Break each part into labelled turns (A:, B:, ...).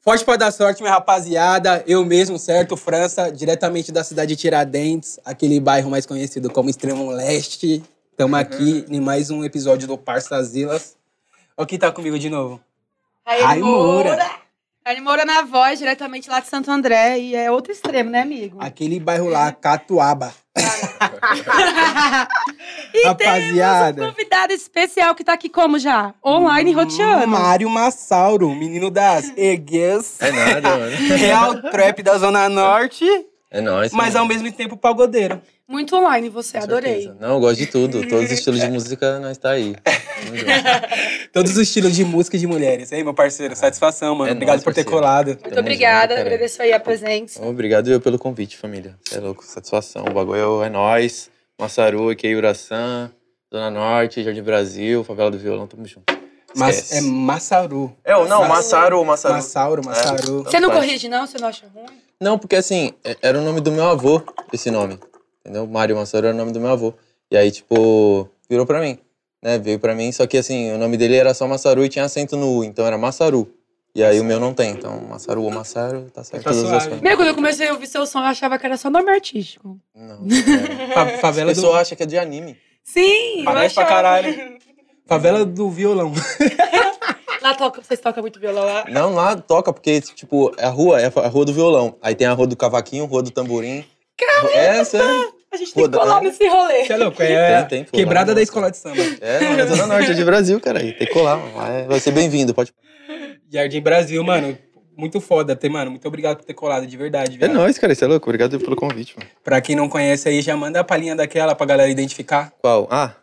A: Forte para dar sorte, minha rapaziada. Eu mesmo, certo? França, diretamente da cidade de Tiradentes, aquele bairro mais conhecido como Extremo Leste.
B: Uhum.
A: Estamos aqui em mais um episódio do Parçazilas. O que tá comigo de novo? Raí
B: Raí
A: Moura.
B: Moura. Raí Moura na voz, diretamente lá de Santo André. E é outro extremo, né, amigo?
A: Aquele bairro lá, Catuaba.
B: e
A: Rapaziada.
B: temos um convidado especial que tá aqui como já? Online, roteando.
A: Mário Massauro, menino das Eguias.
C: É nada, mano.
A: Real trap da Zona Norte,
C: É nóis.
A: mas um ao
C: mano.
A: mesmo tempo pagodeiro.
B: Muito online você,
C: Com
B: adorei.
C: certeza. Não, eu gosto de tudo. Todos os estilos de música, nós tá aí.
A: Todos os estilos de música e de mulheres. Ei, meu parceiro, satisfação, mano.
C: É
A: Obrigado
C: nóis,
A: por ter
C: parceiro.
A: colado.
B: Muito
C: junto,
B: obrigada,
C: cara.
B: agradeço aí a presença.
C: Obrigado eu pelo convite, família. Cê É louco, satisfação. O bagulho é nóis. Massaru, Ikei Uraçã, Zona Norte, Jardim Brasil, Favela do Violão, tamo junto.
A: Mas é
C: Esquece.
A: Massaru.
D: É, ou não,
B: Massaru.
D: Massaru, Massaru.
A: Massauro, Massaru.
B: Você não
C: Faz.
B: corrige, não? Você não acha ruim?
C: Não, porque assim, é- era o nome do meu avô, esse nome. Entendeu? Mário Massaru era o nome do meu avô. E aí, tipo, virou pra mim. Né? Veio pra mim, só que assim, o nome dele era só Massaru e tinha acento no U, então era Massaru. E aí o meu não tem, então Massaru ou Massaru, tá certo.
A: Tá
C: todas as
A: suave.
C: formas.
B: Meu, quando eu comecei a ouvir seu som, eu achava que era só nome artístico.
C: Não. é.
A: Fa-
C: A
A: favela,
C: pessoa
A: do,
C: acha que é de anime.
B: Sim,
A: Parece
B: eu
A: pra
B: achava.
A: caralho. favela do violão.
B: Lá toca, vocês tocam muito violão lá.
C: Não, lá toca, porque, tipo, a rua é a rua do violão. Aí tem a rua do cavaquinho, rua do tamborim. Caramba! Essa
B: A gente tem que
C: Foda-
B: colar
C: é.
B: nesse rolê.
A: Você é louco? É
C: Tem, tem, pô,
A: quebrada da
C: lá não.
A: escola de samba.
C: é, mano, é Zona Norte é de Brasil, cara. aí Tem que colar, mano. Lá é- Vai ser bem-vindo, pode.
A: Jardim Brasil, mano. Muito foda, ter, mano. Muito obrigado por ter colado, de verdade.
C: É
A: viado.
C: nóis, cara. Você é louco. Obrigado pelo convite, mano.
A: Pra quem não conhece aí, já manda a palhinha daquela pra galera identificar.
C: Qual? Ah,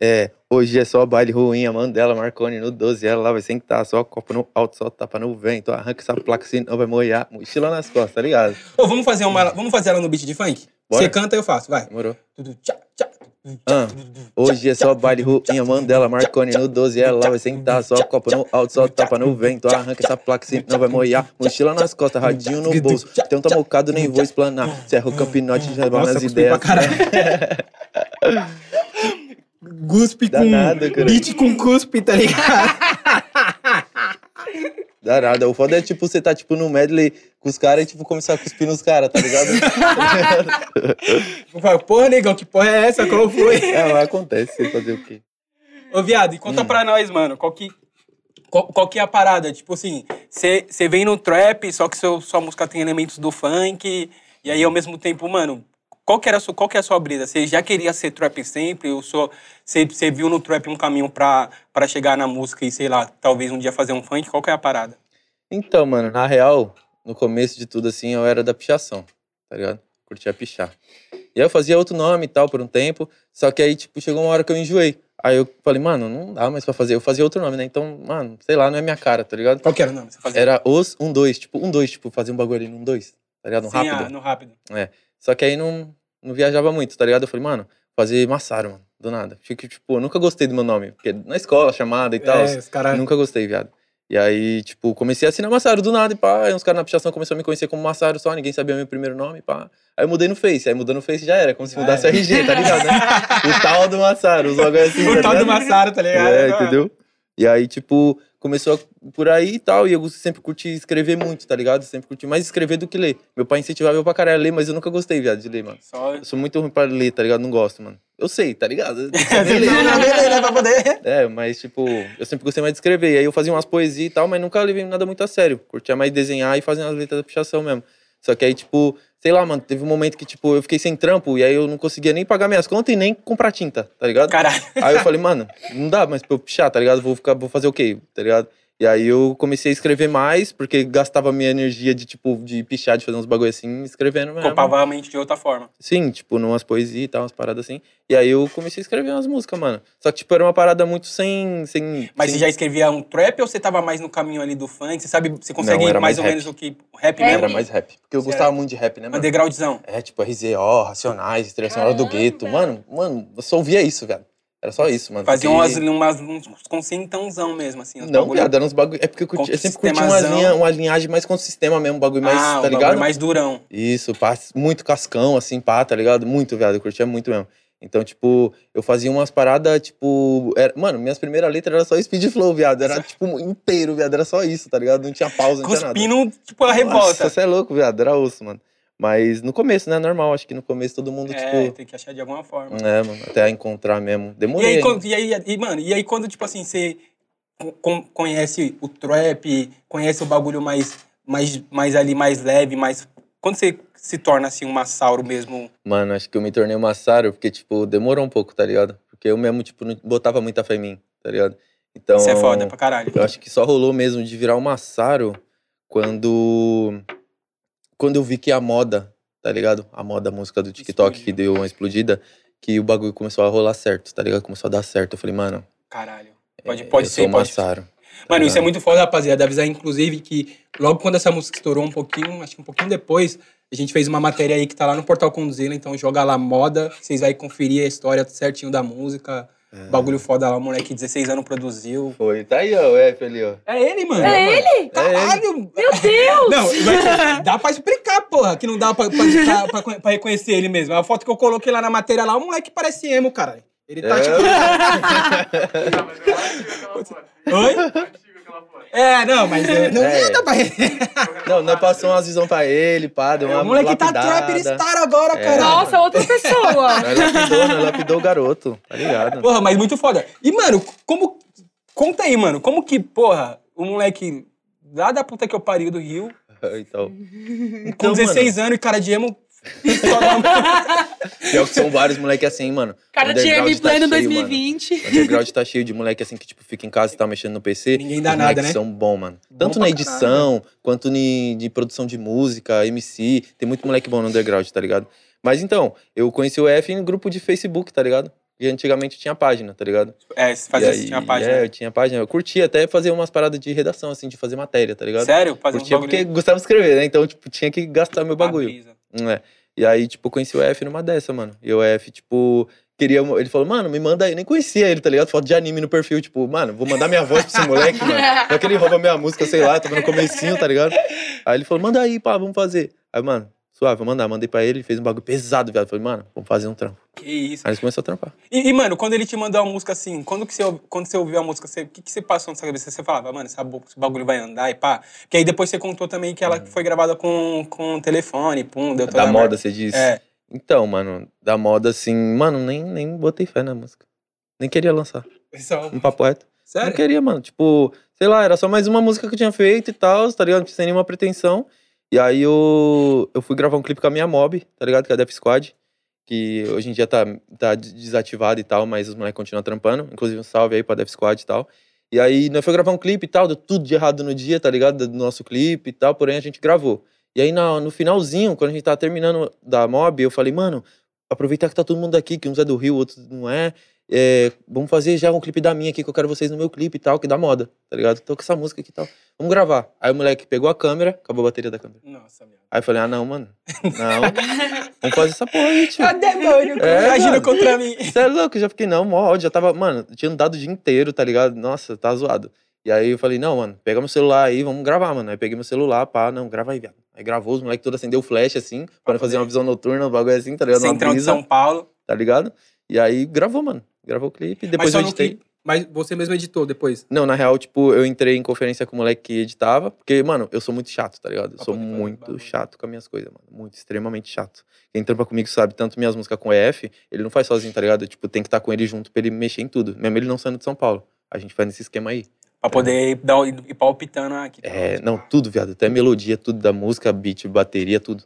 C: é. Hoje é só baile ruim, a Mandela, Marconi no 12. Ela lá vai sentar, só copo no alto, só tapa no vento. Arranca essa placa, senão vai molhar. Mochila nas costas, tá ligado?
A: Ô, vamos fazer uma. Vamos fazer ela no beat de funk?
C: Bora.
A: Você canta, eu faço, vai.
C: Demorou.
A: Tudu, tchá, tchá, tudu, tchá,
C: Ah, hoje é só baile ruinha, Mandela, Marconi no 12, ela vai sentar, só copo no alto, só tapa no vento, arranca essa placa, senão vai molhar, mochila nas costas, radinho no bolso, então tá mocado, nem vou explanar, serra o campinote, já vai
A: Nossa,
C: nas
A: cuspi pra
C: ideias.
A: caralho. Guspe com.
C: Danado, cara.
A: Beat com cuspe, tá ligado?
C: Dá nada, o foda é tipo, você tá tipo no medley com os caras e tipo começar a cuspir nos caras, tá ligado?
A: Eu falo, porra, negão, que porra é essa? Qual foi?
C: É, mas acontece, você fazer o quê?
A: Ô, viado, e conta
C: Hum.
A: pra nós, mano, qual que, qual, qual que é a parada? Tipo assim, você vem no trap, só que seu, sua música tem elementos do funk, e aí ao mesmo tempo, mano, qual que, era a sua, qual que é a sua brisa? Você já queria ser trap sempre? Ou só você viu no trap um caminho pra, pra chegar na música e, sei lá, talvez um dia fazer um funk? Qual que é a parada?
C: Então, mano, na real, no começo de tudo, assim, eu era da pichação, tá ligado? Curtia pichar. E aí eu fazia outro nome e tal por um tempo, só que aí, tipo, chegou uma hora que eu enjoei. Aí eu falei, mano, não dá mais pra fazer. Eu fazia outro nome, né? Então, mano, sei lá, não é minha cara, tá ligado?
A: Qual que era o nome? Você fazia
C: Era os um dois tipo, um dois tipo, fazia um bagulho ali num dois tá ligado? Um
A: Sim, ah,
C: rápido.
A: no rápido.
C: Só que aí não, não viajava muito, tá ligado? Eu falei, mano, fazer Massaro, mano, do nada. Fiquei, tipo, eu nunca gostei do meu nome, porque na escola, chamada e tal.
A: É, os caras...
C: Nunca gostei, viado. E aí, tipo, comecei a assinar Massaro do nada e pá. Aí uns caras na pichação começaram a me conhecer como Massaro só, ninguém sabia meu primeiro nome, pá. Aí eu mudei no Face, aí mudando no Face já era, como se
A: Já
C: mudasse o
A: era.
C: RG, tá ligado, né? o tal do Massaro, os bagulho assim,
A: O
C: tá
A: tal do
C: ligado?
A: Massaro, tá ligado?
C: É, entendeu? E aí, tipo, começou por aí e tal. E eu sempre curti escrever muito, tá ligado? Sempre curti mais escrever do que ler. Meu pai incentivava eu pra caralho a ler, mas eu nunca gostei, viado, de ler, mano.
A: Só...
C: Eu sou muito ruim pra ler, tá ligado? Não gosto, mano. Eu sei, tá ligado? Eu sei ler.
A: poder.
C: É, mas tipo, eu sempre gostei mais de escrever. E aí eu fazia umas poesias e tal, mas nunca levei nada muito a sério. Curtia mais desenhar e fazer as letras da pichação mesmo. Só que aí, tipo, sei lá, mano, teve um momento que, tipo, eu fiquei sem trampo e aí eu não conseguia nem pagar minhas contas e nem comprar tinta, tá ligado?
A: Caralho.
C: Aí eu falei, mano, não dá mais pra eu pichar, tá ligado? Vou ficar, vou fazer o quê, tá ligado? E aí eu comecei a escrever mais, porque gastava minha energia de, tipo, de pichar, de fazer uns bagulho assim, escrevendo mesmo.
A: Copava a mente de outra forma.
C: Sim, tipo, numas poesias e tal, umas paradas assim. E aí eu comecei a escrever umas músicas, mano. Só que, tipo, era uma parada muito sem. sem
A: Mas
C: sem...
A: você já escrevia um trap ou você tava mais no caminho ali do funk? Você sabe, você consegue
C: Não, era
A: mais
C: mais
A: ou
C: rap.
A: menos o que o rap
B: Era
A: mesmo?
C: É, né?
A: Um
C: Era mais rap. Porque eu
A: Certo.
C: gostava muito de rap, né, mano?
A: Undergroundzão.
C: É, tipo, RZO, Racionais, Estrela Sonora do
B: Caramba.
C: Gueto. Mano, mano, eu só ouvia isso, velho. Era só isso, mano.
A: Fazia umas,
C: Porque-
A: umas, uns consentãozão mesmo, assim. uns
C: Não,
A: bagulho-
C: viado, era uns bagulho. É porque eu, curti- eu sempre curti uma,
A: Consistemazão.
C: linha, uma linhagem mais com sistema mesmo, um bagulho mais,
A: ah, um
C: tá
A: bagulho
C: ligado?
A: mais durão.
C: Isso, pá, muito cascão, assim, pá, tá ligado? Muito, viado, eu curtia muito mesmo. Então, tipo, eu fazia umas paradas, tipo. era- mano, minhas primeiras letras era só speed flow, viado. Era, tipo, inteiro, viado. Era só isso, tá ligado? Não tinha pausa, não tinha nada.
A: Cuspindo, tipo, a
C: Nossa,
A: revolta.
C: você é louco, viado. Era osso, mano. Mas no começo, né? Normal. Acho que no começo todo mundo,
A: É,
C: tipo.
A: tem que achar de alguma forma.
C: É, mano. Até encontrar mesmo.
A: E
C: Demorei.
A: aí,
C: ainda.
A: quando, e, aí, e, mano, e aí quando, tipo assim, você con- conhece o trap, conhece o bagulho mais, mais, mais ali, mais leve, mais... Quando você se torna, assim, um Massauro mesmo?
C: Mano, acho que eu me tornei um massaro porque, tipo, demorou um pouco, tá ligado? Porque eu mesmo, tipo, não botava muita fé em mim, tá ligado? Então.
A: Você é foda pra caralho.
C: Eu acho que só rolou mesmo de virar um massaro quando. Quando eu vi que a moda, tá ligado? A moda, a música do TikTok que deu uma explodida, que o bagulho começou a rolar certo, tá ligado? Começou a dar certo. Eu falei, mano,
A: Caralho. Pode, pode
C: eu
A: ser,
C: sou um
A: pode ser.
C: massaro. tá
A: Mano, isso é
C: ligado?
A: muito foda, rapaziada. Avisar, inclusive, que logo quando essa música estourou um pouquinho, acho que um pouquinho depois, a gente fez uma matéria aí que tá lá no Portal Conduzila, então joga lá moda, vocês vai conferir a história certinho da música. Bagulho foda lá, o moleque 16 anos produziu.
C: Foi, tá aí, ó, o F ali, ó.
A: É ele, mano.
B: É ele?
A: Caralho!
B: Meu Deus!
A: Não, mas dá pra explicar, porra, que não dá pra, pra, pra- pra, pra reconhecer ele mesmo. A foto que eu coloquei lá na matéria lá, o moleque parece emo, caralho. Ele tá
C: É.
A: tipo.
D: Não, mas eu antigo aquela foto.
A: Oi?
D: Eu antigo aquela foto.
A: É, não, mas é, não
C: É.
A: dá pra.
C: Não, nós passamos umas visões pra ele, pá, deu uma
A: O moleque tá trapper
C: lapidada.
A: star agora,
C: É.
A: caralho.
B: Nossa, outra pessoa.
C: Nós lapidou, nós lapidou o garoto, tá ligado?
A: Porra, mas muito foda. E, mano, como. Conta aí, mano. Como que, porra, o moleque lá da puta que eu pariu do Rio,
C: Então,
A: com
C: mano.
A: 16 anos e cara de emo.
C: pior que são vários moleques assim, mano.
B: Cara, tinha
C: Underground tá
B: me plano
C: cheio, mano.
B: 2020.
C: O underground tá cheio de moleque assim que, tipo, fica em casa e tá mexendo no PC.
A: Ninguém dá
C: Os
A: nada,
C: moleques
A: né?
C: são bom, mano.
A: Bom
C: Tanto
A: pra né?
C: na edição, quanto ni- de produção de música, MC. Tem muito moleque bom no underground, tá ligado? Mas então, eu conheci o F em grupo de Facebook, tá ligado? E antigamente tinha página, tá ligado?
A: É,
C: E
A: fazer
C: aí,
A: isso, tinha página. né?
C: É, eu tinha página. Eu curtia até fazer umas paradas de redação, assim, de fazer matéria, tá ligado?
A: Sério? Fazer uns
C: curtia
A: bagulho. Ah,
C: porque gostava de escrever, né? Então, tipo, tinha que gastar meu bagulho.
A: Avisa.
C: É. E aí, tipo, eu conheci o F numa dessa, mano. E o F, tipo, queria. Ele falou, mano, me manda aí. Nem conhecia ele, tá ligado? Foto de anime no perfil. Tipo, mano, vou mandar minha voz pra esse moleque, mano. Só que ele rouba minha música, sei lá, tava no comecinho, tá ligado? Aí ele falou, manda aí, pá, vamos fazer. Aí, mano, suave, vou mandar. Mandei pra ele, ele fez um bagulho pesado, viado. Falei, mano, vamos fazer um trampo.
A: Que isso.
C: Aí eles começaram a trampar.
A: E, e, mano, quando ele te mandou uma música assim, quando, que você, ouv- quando você ouviu a música, você- o que, que você passou na sua cabeça? Você falava, mano, essa bo- esse bagulho vai andar e pá. Porque aí depois você contou também que ela foi gravada com, com um telefone, pum, deu toda
C: Uhum. Da
A: a
C: moda, você disse.
A: É.
C: Então, mano, da moda, assim, mano, nem, nem botei fé na música. Nem queria lançar.
A: Só-
C: Um papo reto. Não
A: Sério?
C: queria, mano. Tipo, sei lá, era só mais uma música que eu tinha feito e tal, tá ligado? Sem nenhuma pretensão. E aí eu, eu fui gravar um clipe com a minha mob, tá ligado? Que é a Def Squad. Que hoje em dia tá, tá des- desativado e tal, mas os moleques continuam trampando. Inclusive, um salve aí pra Def Squad e tal. E aí nós foi gravar um clipe e tal, deu tudo de errado no dia, tá ligado? Do nosso clipe e tal, porém a gente gravou. E aí na- no finalzinho, quando a gente tava terminando da mob, eu falei, mano, aproveitar que tá todo mundo aqui, que uns é do Rio, outros não é é, vamos fazer já um clipe da minha aqui, que eu quero vocês no meu clipe e tal, que dá moda, tá ligado? Tô com essa música aqui e tal. Vamos gravar. Aí o moleque pegou a câmera, acabou a bateria da câmera.
A: Nossa, meu.
C: Aí eu falei, ah, não, mano. Não. vamos fazer essa porra aí, tio.
B: É o demônio.
C: É,
A: Imagina
C: mano.
A: contra mim.
C: Você é louco, eu já fiquei, não, mó ódio. Já tava, mano, tinha andado o dia inteiro, tá ligado? Nossa, tá zoado. E aí eu falei, não, mano, pega meu celular aí, vamos gravar, mano. Aí peguei meu celular, pá, não, grava aí, viado. Aí gravou, os moleques todos acendeu o flash, assim, pra não fazer uma visão noturna, um bagulho assim, tá ligado? Uma
A: Central de
C: brisa,
A: São Paulo.
C: tá ligado? E aí gravou, mano. Gravou o clipe, depois
A: só
C: eu
A: no
C: editei.
A: clipe. Mas você mesmo editou depois.
C: Não, na real, tipo, eu entrei em conferência com o moleque que editava, porque, mano, eu sou muito chato, tá ligado?
A: Pra
C: Eu sou
A: poder fazer
C: muito
A: barulho.
C: chato com as minhas coisas, mano. Muito, extremamente chato. Quem trampa comigo sabe, tanto minhas músicas com o EF, ele não faz sozinho, tá ligado? Eu, tipo, tem que estar com ele junto pra ele mexer em tudo. Mesmo ele não saindo de São Paulo. A gente faz nesse esquema aí.
A: Pra poder dar, o- ir palpitando aqui. tá?
C: É, não, tudo, viado. Até melodia, tudo da música, beat, bateria, tudo.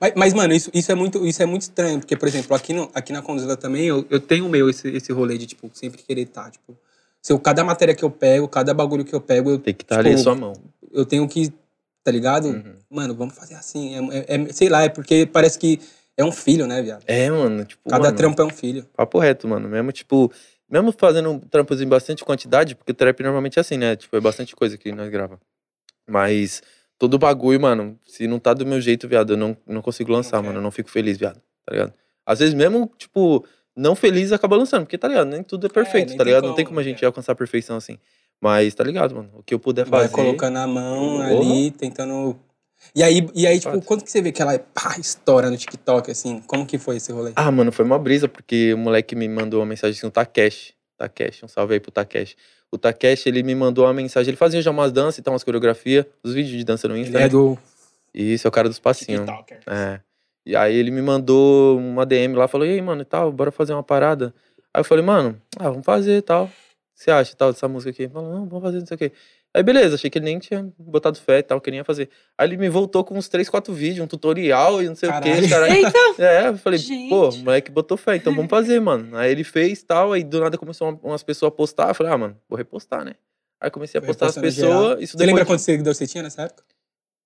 A: Mas, mas, mano, isso, isso, é muito, isso é muito estranho. Porque, por exemplo, aqui, no, aqui na Conduzila também, eu, eu tenho meio esse, esse rolê de, tipo, sempre querer estar. Tipo, se eu, cada matéria que eu pego, cada bagulho que eu pego, eu,
C: Tem que estar
A: Tipo,
C: ali à sua mão.
A: eu tenho que. Tá ligado?
C: Uhum.
A: Mano, vamos fazer assim. É, é- é- sei lá, é porque parece que é um filho, né, viado?
C: É, mano, tipo.
A: Cada
C: mano,
A: trampo é um filho.
C: Papo reto, mano. Mesmo, tipo, mesmo fazendo trampos em bastante quantidade, porque trap normalmente é assim, né? Tipo, é bastante coisa que nós grava. Mas todo bagulho, mano, se não tá do meu jeito, viado, eu não, não consigo lançar,
A: Não quer.
C: mano. Eu não fico feliz, viado. Tá ligado? Às vezes mesmo, tipo, não feliz acaba lançando, porque tá ligado? Nem tudo é perfeito,
A: nem
C: tá
A: tem
C: ligado?
A: como,
C: não tem como a gente
A: né?
C: alcançar a perfeição assim. Mas tá ligado, mano. O que eu puder
A: Vai
C: fazer.
A: colocando a mão
C: Porra.
A: ali, tentando. E aí, e aí tipo,
C: Fato.
A: quando que você vê que ela pá, estoura no TikTok, assim? Como que foi esse rolê?
C: Ah, mano, foi uma brisa, porque o moleque me mandou uma mensagem assim, o Takeshi. Takeshi, um salve aí pro Takeshi. O Takeshi, ele me mandou uma mensagem, ele fazia já umas danças e tal, umas coreografias, os vídeos de dança no
A: Ele
C: Insta.
A: é
C: né?
A: do
C: E isso é o cara dos passinhos.
A: TikToker.
C: É. E aí ele me mandou uma DM lá, falou, e aí, mano, e tal, bora fazer uma parada. Aí eu falei, mano, ah, vamos fazer e tal. O que você acha e tal dessa música aqui? Ele falou, não, vamos fazer não sei o quê. Aí beleza, achei que ele nem tinha botado fé e tal, que ele ia fazer. Aí ele me voltou com uns três, quatro vídeos, um tutorial e não sei o
A: Caralho.
C: quê. Caralho.
B: Eita!
C: É, eu falei,
B: Gente.
C: pô, o moleque botou fé, então vamos fazer, mano. Aí ele fez tal, aí do nada começou uma- umas pessoas a postar. Eu falei, ah, mano, vou repostar, né? Aí comecei a
A: Foi
C: postar as
A: repostando geral.
C: pessoas. Isso
A: Você lembra
C: depois-
A: quantos seguidores você tinha nessa época?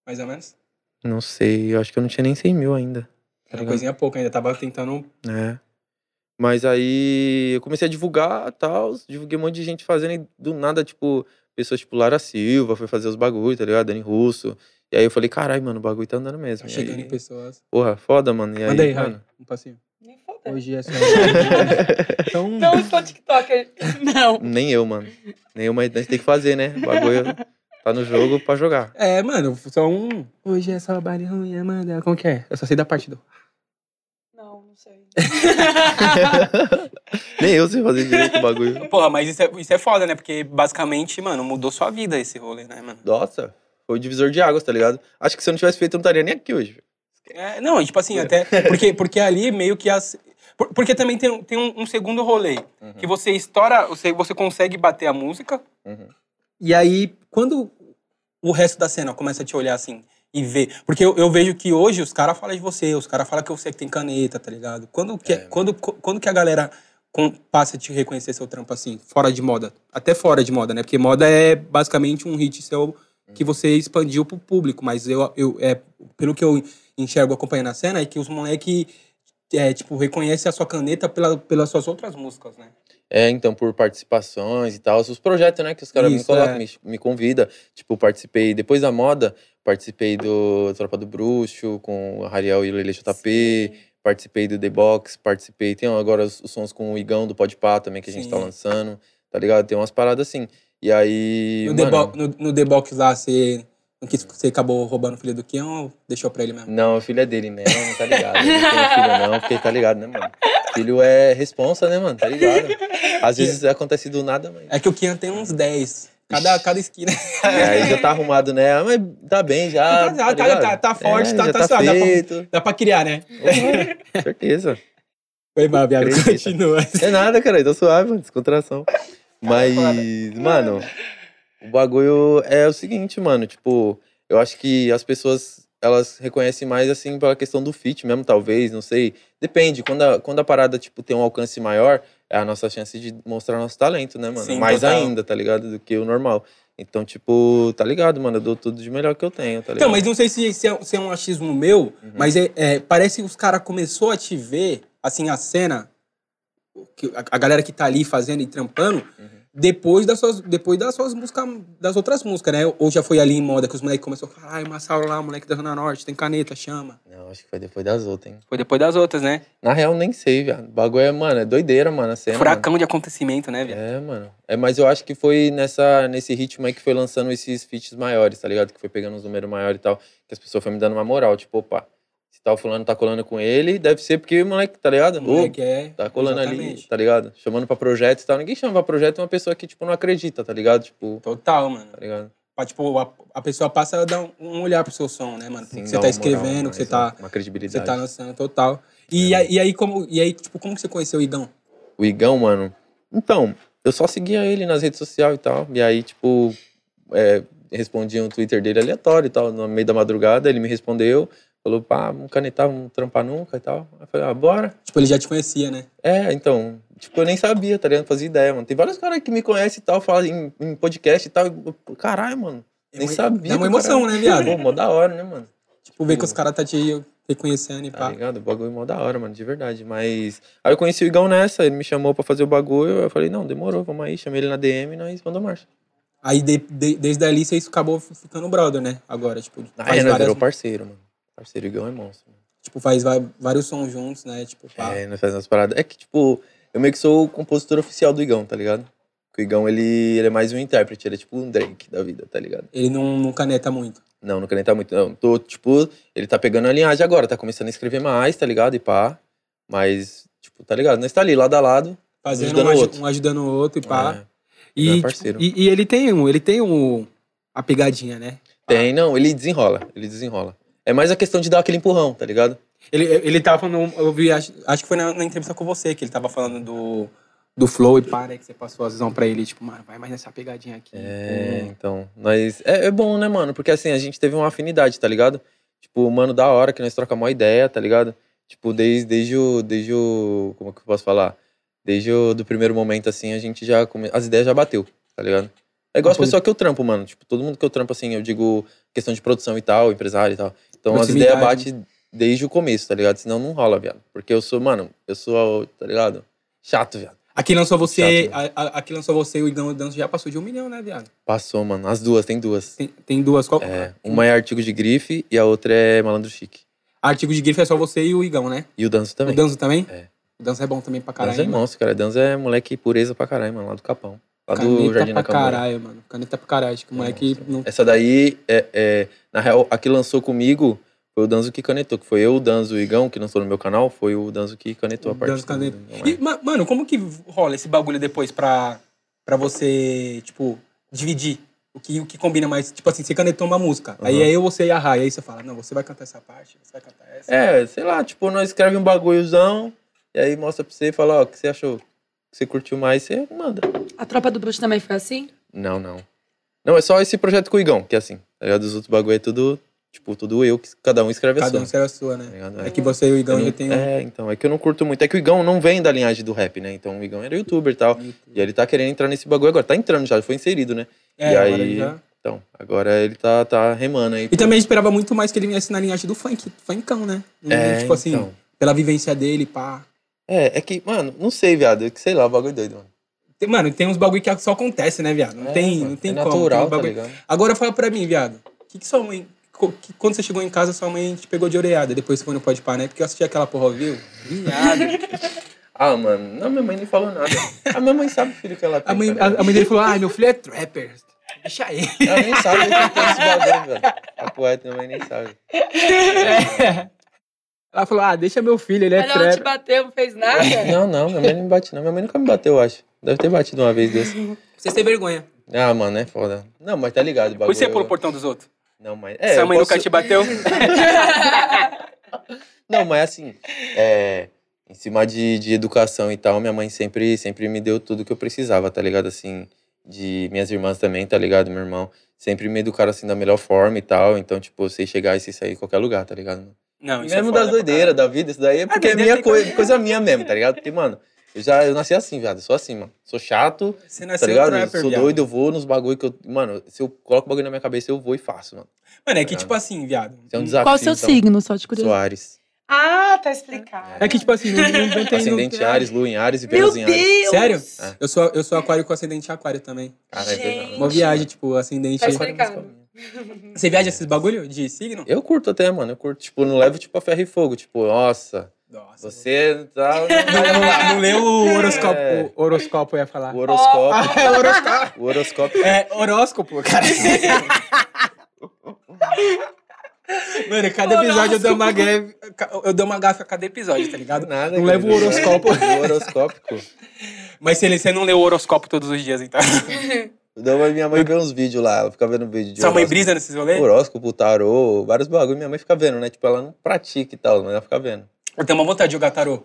A: Mais ou menos?
C: Não sei, eu acho que eu não tinha nem 100 mil ainda. tá
A: Era
C: ligado?
A: coisinha pouca, ainda tava tentando.
C: É. Mas aí eu comecei a divulgar tal, divulguei um monte de gente fazendo e do nada, tipo, pessoas tipo Lara Silva foi fazer os bagulho, tá ligado? Dani Russo. E aí eu falei, caralho, mano, o bagulho tá andando mesmo.
A: Tá
C: E
A: chegando
C: aí,
A: em pessoas.
C: Porra, foda, mano. E
A: Manda aí,
C: mano.
A: Rai, um passinho.
B: Nem
E: Tá.
B: foda.
A: Hoje é só. então,
B: Não sou TikToker. Não.
C: Nem eu, mano. Nem eu, mas a gente tem que fazer, né? O bagulho tá no jogo pra jogar.
A: É, mano, só um. Hoje é só baile ruim, Amanda. Como que é? Eu só sei da parte do.
B: Não, não sei.
C: Nem eu sei fazer direito o bagulho.
A: Porra, mas isso é, isso é foda, né? Porque basicamente, mano, mudou sua vida esse rolê, né, mano?
C: Nossa, foi o divisor de águas, tá ligado? Acho que se eu não tivesse feito, eu não estaria nem aqui hoje.
A: É, não, tipo assim, até. Porque, porque ali meio que as. por- Porque também tem, um- tem um, um segundo rolê.
C: Uhum.
A: Que você estoura, você, você consegue bater a música.
C: Uhum.
A: E aí, quando o resto da cena começa a te olhar assim e ver. Porque eu, eu vejo que hoje os caras falam de você, os caras falam que você que tem caneta, tá ligado? Quando que,
C: É, mano.
A: quando, quando que a galera com- passa a te reconhecer seu trampo assim, fora de moda? Até fora de moda, né? Porque moda é basicamente um hit seu que você expandiu pro público, mas eu, eu é, pelo que eu enxergo acompanhando a cena, é que os moleque é, tipo, reconhece a sua caneta pela, pelas suas outras músicas, né?
C: É, então, por participações e tal. Os projetos, né, que os caras me
A: Isso,
C: colocam,
A: é.
C: me, me convidam. Tipo, participei, depois da moda, participei do Tropa do Bruxo, com o Ariel e o Lele JP. Participei do The Box, participei. Tem agora os, os sons com o Igão do Podpah também, que a gente tá
A: Sim.
C: lançando. Tá ligado? Tem umas paradas assim. E aí.
A: No, The
C: mano,
A: Bo- no, no The Box lá, você, no que você acabou roubando o filho do Kian ou deixou pra ele mesmo?
C: Não, o filho é dele, né? Não, não tá ligado. Não tem filho, não, porque tá ligado, né, mano? Filho é responsa, né, mano? Tá ligado? Às vezes acontece do nada, mas.
A: É que o Kian tem uns 10. Cada,
C: Ixi.
A: cada esquina.
C: É, aí já tá arrumado, né? Ah, Mas tá bem já.
A: Tá- tá- tá-
C: ligado?
A: tá- tá forte,
C: é,
A: tá-
C: já
A: tá
C: tá
A: suave, dá pra-
C: feito.
A: Dá pra criar, né?
C: Uhum, certeza.
A: Foi mal, viado.
C: Acredita.
A: Continua.
C: É nada, cara. Tô suave, mano. Descontração.
A: Ah,
C: Mas, mano, o bagulho é o seguinte, mano. Tipo, eu acho que as pessoas, elas reconhecem mais, assim, pela questão do fit mesmo, talvez. Não sei. Depende. Quando a, quando a parada, tipo, tem um alcance maior, é a nossa chance de mostrar nosso talento, né, mano?
A: Sim,
C: mais
A: total.
C: ainda, tá ligado? Do que o normal. Então, tipo, tá ligado, mano? Eu dou tudo de melhor que eu tenho, tá ligado?
A: Então, mas não sei se, se, é, se é um achismo meu, mas é, é, parece que os caras começou a te ver, assim, a cena, o que- a, a galera que tá ali fazendo e trampando, depois das suas, depois das suas músicas, das outras músicas, né? Ou já foi ali em moda que os moleques começaram a falar, ai, Massaro lá, moleque da Zona Norte, tem caneta, chama.
C: Não, acho que foi depois das outras, hein?
A: Foi depois das outras, né?
C: Na real, nem sei, viado. O bagulho é, mano, é doideira, mano, a cena. mano.
A: de acontecimento, né,
C: É, mano. É, mas eu acho que foi nessa, nesse ritmo aí que foi lançando esses feats maiores, tá ligado? Que foi pegando uns números maiores e tal. Que as pessoas foram me dando uma moral, tipo, opa, se tal fulano tá colando com ele, deve ser porque o moleque, tá ligado?
A: O moleque é.
C: Ô, tá colando ali,
A: Exatamente.
C: tá ligado? Chamando pra projeto e tal. Ninguém chama pra projeto uma pessoa que, tipo, não acredita, tá ligado? Tipo,
A: Total, mano.
C: tá ligado?
A: Pra, tipo, a, a pessoa passa a dar um, um olhar pro seu som, né, mano? que
C: Sim, dá
A: você
C: uma
A: tá escrevendo,
C: moral, né,
A: que você
C: mais,
A: tá,
C: Uma
A: que
C: credibilidade.
A: você tá lançando, total.
C: É.
A: E, aí, e aí, como, e aí, tipo, como que você conheceu o Igão?
C: O Igão, mano. Então, eu só seguia ele nas redes sociais e tal. E aí, tipo, é, respondia um Twitter dele aleatório e tal. No meio da madrugada, ele me respondeu. Falou, pá, não canetar, não trampar nunca e tal. Aí eu falei, ah, bora.
A: Tipo, ele já te conhecia, né?
C: É, então, tipo, eu nem sabia, tá ligado? Não fazia ideia, mano. Tem vários caras que me conhecem e tal, falam em, em podcast e tal. e eu, pô, Caralho, mano. Nem
A: É uma-
C: sabia.
A: Dá uma
C: do
A: emoção,
C: caralho.
A: né, viado?
C: Pô, mó da hora, né, mano?
A: tipo, ver que os caras tá te reconhecendo e
C: Tá
A: pá.
C: ligado? O bagulho mó da hora, mano, de verdade. Mas. Aí eu conheci o Igão nessa, ele me chamou pra fazer o bagulho. Eu falei, não, demorou, vamos aí. Chamei ele na DM e nós mandou marcha.
A: Aí, de- de- desde ali, vocês acabou ficando brother, né? Agora, tipo,
C: Ah,
A: faz,
C: é, nós
A: várias,
C: virou parceiro, mano. Parceiro, o Igão é monstro. Mano.
A: tipo, faz va- vários sons juntos, né? Tipo, pá.
C: É, nós fazemos umas paradas. É que, tipo, eu meio que sou o compositor oficial do Igão, tá ligado? Porque o Igão, ele, ele é mais um intérprete, ele é tipo um Drake da vida, tá ligado?
A: Ele não, não caneta muito.
C: Não, não quero entrar muito. Não, tô, tipo, ele tá pegando a linhagem agora, tá começando a escrever mais, tá ligado? E pá. Mas, tipo, tá ligado? Nós tá ali, lado a lado.
A: Fazendo
C: Ajudando
A: um,
C: o
A: aju-
C: outro.
A: um ajudando o outro e pá.
C: É.
A: E,
C: É
A: tipo,
C: parceiro.
A: e, e ele tem um, ele tem um a pegadinha, né?
C: Tem, não, ele desenrola, ele desenrola. É mais a questão de dar aquele empurrão, tá ligado?
A: Ele, ele tava falando, um, eu vi, acho, acho que foi na, na entrevista com você que ele tava falando do, do flow e pá, né? Que você passou a visão pra ele, tipo, mano, vai mais nessa pegadinha aqui. Uhum.
C: É, então. Nós, é, é bom, né, mano? Porque assim, a gente teve uma afinidade, tá ligado? Tipo, mano, da hora que nós trocamos uma ideia, tá ligado? Tipo, desde, desde o. Desde o. Como que eu posso falar? Desde o do primeiro momento, assim, a gente já. come- As ideias já bateu, tá ligado? É igual as
A: Pode-
C: pessoas que eu trampo, mano. Tipo, todo mundo que eu trampo, assim, eu digo questão de produção e tal, empresário e tal. Então as
A: Proximidade,
C: ideias batem desde o começo, tá ligado? Senão não rola, viado. Porque eu sou, mano, eu sou, tá ligado? Chato, viado.
A: Aqui lançou você,
C: Chato, né?
A: a, a, aqui lançou você e o Igão Danço já passou de um milhão, né, viado?
C: Passou, mano. As duas, tem duas.
A: Tem, tem duas. Qual,
C: É, uma é artigo de grife e a outra é malandro chique.
A: Artigo de grife é só você e o Igão, né?
C: E o Danzo também.
A: O Danzo também?
C: É.
A: O Danzo é bom também pra caralho.
C: Danzo é
A: hein, mano?
C: monstro, cara. Danzo é moleque pureza pra caralho, mano. Lá do Capão. Lá do Jardim da É,
A: Caneta pra
C: Câmara.
A: caralho, mano. Caneta pra caralho. Acho que o moleque não
C: Essa daí, é, é- na real, a que lançou comigo foi o Danzo que canetou. Que foi eu, o Danzo e o Igão, que lançou no meu canal. Foi o Danzo que canetou a parte. é?
A: Danzo
C: do-
A: caneta.
C: do-
A: E, ma- mano, como que rola esse bagulho depois pra, pra você, tipo, dividir o que, o que combina mais? Tipo assim, você canetou uma música, aí
C: Aham.
A: é eu, você e a Rai. Aí você fala, não, você vai cantar essa parte, você vai cantar essa.
C: É, sei lá, tipo, nós escreve um bagulhozão e aí mostra pra você e fala, ó, o que você achou? O que você curtiu mais, você manda.
E: A tropa do bruxo também foi assim?
C: Não, não. Não, é só esse projeto com o Igão, que é assim, tá ligado? Os outros bagulho é tudo, tipo, tudo eu, que cada um escreve a
A: Cada
C: sua.
A: um será a sua,
C: tá
A: né?
C: ligado?
A: É que você e o Igão
C: eu
A: já
C: não-
A: tem um...
C: É, então, é que eu não curto muito. É que o Igão não vem da linhagem do rap, né? Então o Igão era youtuber e tal. E aí ele tá querendo entrar nesse bagulho agora. Tá entrando já, foi inserido, né?
A: É,
C: e
A: agora
C: aí-
A: ele já-
C: Então, agora ele tá, tá remando aí.
A: E também esperava muito mais que ele viesse na linhagem do funk, funkão, né? Hum,
C: é,
A: tipo assim,
C: então.
A: pela vivência dele, pá.
C: É, é que, mano, não sei, viado. É que sei lá, o bagulho é doido, mano.
A: Tem- Mano, tem uns bagulho que só acontece, né, viado? Não
C: É,
A: tem,
C: mano,
A: não tem
C: é
A: como.
C: natural,
A: tem um
C: tá
A: bagulho-
C: ligado?
A: Agora fala pra mim, viado. O que, que sua mãe. co- que- quando você chegou em casa, sua mãe te pegou de oreada depois que foi no Pode Par, né? Porque eu assisti aquela porra, ao vivo. Viado.
C: Ah, mano, não, minha mãe nem falou nada. A minha mãe sabe o filho que ela tem.
A: A mãe,
C: tá ligado?
A: a, a mãe dele falou: ai, meu filho é trapper. Deixa ele.
C: Ela nem sabe o que tem esse bagulho, velho. A poeta também nem sabe.
A: Ela falou: ah, deixa meu filho, ele é
E: Mas ela te
A: trapper.
E: bateu, não fez
C: Tá
E: nada?
C: Não, não, minha mãe não me bate, não. Minha mãe nunca me bateu, eu acho. Deve ter batido uma vez dessa.
A: Vocês têm vergonha.
C: Ah, mano, é foda. Não, mas tá ligado, o bagulho.
A: Por isso você pula o portão dos outros.
C: Não, mas. É,
A: sua
C: eu
A: mãe
C: posso-
A: nunca te bateu.
C: Não, mas assim, é, em cima de, de educação e tal, minha mãe sempre, sempre me deu tudo que eu precisava, tá ligado? Assim, de minhas irmãs também, tá ligado? Meu irmão sempre me educaram assim da melhor forma e tal. Então, tipo, eu sei chegar e sei sair em qualquer lugar, tá ligado?
A: Não, isso
C: Mesmo
A: é foda
C: das
A: pra
C: doideiras da vida, isso daí é porque é
A: doideira
C: minha
A: tem
C: coisa, coisa minha mesmo, tá ligado? Porque, mano, eu já eu nasci assim, viado. Eu sou assim, mano. Sou chato,
A: caralho. Você
C: tá
A: nasceu
C: ligado?
A: É trapper,
C: sou
A: viado.
C: doido, eu vou nos bagulho que eu. Mano, se eu coloco o bagulho na minha cabeça, eu vou e faço, mano.
A: Mano, é que tipo assim, viado.
C: Isso é um desafio.
E: Qual o seu
C: então.
E: signo, só de curiosidade?
C: Soares.
E: Ah, tá explicado.
A: É que tipo assim, não, não tem.
C: Ascendente
A: não...
C: Ares, Lua em Ares e
E: Meu
C: Vênus em Ares.
E: Deus!
A: Sério?
C: É.
A: Eu sou, eu sou aquário com ascendente aquário também.
C: Caralho, é
E: Gente.
A: Uma viagem, tipo, ascendente.
E: Tá explicado.
A: Você viaja esses bagulho de signo?
C: Eu curto até, mano. Eu curto. Tipo, não levo tipo a ferro e fogo. Tipo, nossa,
A: Nossa.
C: você tá.
A: Não, não, não leu o horoscópio.
C: É.
A: O horoscópio eu ia falar.
C: O horoscópio.
A: É horoscópio.
C: O horoscópio.
A: É horóscopo, cara. Mano, cada episódio eu dou uma greve. Eu dou uma gafa a cada episódio, tá ligado?
C: Nada,
A: Não
C: cara.
A: leva o horoscópio.
C: O horoscópico.
A: Mas se ele- você não leu o horóscopo todos os dias, então.
C: Então, mas minha mãe vê uns vídeos lá, ela fica vendo vídeo de
A: Sua mãe
C: horóscopo.
A: brisa né? nesses rolês?
C: Horóscopo, tarô, vários bagulho. Minha mãe fica vendo, né? Tipo, ela não pratica e tal, mas ela fica vendo.
A: Eu tenho uma vontade de jogar tarô.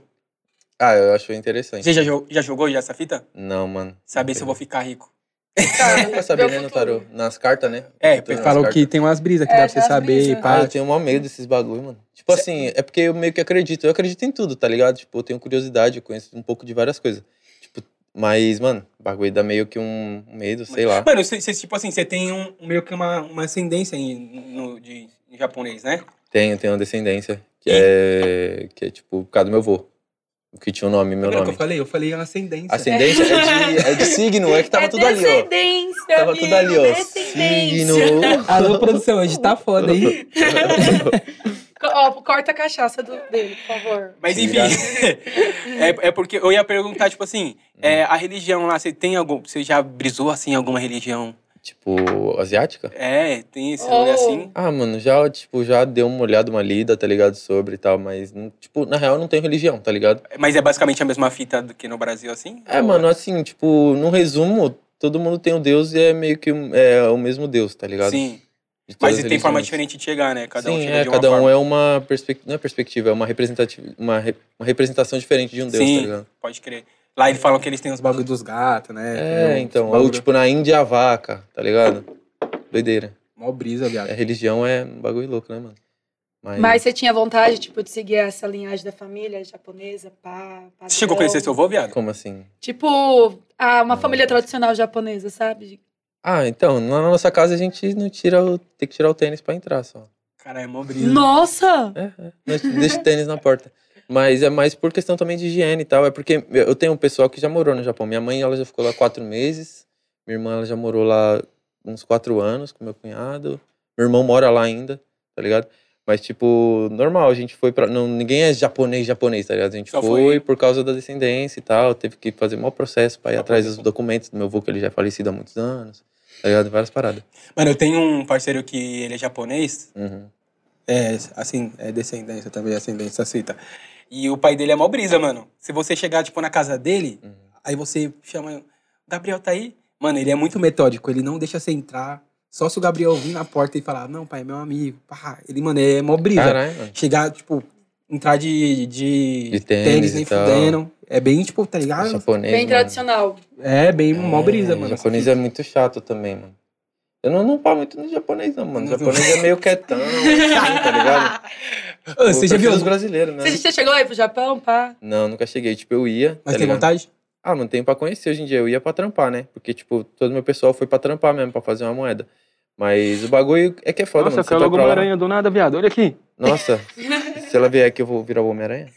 C: Ah, eu acho interessante.
A: Você já, jo- já jogou já essa fita?
C: Não, mano.
A: Saber se eu vou ficar rico.
C: ficar. Nunca saber,
E: Meu
C: né, no tarô.
E: futuro.
C: Nas cartas, né?
A: É,
C: Futuro nas
A: falou
C: cartas.
A: que tem umas brisas que
E: É,
A: dá pra você
E: tem umas
A: saber e
E: brisas.
A: pá.
C: Ah, eu tenho o maior medo desses bagulho, mano. Tipo assim, é porque eu meio que acredito. Eu acredito em tudo, tá ligado? Tipo, eu tenho curiosidade, eu conheço um pouco de várias coisas. Tipo, mas, mano, o bagulho dá meio que um medo, sei lá.
A: Mano, você, você, tipo assim, você tem um, meio que uma, uma ascendência em, no, de, em japonês, né?
C: Tenho, tenho uma descendência. Que é. Que é tipo, por causa do meu vô. O que tinha o nome, meu
A: Lembra que
C: nome.
A: eu falei? Eu falei ascendência.
C: Ascendência é de, é de signo, é que tava
E: é
C: tudo ali, ó.
E: descendência,
C: Tava
E: amigo,
C: tudo ali, ó.
E: Descendência.
C: Signo.
A: Alô, produção, hoje tá foda, hein?
E: Co- Ó, corta a cachaça do, dele, por favor.
A: Mas enfim,
C: Obrigado.
A: é, é porque eu ia perguntar, tipo assim, é, a religião lá, você tem algum. Você já brisou assim em alguma religião?
C: Tipo, asiática?
A: É, tem esse nome assim.
C: Ah, mano, já, tipo, já deu uma olhada, uma lida, tá ligado? Sobre e tal, mas, não- tipo, na real não tem religião, tá ligado?
A: Mas é basicamente a mesma fita do que no Brasil, assim?
C: É,
A: Ou-
C: mano, assim, tipo, num resumo, todo mundo tem um Deus e é meio que um- é, o mesmo Deus, tá ligado?
A: Sim.
C: De todas
A: Mas
C: as
A: tem forma
C: religiões.
A: diferente de chegar, né? Cada um
C: Sim,
A: chega
C: é,
A: de uma
C: cada
A: forma.
C: um é uma perspectiva, não é perspectiva, é uma, representati- uma, re- uma representação diferente de um Deus,
A: Sim.
C: tá ligado?
A: Pode crer. Lá eles falam que eles têm os bagulho dos gatos, né?
C: É,
A: Tem uns
C: então,
A: bagulho-
C: ou tipo na Índia a vaca, tá ligado? Doideira.
A: Mó brisa, viado.
C: A religião é um bagulho louco, né, mano?
E: Mas você tinha vontade, tipo, de seguir essa linhagem da família japonesa, pá, padrão?
A: Você chegou a conhecer seu avô, viado?
C: Como assim?
E: Tipo, ah, uma família tradicional japonesa, sabe?
C: Ah, então, na nossa casa a gente não tira o. Tem que tirar o tênis pra entrar só.
A: Caralho, é mó
C: Hum.
A: brisa.
E: Nossa!
C: É, é. Nós Deixa o tênis na porta. Mas é mais por questão também de higiene e tal. É porque eu tenho um pessoal que já morou no Japão. Minha mãe, ela já ficou lá quatro meses. Minha irmã, ela já morou lá uns quatro anos com meu cunhado. Meu irmão mora lá ainda, tá ligado? Mas, tipo, normal, a gente foi pra. Não, ninguém é japonês, japonês, tá ligado? A gente
A: Só
C: foi,
A: foi-
C: por causa da descendência e tal. Teve que fazer maior processo pra ir
A: Só
C: atrás
A: pra-
C: dos documentos do meu avô, que ele já é falecido há muitos anos, tá ligado? Várias paradas.
A: Mano, eu tenho um parceiro que ele é japonês.
C: Uhum.
A: É, assim, é descendência também, ascendência, aceita. E o pai dele é mó brisa, mano. Se você chegar, tipo, na casa dele,
C: Uhum.
A: aí você chama. Gabriel tá aí? Mano, ele é muito metódico, ele não deixa você entrar. Só se o Gabriel vir na porta e falar, não, pai, é meu amigo. Pá. Ele, mano, é mó brisa.
C: Caralho, mano.
A: Chegar, tipo, entrar de, de,
C: De tênis e
A: nem
C: tal.
A: fudendo. É bem, tipo, tá ligado?
C: Japonês.
E: Bem
C: mano.
E: tradicional.
A: É, bem mó brisa,
C: É,
A: mano.
C: japonês é muito chato também, mano. Eu não, não paro muito no japonês, não, mano.
A: Não,
C: japonês é meio quietão, assim, tá ligado?
A: Ô, Você
C: Eu
A: já
C: prefiro
A: viu?
C: os brasileiros, né?
E: Você já chegou aí pro Japão, pá?
C: Não, nunca cheguei. Tipo, eu ia.
A: Mas
C: tá
A: tem
C: ligado?
A: vontade?
C: Ah, mano, tem pra conhecer hoje em dia. Eu ia pra trampar, né? Porque, tipo, todo meu pessoal foi pra trampar mesmo, pra fazer uma moeda. Mas o bagulho é que é foda, mano. Você vai pra lá-
A: do nada, viado. Olha aqui.
C: Nossa, se ela vier aqui, eu vou virar o Homem-Aranha?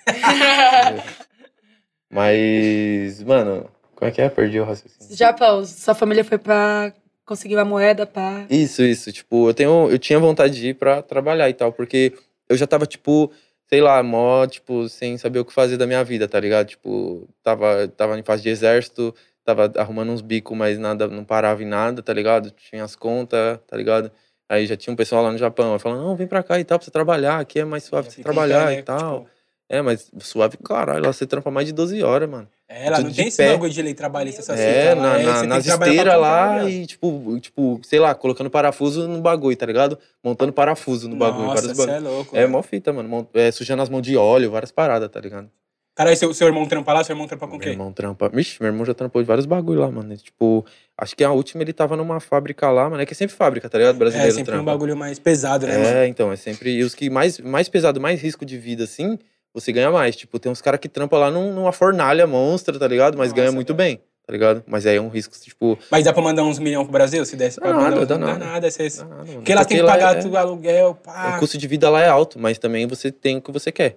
C: Mas, mano, como é que é? Perdi o raciocínio.
E: Japão, sua família foi pra conseguir uma moeda, pá.
C: Isso, isso. Tipo, eu, tenho, eu tinha vontade de ir pra trabalhar e tal, porque eu já tava, tipo, sei lá, mó, tipo, sem saber o que fazer da minha vida, tá ligado? Tipo, tava, tava em fase de exército, tava arrumando uns bicos, mas nada, não parava em nada, tá ligado? Tinha as contas, tá ligado? Aí já tinha um pessoal lá no Japão, aí falando, não, vem pra cá e tal, pra você trabalhar, aqui é mais suave pra você trabalhar
A: né,
C: e tal. É, mas suave, caralho, lá você trampa mais de 12 horas, mano.
A: É, lá não
C: Tudo
A: tem
C: de
A: esse
C: pé.
A: bagulho de lei trabalhista, essas
C: É,
A: fitas lá.
C: na,
A: assim, tá você
C: na,
A: tem
C: nas
A: que trabalhar pra
C: esteiras
A: comprar, um
C: lá
A: viado.
C: e, tipo, tipo, sei lá, colocando parafuso no bagulho, tá ligado? Montando parafuso no bagulho.
A: Nossa,
C: vários
A: você é
C: bagulho.
A: louco.
C: É,
A: velho.
C: mó fita, mano. Mont- é, sujando as mãos de óleo, várias paradas, tá ligado?
A: Caralho, seu, seu irmão trampa lá, seu irmão trampa com o
C: Meu
A: quê?
C: irmão trampa. Ixi, meu irmão já trampou de vários bagulho lá, mano. E, tipo, acho que a última ele tava numa fábrica lá, mano. É que é sempre fábrica, tá ligado?
A: É
C: Brasileiro
A: sempre um
C: trampa.
A: bagulho mais pesado, né, mano?
C: É, então, é sempre. E os que mais, mais pesado, mais risco de vida, assim, você ganha mais. Tipo, tem uns caras que trampa lá num- numa fornalha monstra, tá ligado? Mas ganha
A: Nossa,
C: muito bem, tá ligado? Mas aí é um risco, tipo.
A: Mas dá pra mandar uns milhão pro Brasil? Se desse pra
C: Dá
A: mandar
C: nada,
A: uns-
C: dá
A: não
C: nada.
A: nada. Você...
C: ah, mano,
A: Porque lá tem que
C: lá
A: pagar
C: é-
A: tudo, aluguel,
C: O
A: pá.
C: custo de vida lá é alto, mas também você tem o que você quer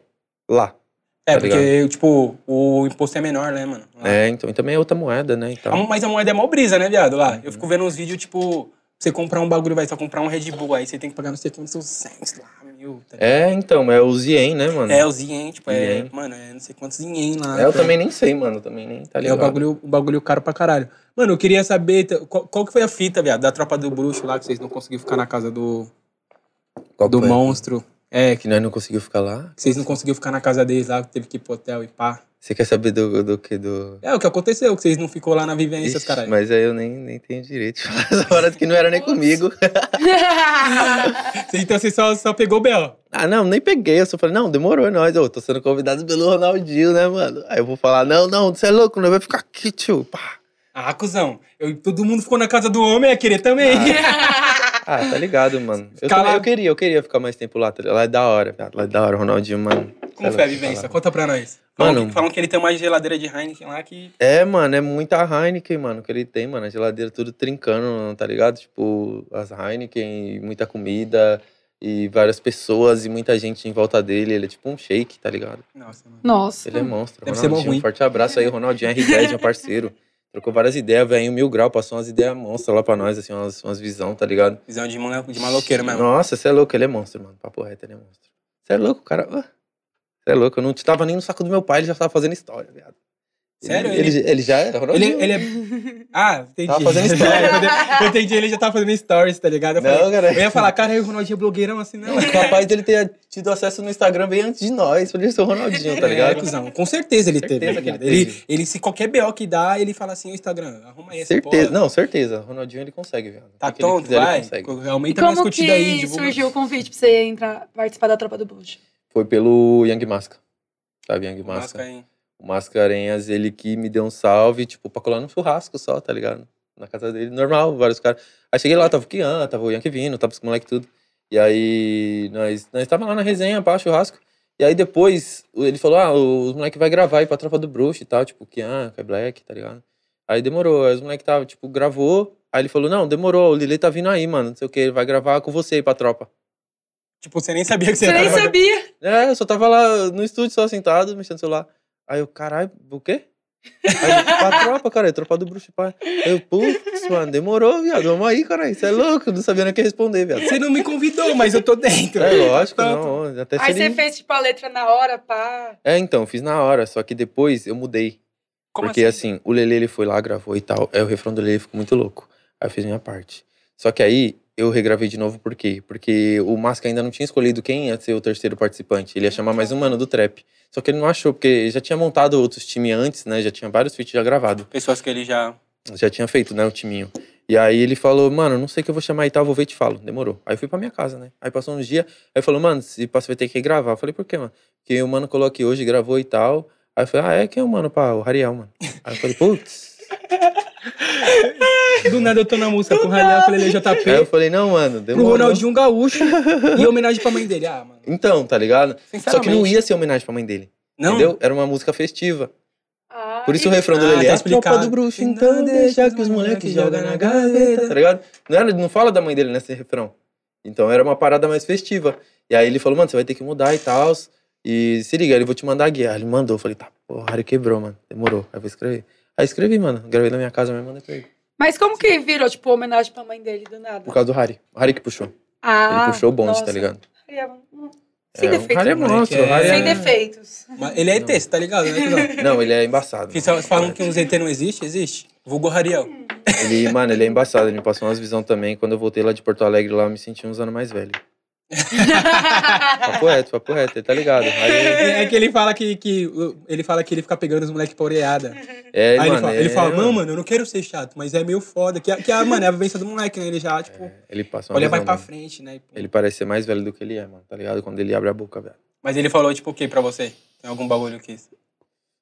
C: lá.
A: É,
C: tá
A: porque, tipo, o imposto é menor, né, mano? Lá.
C: É, então. E também é outra moeda, né?
A: A
C: Então.
A: mo- Mas a moeda é mó brisa, né, viado? Lá. Eu
C: Uhum.
A: fico vendo uns vídeos, tipo, você comprar um bagulho, vai só comprar um Red Bull, aí você tem que pagar não sei quantos cents lá, mil. Tá
C: É, então, é o Zien, né, mano?
A: É, os ien, tipo, é,
C: Ien.
A: mano, é não sei quantos ien lá.
C: É, eu
A: tá?
C: também nem sei, mano. eu Também nem tá
A: É
C: ligado.
A: o bagulho, o bagulho caro pra caralho. Mano, eu queria saber t- qual, qual que foi a fita, viado, da tropa do bruxo lá, que vocês não conseguiram ficar na casa do,
C: Qual
A: do
C: foi?
A: monstro. É, que
C: Que nós não conseguimos ficar lá.
A: vocês não conseguiram ficar na casa deles lá, que teve que ir pro hotel e pá.
C: Você quer saber do, do que? Do.
A: É, o que aconteceu, que vocês não ficou lá na vivência,
C: Ixi,
A: caralho.
C: mas aí eu nem, nem tenho direito de falar essa hora que não era nem comigo.
A: Então vocês só, só pegou o B.O.
C: Ah, não, nem peguei. Eu só falei, não, demorou, é nóis. Eu tô sendo convidado pelo Ronaldinho, né, mano? Aí eu vou falar, não, não, você é louco, não vai ficar aqui, tio. Pá.
A: Ah, cuzão. Eu, todo mundo ficou na casa do homem, ia querer também.
C: Ah, tá ligado, mano. Eu,
A: Cala-
C: também- eu queria, eu queria ficar mais tempo lá, tá ligado? Lá é da hora, cara. Lá é da hora, Ronaldinho, mano.
A: Como
C: Sei
A: foi
C: lá
A: a
C: o que
A: vivência?
C: falar.
A: Conta pra nós.
C: Mano-
A: Falam que, falam que ele tem uma geladeira de Heineken lá que.
C: É, mano, é muita Heineken, mano, que ele tem, mano. A geladeira tudo trincando, tá ligado? Tipo, as Heineken, e muita comida e várias pessoas e muita gente em volta dele. Ele é tipo um shake, tá ligado?
A: Nossa, mano.
E: Nossa.
C: Ele é monstro.
A: Hum, Deve ser
C: Ronaldinho,
A: bom ruim.
C: um forte abraço aí, Ronaldinho R10, meu parceiro. Trocou várias ideias, velho, mil grau, passou umas ideias monstras lá pra nós, assim, umas, umas visão, tá ligado?
A: Visão de, mala- de maloqueiro mesmo.
C: Nossa, você é louco, ele é monstro, mano. Papo reto, ele é monstro. Você é louco, cara. Você é louco, eu não tava nem no saco do meu pai, ele já tava fazendo história, viado.
A: Sério?
C: Ele, ele, ele já era
A: Ele,
C: Ronaldinho.
A: ele é. Ah, entendi.
C: Tava fazendo stories.
A: eu entendi, ele já tava fazendo stories, tá ligado? Eu, falei-
C: Não, cara.
A: eu ia falar, cara, o Ronaldinho é blogueirão assim, não.
C: Capaz dele ter tido acesso no Instagram bem antes de nós. Podia ser o Ronaldinho, tá
A: É,
C: ligado?
A: cuzão. Com certeza ele
C: Certeza
A: teve.
C: que
A: tá
C: ele
A: ligado? Ele,
C: teve.
A: ele, se qualquer BO que dá, ele fala assim: o Instagram, arruma aí essa
C: certeza.
A: porra.
C: Não, certeza. Ronaldinho ele consegue, viado.
A: Tá
C: O que ele
A: tonto,
C: quiser, ele
A: vai.
C: consegue.
E: E
A: Aumenta tá mais
E: como
A: curtida
E: que
A: aí, divulga.
E: surgiu o convite pra você entrar, participar da Tropa do Bush?
C: Foi pelo Young Masca. Sabe, Young Masca?
A: Máscara, hein?
C: O Mascarenhas, ele que me deu um salve, tipo, pra colar no churrasco só, tá ligado? Na casa dele, normal, vários caras. Aí cheguei lá, tava o Kian, tava o Yankee Vino, tava os moleque tudo. E aí, nós, nós tava lá na resenha, pá, churrasco. E aí depois, o- ele falou, ah, os moleque vai gravar aí pra Tropa do Bruxo e tal, tipo, Kian, Kai Black, tá ligado? Aí demorou, aí os moleque tava, tipo, gravou. Aí ele falou, não, demorou, o Lili tá vindo aí, mano, não sei o que, ele vai gravar com você aí pra tropa.
A: Tipo, você nem sabia que você
E: Você nem
A: tava-
E: sabia.
C: É, eu só tava lá no estúdio, só sentado, mexendo no celular. Aí eu, caralho, o quê? Aí eu, pra tropa, cara, é tropa do bruxo, pai. Aí eu, putz, mano, demorou, viado, vamos aí, caralho, você é louco, não sabia nem o que responder, viado.
A: Você não me convidou, mas eu tô dentro.
C: É, lógico,
A: Pronto.
C: não, até se
E: Aí você
C: ele...
E: fez, tipo, a letra na hora, pá.
C: É, então, fiz na hora, só que depois eu mudei.
A: Como
C: porque assim? o Lele ele foi lá, gravou e tal. Aí o refrão do Lele ficou muito louco. Aí eu fiz minha parte. Só que aí eu regravei de novo, por quê? Porque o Masca ainda não tinha escolhido quem ia ser o terceiro participante. Ele ia chamar mais um mano do trap. Só que ele não achou, porque já tinha montado outros times antes, né? Já tinha vários feats já gravados.
A: Pessoas que ele já.
C: Já tinha feito, né? O timinho. E aí ele falou, mano, não sei o que eu vou chamar e tal, vou ver e te falo. Demorou. Aí eu fui pra minha casa, né? Aí passou uns dias, aí falou, mano, se passa, vai ter que gravar. Eu falei, por quê, mano? Porque o mano colocou aqui hoje, gravou e tal. Aí eu falei, ah, é quem é o mano, pá? O Rariel, mano. Aí eu falei, putz.
A: Do nada eu tô na música com o Ralhar, falei, ele é JP.
C: Aí eu né? falei, não, mano,
A: pro
C: demorou.
A: Ronaldinho Gaúcho e homenagem pra mãe dele. Ah, mano.
C: Então, tá ligado? Só
A: Sinceramente.
C: que não ia ser homenagem pra mãe dele,
A: Não?
C: entendeu? Era uma música festiva.
E: Ah,
C: Por isso o
E: e-
C: refrão
A: Ah,
C: dele
A: tá
C: é a tropa
A: explicado.
C: do bruxo, então deixa que os moleques jogam na gaveta, tá ligado? Não, era, não fala da mãe dele nesse refrão. Então era uma parada mais festiva. E aí ele falou, mano, você vai ter que mudar e tal. E se liga, ele vou te mandar a guia. Aí ele mandou, eu falei, tá, porra, o Harry quebrou, mano. Demorou, aí eu vou escrever. Aí escrevi, mano. Gravei na minha casa, mas mandei pra ele.
E: Mas como que virou, tipo, homenagem pra mãe dele do nada?
C: Por causa do Harry. O Harry que puxou.
E: Ah,
C: ele puxou o bonde,
E: nossa.
C: tá ligado?
E: Ele é um- Sem
C: é,
E: defeitos.
C: O Harry é
A: moleque,
C: monstro,
A: é-
C: o Harry
E: Sem
C: é...
E: defeitos.
A: Mas Ele é ET, cê tá ligado? Né, cuzão?
C: Não, ele é embaçado.
A: que
C: mano.
A: só- falam que um- uns ET não existe, existe. Vulgo Rariel.
C: Ele, mano, ele é embaçado. Ele me passou umas visão também. Quando eu voltei lá de Porto Alegre, lá eu me senti uns anos mais velho. Papo reto, papo reto, ele tá ligado. Aí,
A: É, é que ele fala que, que. Ele fala que ele fica pegando os moleques pra oreada.
C: é,
A: Aí ele
C: mano,
A: fala,
C: é,
A: ele fala, não, mano, eu não quero ser chato, mas é meio foda. Que, a- que a, mano, é a vivência do moleque, né? Ele
C: É,
A: já, tipo,
C: Ele passa uma
A: olha
C: visão,
A: mais pra
C: mano.
A: frente, né?
C: Ele parece ser mais velho do que ele é, mano, tá ligado? Quando ele abre a boca, velho.
A: Mas ele falou, tipo, o que pra você? Tem algum bagulho que.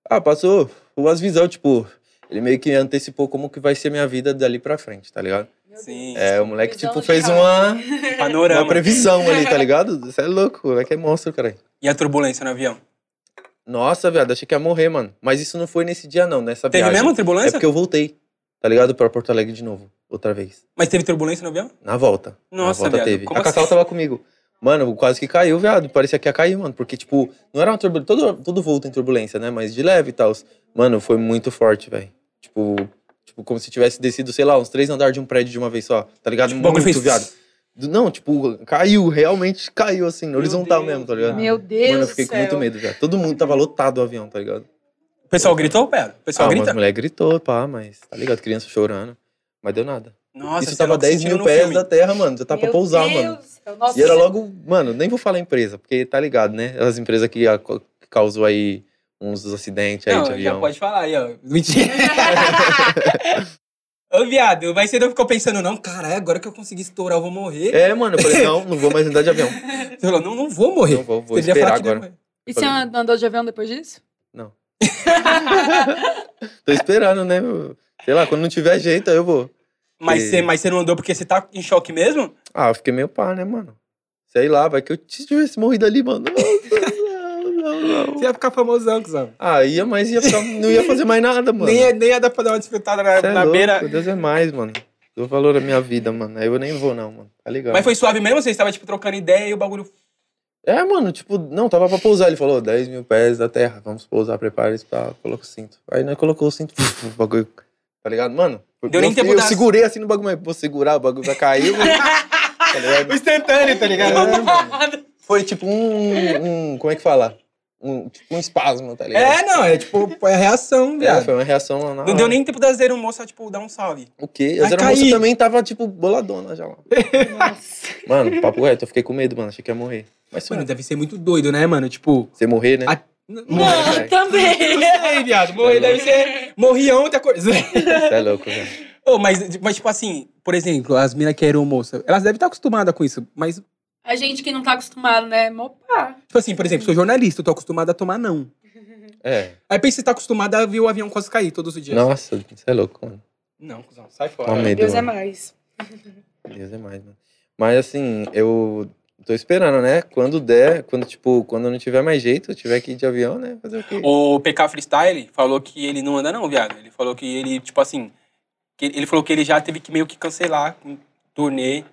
C: Ah, passou umas visão, tipo, ele meio que antecipou como que vai ser minha vida dali pra frente, tá ligado?
A: Sim.
C: É, o moleque,
E: Visão
C: tipo,
E: de
C: fez
E: cara.
C: uma, É, uma
A: Panorama.
C: previsão ali, tá ligado? Você é louco, o moleque é monstro, cara.
A: E a turbulência no avião?
C: Nossa, viado, achei que ia morrer, mano. Mas isso não foi nesse dia, não, nessa
A: Teve
C: viagem.
A: mesmo
C: É
A: turbulência?
C: porque eu voltei, tá ligado? Pra Porto Alegre de novo, outra vez.
A: Mas teve turbulência no avião?
C: Na volta.
A: Nossa,
C: Na volta
A: viado,
C: teve.
A: como
C: a Cacau
A: assim?
C: tava comigo. Mano, quase que caiu, viado. Parecia que ia cair, mano. Porque, tipo, não era uma turbulência. Todo, todo voo tem turbulência, né? Mas de leve e tal. Mano, foi muito forte, velho. Tipo, tipo, como se tivesse descido, sei lá, uns três andares de um prédio de uma vez só. Tá ligado?
A: Tipo, o
C: muito,
A: bagulho fez-
C: viado. Do- Não, tipo, caiu. Realmente caiu, assim,
A: Meu
C: horizontal
A: Deus,
C: mesmo, tá ligado?
A: cara.
E: Meu Deus
C: Mano, eu fiquei
E: do
C: com
E: céu.
C: muito medo, viado. Todo mundo tava lotado o avião, tá ligado?
A: O pessoal gritou, pera? O pessoal
C: ah,
A: grita?
C: mas mulher gritou, pá, mas tá ligado? Criança chorando. Mas deu nada.
A: Nossa, você
C: Isso
A: é
C: tava
A: não
C: 10
A: sentiu
C: mil
A: no
C: pés
A: um filme.
C: da terra, mano. Já tá pra
E: Meu
C: pousar,
E: Deus
C: mano.
E: do céu. Nossa,
C: E era logo, mano, nem vou falar empresa, porque tá ligado, né? As empresas que a- que causou aí uns dos acidentes aí de
A: Não, já
C: avião.
A: pode falar aí, ó. Mentira. Ô, viado, mas você não ficou pensando, não, cara, é agora que eu consegui estourar, eu vou morrer.
C: É, mano, eu falei, não, não vou mais andar de avião.
A: Você falou, não, não vou morrer.
C: Não vou, vou
A: Você devia
C: esperar
A: falar que não
C: agora.
A: vai.
E: E você andou de avião depois disso?
C: Tô esperando, né? meu? Sei lá, quando não tiver jeito, aí eu vou.
A: Mas,
C: E-
A: você, mas você não andou porque você tá em choque mesmo?
C: Ah, eu fiquei meio pá, né, mano? Sei lá, vai que eu tivesse morrido ali, mano. Não, não, não.
A: Você ia ficar famosão, cuzão.
C: Ah, ia, mas ia ficar, não ia fazer mais nada, mano.
A: Nem, ia- nem ia dar pra dar uma disputada na,
C: Cê é
A: na
C: louco,
A: beira.
C: Deus é mais, mano. Dou valor à minha vida, mano. Aí eu nem vou, não, mano. Tá ligado?
A: Mas foi suave mesmo? Vocês estavam, tipo, trocando ideia e o bagulho...
C: É, mano, tipo, não, tava pra pousar. Ele falou, 10 mil pés da terra, vamos pousar, prepare-se pra. Coloca o cinto. Aí nós colocou o cinto, puf, o bagulho. Tá ligado? Mano,
A: Deu
C: eu,
A: nem tempo
C: eu
A: da-
C: segurei assim no bagulho, mas vou segurar, o bagulho vai cair. mano. tá ligado?
A: Instantâneo, tá
C: É, mano. Foi tipo um, um- Como é que fala? um, tipo, um espasmo, tá ligado?
F: É, não, é tipo, é reação,
C: É,
F: viado.
C: foi uma reação na
A: Não
C: hora.
A: deu nem tempo da zero moça, tipo, dar um salve.
C: O quê?
F: Vai
C: A Zero Moça
F: cair.
C: também tava, tipo, boladona já lá.
E: Nossa.
C: Mano, papo reto, eu fiquei com medo, mano. Achei que ia morrer. Mas se
A: Mano, deve ser muito doido, né, mano? Tipo.
C: você morrer, né?
A: Ah,
C: Morrer,
E: Não,
C: velho.
E: também.
A: Ei, viado, morrer deve ser. Morri ontem, acordei.
C: Você é louco, velho.
A: Ô, mas, mas, tipo assim, por exemplo, as minas que eram moça, elas devem estar acostumadas com isso. Mas, tipo
E: A gente que não tá acostumado, né? Opa.
A: assim, por exemplo, sou jornalista, eu tô acostumada a tomar não.
C: É.
A: Aí pensa, você tá acostumada a ver o avião quase cair todos os dias.
C: Nossa, você é louco, mano.
A: Não, cuzão, sai fora.
C: Dá medo,
E: Deus é
C: mano.
E: mais.
C: Deus é mais, mano. Mas assim, eu tô esperando, né? Quando der, quando, tipo, quando não tiver mais jeito, eu tiver que ir de avião, né? Fazer o quê?
A: O PK Freestyle falou que ele não anda não, viado. Ele falou que ele, tipo assim, que ele ele falou que ele já teve que meio que cancelar um turnê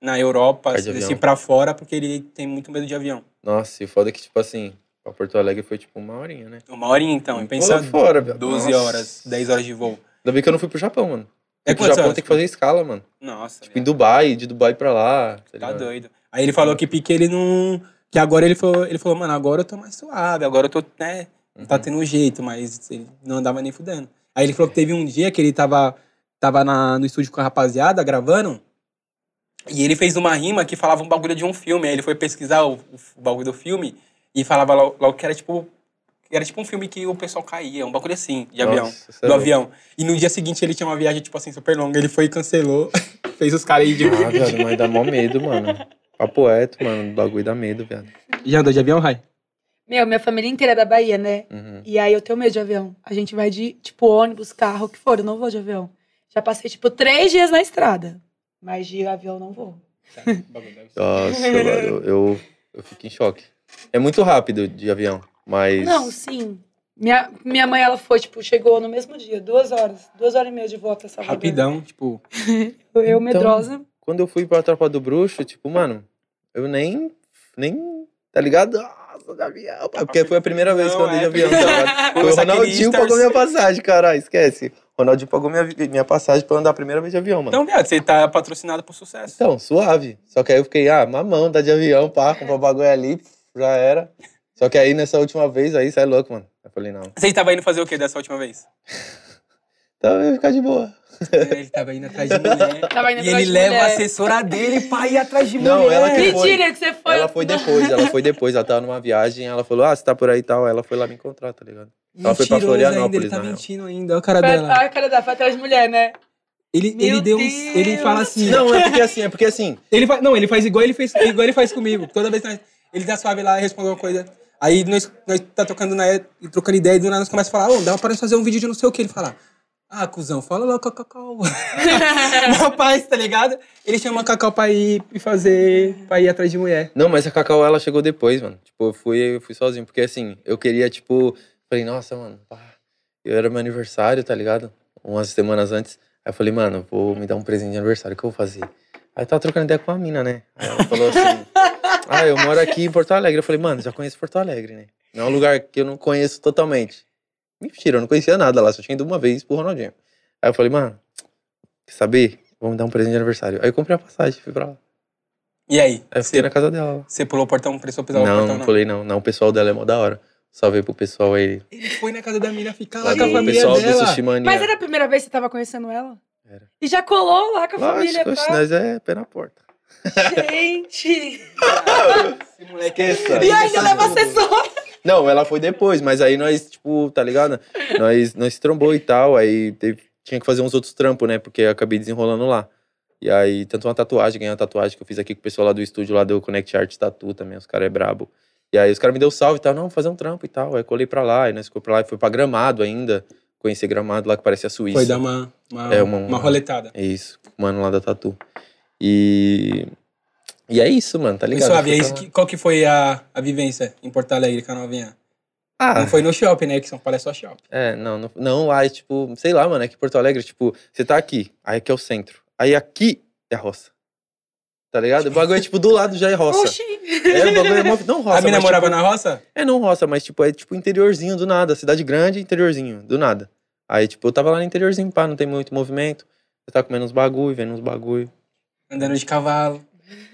A: na Europa,
C: Vai de
A: se
C: avião.
A: descer pra fora, porque ele tem muito medo de avião.
C: Nossa, e o foda é que, tipo assim, pra Porto Alegre foi tipo uma horinha, né?
A: Uma horinha então, e
C: Pula
A: pensa
C: fora, velho.
A: 12
C: Nossa.
A: horas, 10 horas de voo.
C: Ainda bem que eu não fui pro Japão, mano.
A: É
C: Fui pro
A: quantas
C: Japão
A: horas?
C: tem que fazer escala, mano.
A: Nossa,
C: Tipo, em
A: viado,
C: Dubai, de Dubai pra lá. Tá,
A: tá
C: ligado?
A: doido. Aí ele falou que pique ele não... Que agora ele falou, ele falou, mano, agora eu tô mais suave, agora eu tô, né, não tá
C: Uhum.
A: tendo um jeito, mas ele não andava nem fudendo. Aí ele falou que teve um dia que ele tava, tava na, no estúdio com a rapaziada gravando. E ele fez uma rima que falava um bagulho de um filme. Aí ele foi pesquisar o, o bagulho do filme e falava logo, logo que era tipo. Era tipo um filme que o pessoal caía, um bagulho assim, de avião.
C: Nossa, cê é
A: do
C: louco.
A: avião. E no dia seguinte ele tinha uma viagem, tipo assim, super longa. Ele foi e cancelou. fez os caras ir de.
C: Ah, velho, mas dá mó medo, mano. Papo reto, mano. O bagulho dá medo, velho.
A: Já andou de avião, Rai?
E: Meu, minha família inteira é da Bahia, né?
C: Uhum.
E: E aí eu tenho medo de avião. A gente vai de, tipo, ônibus, carro, o que for. Eu não vou de avião. Já passei, tipo, três dias na estrada. Mas de avião não vou.
C: Nossa, mano, eu, eu, eu fico em choque. É muito rápido de avião, mas.
E: Não, sim. Minha, minha mãe, ela foi, tipo, chegou no mesmo dia, duas horas, duas horas e meia de volta essa
A: Rapidão, tipo.
E: Eu, eu medrosa.
C: Quando eu fui pra Tropa do Bruxo, tipo, mano, eu nem. Nem. Tá ligado? Nossa, de avião. pá, Porque foi a primeira vez que eu andei de
A: Não, é,
C: avião, tá ligado?
E: Ah,
C: Foi o
A: Começar aquele
C: Ronaldinho
A: Stars.
C: pagou minha passagem, caralho, esquece. Ronaldinho pagou minha, vi- minha passagem pra eu andar a primeira vez de avião, mano.
A: Então, viado, você tá patrocinado por sucesso.
C: Então, suave. Só que aí eu fiquei, ah, mamão, tá de avião, pá, comprar o bagulho ali, pff, já era. Só que aí nessa última vez, aí sai louco, mano. Eu falei, não,
A: Você tava indo fazer o quê dessa última vez?
C: então eu ia ficar de boa.
A: É, Ele tava indo atrás de mulher.
E: Tava indo
A: E
E: atrás
A: ele
E: de
A: leva a
E: mulher.
A: assessora dele pra ir atrás de mulher.
C: Não, ela que foi.
E: Mentira que você foi.
C: Ela foi depois, ela foi depois. Ela tava numa viagem, ela falou, ah, você tá por aí e tal. Ela foi lá me encontrar, tá ligado? Ela foi pra
A: Mentiroso ainda, ele
C: Florianópolis, né?
A: tá
C: na real.
A: mentindo ainda, olha a cara
E: Foi-
A: dela.
E: Ah, cara dela, foi atrás de mulher, né?
A: Ele, ele
E: Meu
A: deu um.
E: Deus.
A: Ele fala assim.
C: Não, é porque assim, é porque assim,
A: Ele faz, não, ele faz igual ele fez, igual ele faz comigo. Toda vez que nós- ele dá suave lá e responde uma coisa. Aí nós, nós tá trocando, na, trocando ideia e do nada nós começa a falar, ô, dá pra nós fazer um vídeo de não sei o que. Ele fala, ah, cuzão, fala lá o Cacau. Rapaz, tá ligado? Ele chama a Cacau pra ir e fazer, pra ir atrás de mulher.
C: Não, mas a Cacau, ela chegou depois, mano. Tipo, eu fui, eu fui sozinho. Porque, assim, eu queria, tipo... Falei, nossa, mano, pá. Eu era meu aniversário, tá ligado? Umas semanas antes. Aí eu falei, mano, vou me dar um presente de aniversário. O que eu vou fazer? Aí eu tava trocando ideia com a mina, né? Aí ela falou assim... ah, eu moro aqui em Porto Alegre. Eu falei, mano, já conheço Porto Alegre, né? Não é um lugar que eu não conheço totalmente. Mentira, eu não conhecia nada lá. Só tinha ido uma vez pro Ronaldinho. Aí eu falei, mano, quer saber? Vou me dar um presente de aniversário. Aí eu comprei a passagem, fui pra lá.
A: E aí?
C: Aí eu fiquei na casa dela lá.
A: Você pulou o portão, precisou pisar o
C: É Não,
A: portão,
C: não pulei não. Não, o pessoal dela é mó da hora. Salve pro pessoal aí.
A: Ele foi na casa da mina ficar lá
C: Lá
A: tá com a
C: do
A: família
C: pessoal
A: dela.
C: do Sushi Mania.
E: Mas era a primeira vez que você tava conhecendo ela?
C: Era.
E: E já colou lá com a família, tá?
C: Lógico, oxe,
E: pá.
C: nós é pé na porta.
E: Gente!
A: Esse moleque
E: E ainda leva assessor.
C: Não, ela foi depois, mas aí nós, tipo, tá ligado? Nós, nós se trombou e tal, aí teve- tinha que fazer uns outros trampos, né? Porque eu acabei desenrolando lá. E aí, tanto uma tatuagem, ganhei uma tatuagem que eu fiz aqui com o pessoal lá do estúdio, lá do Connect Art Tattoo também, os caras é brabo. E aí os caras me deu salve e tal, não, fazer um trampo e tal. Aí colei pra lá, e nós ficou pra lá, e foi pra Gramado ainda. Conheci Gramado lá, que parecia a Suíça.
A: Foi dar uma, uma,
C: É,
A: uma,
C: uma-
A: roletada.
C: É isso, com o mano lá da Tatu. E. E é isso, mano, tá
A: E
C: ligado?
A: suave, é
C: Fica
A: isso
C: lá.
A: que- qual que foi a, a vivência em Porto Alegre com a novinha?
C: Ah,
A: Não foi no shopping, né? Que São Paulo é só shopping.
C: é, não, não, não, lá é tipo, sei lá, mano, é que Porto Alegre, tipo, você tá aqui, aí aqui é o centro, aí aqui é roça. Tá ligado? O bagulho é tipo do lado já é roça.
E: Oxi!
C: É, o bagulho é mó- não roça.
A: a mina
C: mas,
A: morava
C: tipo,
A: na roça?
C: É, não roça, mas tipo, é tipo interiorzinho do nada, cidade grande, interiorzinho, do nada. Aí, tipo, eu tava lá no interiorzinho, pá, não tem muito movimento, eu tava comendo uns bagulho, vendo uns bagulho.
A: Andando de cavalo.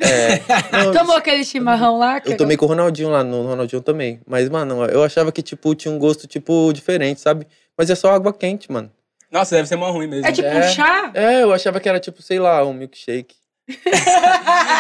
C: É, não,
E: Tomou aquele chimarrão lá?
C: eu tomei com o Ronaldinho lá, no Ronaldinho também. Mas, mano, eu achava que, tipo, tinha um gosto, tipo, diferente, sabe? Mas é só água quente, mano.
A: Nossa, deve ser mó ruim mesmo.
E: É tipo um
C: É.
E: chá?
C: É, eu achava que era, tipo, sei lá, um milkshake.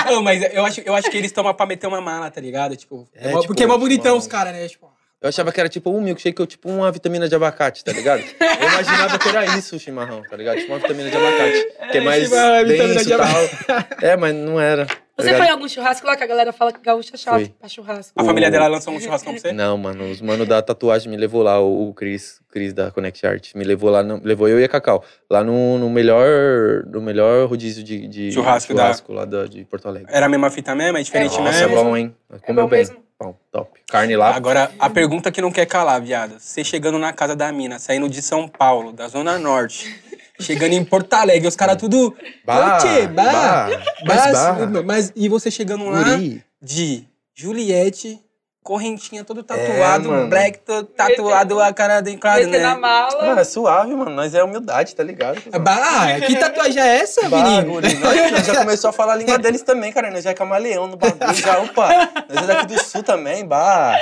A: Não, mas eu acho, eu acho que eles tomam pra meter uma mala, tá ligado? Tipo,
C: É,
A: é mó-
C: tipo,
A: porque é mó bonitão
C: mano.
A: os caras, né? Tipo,
C: Eu achava que era, tipo, um milkshake ou, tipo, uma vitamina de abacate, tá ligado? Eu imaginava que era isso o chimarrão, tá ligado? Tipo, uma vitamina de abacate. Que é mais
A: chimarrão, é vitamina
C: denso
A: de
C: e tal. É, mas não era. tá
E: Você
C: ligado?
E: foi em algum churrasco lá que a galera fala que gaúcho é chato
C: Fui.
E: pra churrasco?
A: a
C: O-
A: família dela lançou um churrascão pra você?
C: Não, mano, os mano da tatuagem me levou lá, o, o Cris, o Cris da Connect Art, me levou lá, no- levou eu e a Cacau, lá no, no melhor no melhor rodízio de, de
A: Churrasco da-
C: churrasco lá da- de Porto Alegre.
A: Era a mesma fita mesmo? É diferente
E: É,
C: Nossa, é
A: mesmo?
C: bom, hein? Comeu
E: bom
C: bem.
E: mesmo?
C: Bom, top. Carne lá.
A: Agora, a pergunta que não quer calar, viado. Você chegando na casa da mina, saindo de São Paulo, da Zona Norte, chegando em Porto Alegre, os caras tudo...
C: bah,
A: Tchê, bah,
C: mas
A: Mas,
C: bah,
A: mas- e você chegando lá
C: guri.
A: de Juliette, correntinha todo tatuado,
C: É, mano.
A: black todo tatuado, a cara de claro,
E: Meter na
A: né?
E: mala.
C: Ah, é suave, mano. Nós é humildade, tá ligado?
A: ah,
F: Bah, que tatuagem é essa,
C: Bah,
F: menino?
C: guri. Nós, nós já começou a falar a língua deles também, cara. Nós já é camaleão no bagulho, já, opa. Nós é daqui do sul também, bah.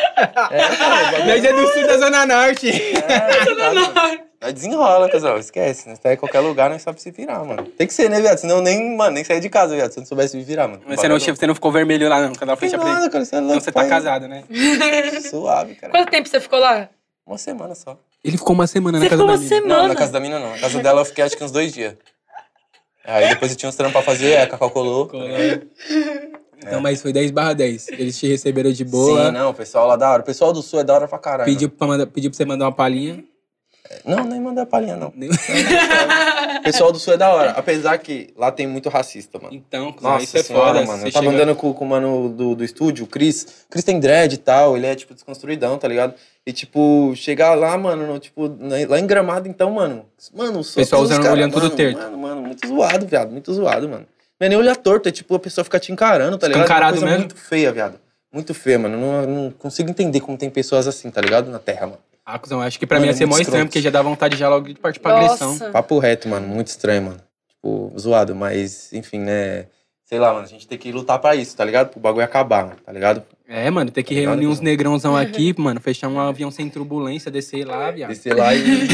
C: É, cara, o bagulho
F: Nós é do sul da Zona Norte.
C: É, cuidado, mano. Nós desenrola, cuzão. Esquece. Nós tá em qualquer lugar, nós sabe se virar, mano. Tem que ser, né, viado? Senão nem, mano, nem sair de casa, viado. Se eu não soubesse me virar, mano.
A: Mas você não,
C: chegou
A: você não ficou vermelho lá, não, quando ela foi te apresentar.
C: nada, cara. Você é louco.
A: Então você tá
C: pai.
A: casado, né?
C: Suave, cara.
E: Quanto tempo você ficou lá?
C: Uma semana só.
A: Ele ficou uma semana
E: Você ficou uma
C: Não, na
E: semana.
C: casa da mina não. Na casa dela eu fiquei acho que uns dois dias. Aí depois eu tinha uns trampos pra fazer, a Cacau colou.
A: Então, mas foi 10 barra 10. Eles te receberam de
C: Sim, não, o pessoal lá da hora. O pessoal do sul é da hora pra caralho.
A: pra, mandar, pediu pra você mandar uma palhinha.
C: mano. Não, nem mandar palhinha, não.
A: Nem-
C: O pessoal do sul é da hora. Apesar que lá tem muito racista, mano.
A: Então, cuzão,
C: Nossa
A: isso é
C: senhora,
A: foda.
C: mano.
A: você
C: Eu tava
A: chega-
C: andando com, com o mano do, do estúdio, o Cris. O Cris tem dread e tal, ele é, tipo, desconstruidão, tá ligado? E, tipo, chegar lá, mano, no- tipo, na- lá em Gramado, então, mano... Mano, só
A: Pessoal
C: tem uns
A: usando-
C: cara-
A: olhando tudo
C: mano,
A: torto.
C: Mano, mano, muito zoado, viado. Muito zoado, mano. Não é nem olhar torto, é, tipo, a pessoa ficar te encarando, tá ligado? É
A: Escancarado
C: Uma coisa
A: mesmo.
C: muito feia, viado. Muito feia, mano. Não, não consigo entender como tem pessoas assim, tá ligado? Na Terra, mano.
A: Ah, cuzão, acho que pra
C: Mano,
A: mim ia
C: é
A: ser
C: muito
A: mó estranho,
C: escroto.
A: porque já dá vontade já logo de partir pra agressão.
E: Nossa.
C: Papo reto, mano. Muito estranho, mano. Tipo, zoado, mas, enfim, né... Sei lá, mano, a gente tem que lutar pra isso, tá ligado? Pro bagulho acabar, mano, tá ligado?
A: É, mano, tem que
C: Tá ligado,
A: reunir uns
C: cuzão?
A: negrãozão aqui, mano, fechar um avião sem turbulência, descer lá, viado.
C: Descer lá e mano, fazer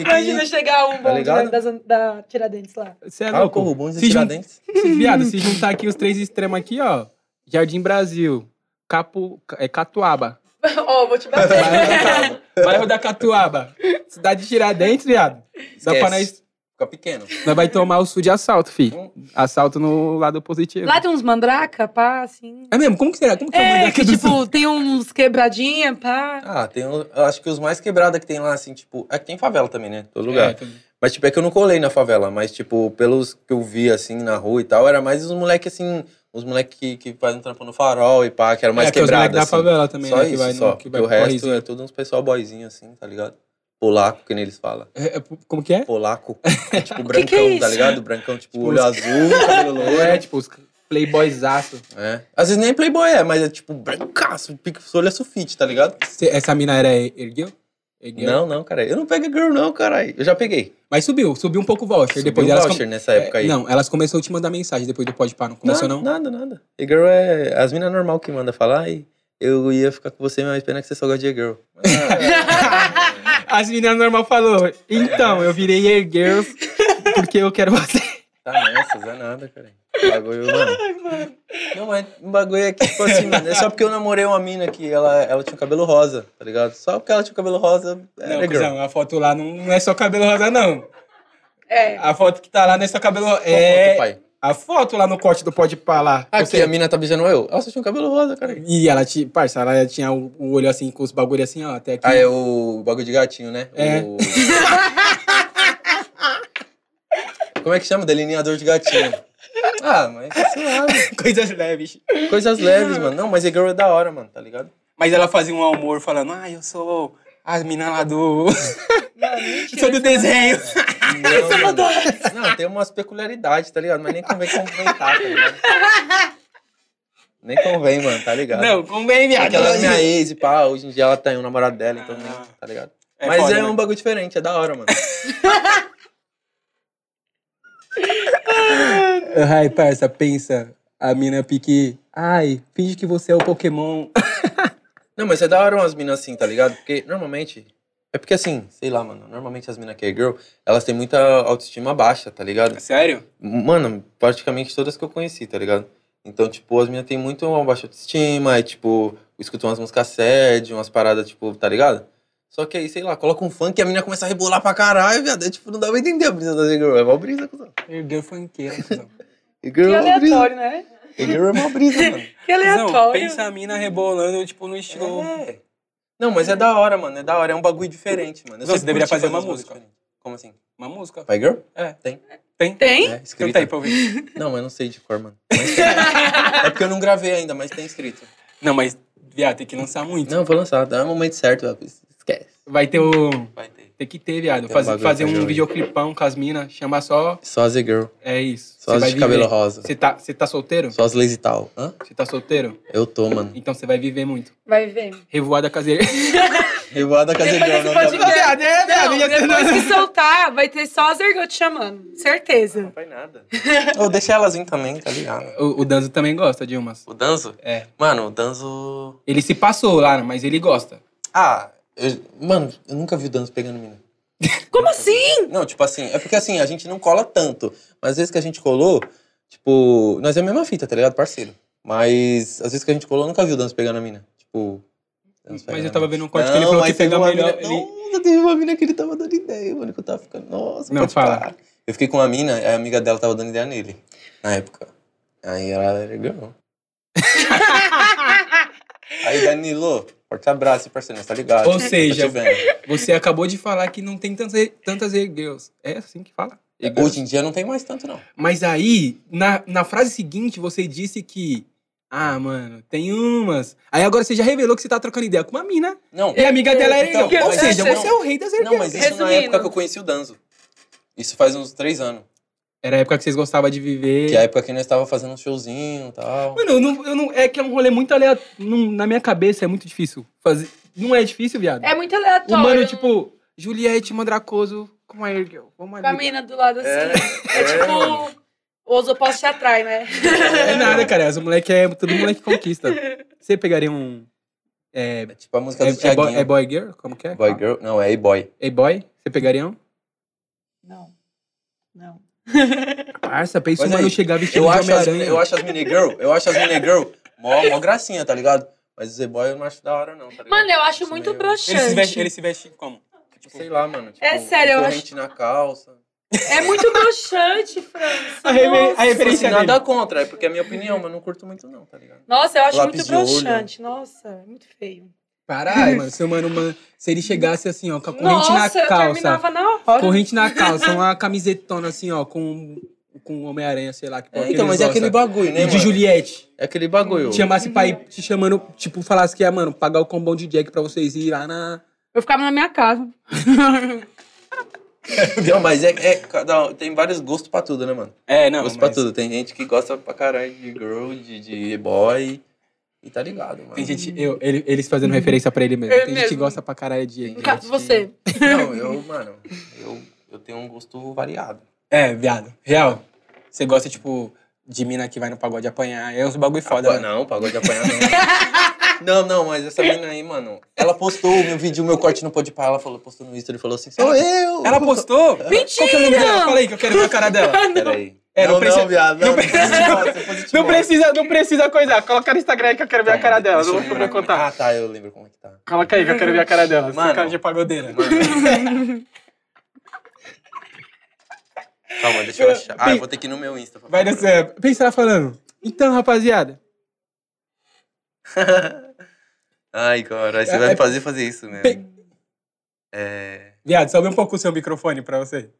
E: Imagina
C: pique. Tá
E: chegar um bonde da,
C: ligado?
E: das- da Tiradentes lá.
A: Você é
C: Ah, o
A: louco.
C: corro bom de
A: se, jun...
C: Tiradentes.
A: se- viado, se juntar aqui os três extremos aqui, ó. Jardim Brasil, Capo... é, Catuaba.
E: Ó, vou te bater.
A: Bairro da- Bairro da Catuaba. Cidade de Tiradentes, viado. Dá pra
C: Esquece.
A: nós...
C: Fica pequeno.
A: Nós vai tomar o sul de assalto, fi. Assalto no lado positivo.
E: Lá tem uns mandraca, pá, assim.
A: É mesmo? Como que será? Como que é o nome
E: É, que
A: daquele do sul?
E: tipo, tem uns quebradinha, pá.
C: Ah, tem, um- eu acho que os mais quebrados que tem lá, assim, tipo... É que tem favela também, né? Todo lugar.
A: É, tem-
C: Mas, tipo, é que eu não colei na favela. Mas, tipo, pelos que eu vi, assim, na rua e tal, era mais os moleques, assim... Os moleques que, que fazem trampo no farol e pá, que era mais
A: é, que é os moleque
C: quebrado,
A: da
C: assim.
A: favela também,
C: só
A: né?
C: isso,
A: que vai no-
C: só.
A: que vai
C: Porque o
A: pro
C: resto
A: correzinho.
C: é todo uns pessoal boyzinho, assim, tá ligado? Polaco, que nem eles falam.
A: É, é, como que é?
C: Polaco. É, tipo, brancão,
E: que que é isso?
C: tá ligado? Brancão, tipo,
A: Tipo,
C: olho azul, cabelo loiro.
A: É, tipo, os playboys aço.
C: É. Às vezes nem Playboy é, mas é tipo brancaço, pique olho é sulfite, tá ligado?
A: Essa mina era ergueu? Ergueu?
C: Não, não, cara. Eu não pego girl, não, caralho. Eu já peguei.
A: Mas subiu, subiu um pouco o voucher.
C: Subiu
A: depois
C: o
A: elas
C: voucher nessa época aí.
A: É, não, elas começaram a te mandar mensagem depois do podpar, não começou não?
C: Nada, nada. E girl é. As minas normal que manda falar e eu ia ficar com você, mas pena que você só gosta de girl.
A: As meninas normal falou, então, eu virei ergueu porque eu quero você.
C: Tá nessas, é nada, cara. O bagulho, mano. Não, mas o bagulho é que, tipo assim, mano, é só porque eu namorei uma mina que ela, ela tinha o cabelo rosa, tá ligado? Só porque ela tinha o cabelo rosa, era
A: Não,
C: girl.
A: cuzão, a foto lá não, não é só cabelo rosa, não.
E: É.
A: A foto que tá lá não é só cabelo rosa.
C: Qual
A: É. Ah,
C: foto, pai?
A: A foto lá no corte do podpar lá.
C: Aqui
A: Você-
C: a mina tá beijando eu. Ela só tinha o cabelo rosa, cara.
A: E ela, te, parça, ela tinha o, o olho assim, com os bagulho assim, ó, até aqui.
C: Ah, é o bagulho de gatinho, né?
A: É.
C: O- Como é que chama? Delineador de gatinho. Ah, mas sei lá, mano.
A: Coisas leves.
C: coisas leves, mano. Não, mas a girl é da hora, mano, tá ligado?
A: Mas ela fazia um amor falando, ah, eu sou a mina lá do... sou do desenho.
C: Não, mano. não, tem umas peculiaridades, tá ligado? Mas nem convém comentar, tá ligado? Nem convém, mano, tá ligado?
A: Não, convém, viado.
C: Aquela é minha ex e pá, hoje em dia ela tem um namorado dela, então nem, tá ligado?
A: É
C: mas
A: foda,
C: é
A: né?
C: um bagulho diferente, é da hora, mano.
A: Ai, parça, pensa. a mina pique. Ai, finge que você é o Pokémon.
C: Não, mas é da hora umas minas assim, tá ligado? Porque normalmente. É porque assim, sei lá, mano. Normalmente as minas que é girl, elas têm muita autoestima baixa, tá ligado?
A: Sério?
C: Mano, praticamente todas que eu conheci, tá ligado? Então, tipo, as meninas têm muito uma baixa autoestima, é tipo, escutam umas músicas sad, umas paradas, tipo, tá ligado? Só que aí, sei lá, coloca um funk e a menina começa a rebolar pra caralho, viado. É, tipo, não dá pra entender a brisa da girl. É mó brisa, cuzão.
A: Ergueu funkeira, cuzão.
C: E girl
E: Que
C: é mó brisa.
E: aleatório, né?
C: E girl é mó brisa, mano.
E: Que aleatório.
A: Não, pensa a mina rebolando, tipo, no estilo.
C: É. Não, mas é da hora, mano. É da hora. É um bagulho diferente, mano. Eu
A: Você
C: sempre
A: deveria
C: curti
A: fazer uma
C: uns bagulho
A: música.
C: diferente. Como assim?
A: Uma música.
C: Pai girl?
A: É.
C: Tem.
A: Tem?
E: Tem?
C: É,
A: Canta aí
C: escrita.
A: pra eu ouvir.
C: Não, mas não sei de cor, mano. Mas tem. é porque eu não gravei ainda, mas tem escrito.
A: Não, mas, viado, tem que lançar muito.
C: Não, vou lançar. Dá o momento certo, rapaz. Esquece.
A: Vai ter o.
C: Vai ter.
A: Tem que ter, viado.
C: Tem um
A: Faz-
C: bagulho
A: fazer
C: pra
A: um
C: jogar.
A: videoclipão com as minas, chamar só.
C: Só as girl.
A: É isso.
C: Só
A: Cê
C: as
A: vai
C: de cabelo
A: viver.
C: rosa.
A: Você tá, cê tá solteiro?
C: Só as lazy tal. Hã?
A: Você tá solteiro?
C: Eu tô, mano.
A: Então você vai viver muito.
E: Vai ver.
A: Revoada caseira.
C: Revoada caseira.
E: Depois desse
C: não dá pra-
E: podcast-
F: Viado, é, viado,
E: Não,
F: ia ter-
E: depois que soltar, vai ter só as ergot chamando. Certeza.
C: faz nada. Ou deixa elas vir também, tá ligado?
A: o, o Danzo também gosta de umas.
C: O Danzo?
A: É.
C: Mano, o Danzo...
A: Ele se passou lá, mas ele gosta.
C: Ah, eu- mano, eu nunca vi o Danzo pegando mina.
E: Como assim?
C: Não, tipo assim, é porque assim, a gente não cola tanto. Mas às vezes que a gente colou, tipo, nós é a mesma fita, tá ligado, parceiro? Mas às vezes que a gente colou, eu nunca vi o Danzo pegando a mina. Tipo.
A: Mas
C: Danzo pegando
A: eu tava
C: a mina.
A: vendo um corte que ele falou
C: mas
A: que
C: teve
A: pegou
C: uma
A: a melhor-
C: mina-
A: ele-
C: Nossa, teve uma mina que ele tava dando ideia, mano, que eu tava ficando. Nossa,
A: Não,
C: pode
A: fala.
C: parar. Eu fiquei com uma mina, a amiga dela tava dando ideia nele, na época. Aí ela era legal. Aí, Danilo, forte abraço, parceiro, nós tá ligado?
A: Ou
C: Tô te
A: seja,
C: vendo.
A: Você acabou de falar que não tem tantas, tantas ergueus. É assim que fala. Ergueus.
C: Hoje em dia não tem mais tanto, não.
A: Mas aí, na, na frase seguinte, você disse que. Ah, mano, tem umas. Aí agora você já revelou que você tá trocando ideia com uma mina.
C: Não.
A: E a amiga dela é
C: Então,
A: ergueu. Ou
C: mas
A: seja,
C: isso
A: você é
C: não-
A: o rei das ergueus.
C: Não, mas isso na
E: Resumindo.
C: época que eu conheci o Danzo. Isso faz uns três anos.
A: Era a época que vocês gostavam de viver.
C: Que é a época que nós estava fazendo um showzinho e tal.
A: Mano, eu não, eu não- é que é um rolê muito aleatório. Na minha cabeça é muito difícil fazer. Não é difícil, viado.
E: É muito aleatório.
A: o mano, tipo, Juliette Mandracoso com a Ergel. Vamos
E: Com a
A: ali.
E: menina do lado assim. É,
C: é,
E: tipo, os opostos te atrai, né?
A: É nada, cara. Os moleque é. Todo moleque conquista. Você pegaria um. É,
C: É tipo a música
A: é,
C: do
A: é, boy,
C: Thiaguinho.
A: é boy girl? Como que é?
C: Boy Girl? Não, é A-Boy.
A: Ei, boy? Você pegaria um?
E: Não. Não.
A: Parça, pensa
C: Mas
A: o mano
C: aí,
A: chegar vestido
C: Eu
A: de
C: acho, as,
A: Homem-Aranha.
C: eu acho as mini girl, eu acho as mini girl mó, mó gracinha, tá ligado? Mas os E-Boy eu não acho da hora, não, tá ligado?
E: Mano, eu acho
C: Isso
E: muito
C: meio-
A: Ele se, veste,
E: broxante.
A: ele se veste como?
C: Tipo, sei lá, mano. Tipo,
E: É sério, eu
C: corrente na calça.
E: É muito broxante, França.
A: A, rever-
E: Nossa.
A: a
C: Tipo assim,
A: referência dele.
C: nada contra, é porque é a minha opinião, mas eu não curto muito, não, tá ligado?
E: Nossa, eu acho
C: Lápis
E: muito
C: de olho.
E: broxante. Nossa, é muito feio.
A: Caralho, mano. Se, o mano, mano, se ele chegasse assim, ó, com a corrente
E: Nossa,
A: na
E: eu
A: calça.
E: terminava na hora.
A: Corrente na calça, uma camisetona assim, ó, com com Homem-Aranha, sei lá. Que,
C: É,
A: que
C: então,
A: eles
C: mas é aquele
A: gostam.
C: bagulho, né,
A: E de
C: mano?
A: Juliette.
C: É aquele bagulho.
A: Te chamasse pra ir te chamando, tipo, falasse que ia, mano, pagar o combão de Jack pra vocês ir lá na.
B: Eu ficava na minha casa.
C: Não, mas é, é cada um- tem vários gostos pra tudo, né, mano?
A: É, não.
C: gosto pra tudo. Tem gente que gosta pra caralho de girl, de, de boy. E tá ligado, mano.
A: Tem gente, eu, ele- eles fazendo referência pra ele mesmo.
E: Ele
A: Tem gente que
E: mesmo.
A: gosta pra caralho de. de-
E: Ca- Você.
C: Não, eu, mano, eu, eu tenho um gosto variado.
A: É, viado. Real. Você gosta, tipo, de mina que vai no pagode apanhar. É uns bagulho foda,
C: Agora,
A: né?
C: não, pagou de apanhar, não. não, não, mas essa mina aí, mano, ela postou o meu vídeo, o meu corte no Podpah, ela falou, postou no Insta, e falou assim, sou eu!
A: Ela postou? Qual que é o nome dela?
E: Mentira!
A: Fala aí que eu quero ver a cara dela.
C: Ah, Peraí.
A: É, não
C: não,
A: precisa-
C: não, viado, não,
A: não
C: não,
A: Não precisa, não precisa coisar. Coloca no Instagram aí que Tá, eu quero ver a cara dela. Não vou poder
C: Ah,
A: contar.
C: tá, eu lembro como é que tá.
A: Coloca aí que eu quero ver a cara dela. Essa
C: Mano.
A: cara de pagodeira.
C: Calma, deixa eu achar. Ah, eu vou ter que ir no meu Insta. pra
A: Vai
C: procurar.
A: nessa. Pensa ela falando. Então, rapaziada.
C: Ai, cara, você
A: É-
C: vai
A: é-
C: me fazer fazer isso
A: Pe-
C: mesmo. É.
A: Viado, sobe um pouco o seu microfone pra você.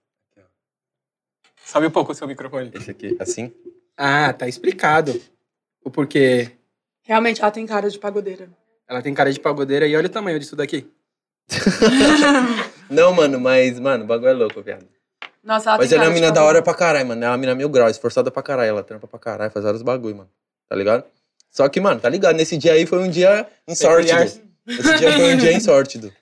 A: Sobe um pouco o seu microfone.
C: Esse aqui, assim?
A: Ah, tá explicado. O porquê.
E: Realmente, ela tem cara de pagodeira.
A: Ela tem cara de pagodeira e olha o tamanho disso daqui.
C: Não, mano, mas, mano, o bagulho é louco, viado.
E: Nossa, ela
C: Mas
E: tem
C: ela é
E: cara
C: uma mina
E: de
C: da hora
E: pagodeira.
C: pra caralho, mano. Ela é uma mina mil graus, esforçada pra caralho. Ela trampa pra caralho, faz vários bagulho, mano. Tá ligado? Só que, mano, tá ligado? Nesse dia aí foi um dia insórtido. Esse dia foi um dia insórtido.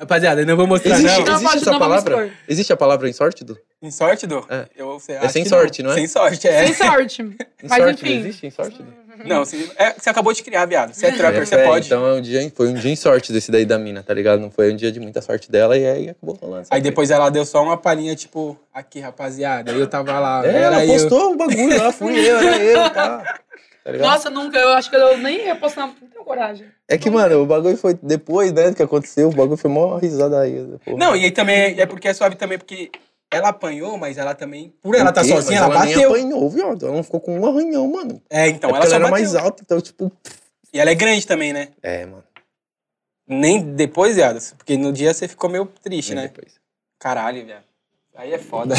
A: Rapaziada, não vou mostrar,
C: Existe,
A: não.
E: Não,
C: existe
E: pode-
C: essa
E: não vamos
C: palavra?
E: expor.
C: Existe a palavra insórtido?
A: Em sorte, Dô?
C: É.
A: Eu, você
C: É
A: acha
C: sem
A: que
C: sorte, não é?
A: Sem sorte, é.
E: Sem sorte. Mas
C: Insórtido
E: enfim.
C: existe insórtido?
A: Não, você, é, você acabou de criar, viado. Você é trapper,
C: É,
A: você
C: é,
A: pode.
C: Então é um dia, foi um dia em sorte desse daí da mina, tá ligado? Não foi um dia de muita sorte dela e aí acabou rolando.
A: Aí depois ela deu só uma palhinha, tipo, aqui, rapaziada. Aí eu tava lá.
C: É,
A: era
C: ela
A: eu.
C: postou um bagulho lá, fui eu, era eu, tá. Tá ligado?
E: Nossa, nunca. Eu acho que eu nem ia postar. Não tenho coragem.
C: é que, mano, o bagulho foi depois, né, do que aconteceu, o bagulho foi mó risada aí. Porra.
A: Não, e aí também
C: né?
A: é porque é suave também, porque ela apanhou, mas ela também. Por ela
C: Por
A: estar
C: quê?
A: sozinha,
C: Mas
A: ela,
C: ela nem
A: bateu.
C: apanhou, viado. Ela não ficou com um arranhão, mano.
A: É, então,
C: É
A: ela
C: porque
A: só
C: ela
A: bateu.
C: era mais alta, então, tipo.
A: E ela é grande também, né?
C: É, mano.
A: Nem depois, viado. Porque no dia você ficou meio triste,
C: nem
A: né?
C: depois.
A: Caralho, viado. Aí é foda.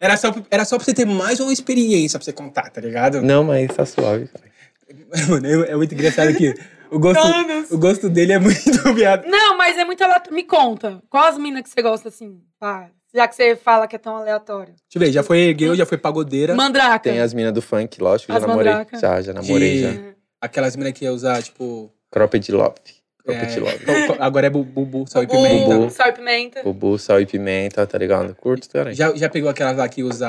A: era, só, era só pra você ter mais uma experiência pra você contar, tá ligado?
C: Não, mas tá suave. cara.
A: Mano, é é muito engraçado aqui. O gosto,
E: Anos.
A: o gosto dele é muito viado.
E: Não, mas é muito aleatório. Me conta. Qual as minas que você gosta assim? pá? Já que você fala que é tão aleatório.
A: Deixa eu ver, já foi ergueu, já foi pagodeira.
E: Mandraca.
A: Tá.
C: Tem as minas do funk, lógico, já
E: As
C: namorei.
E: mandraca.
C: Já, já namorei, já.
A: De- Aquelas minas que ia usar, tipo.
C: Cropped love. Cropped
A: É,
C: love.
A: co- co- agora é bu- bubu, sal e pimenta.
E: Bubu,
C: Bubu.
E: sal e pimenta.
C: Bubu, sal e pimenta, tá ligado? Curto, cara.
A: Já, já pegou aquelas lá que usa.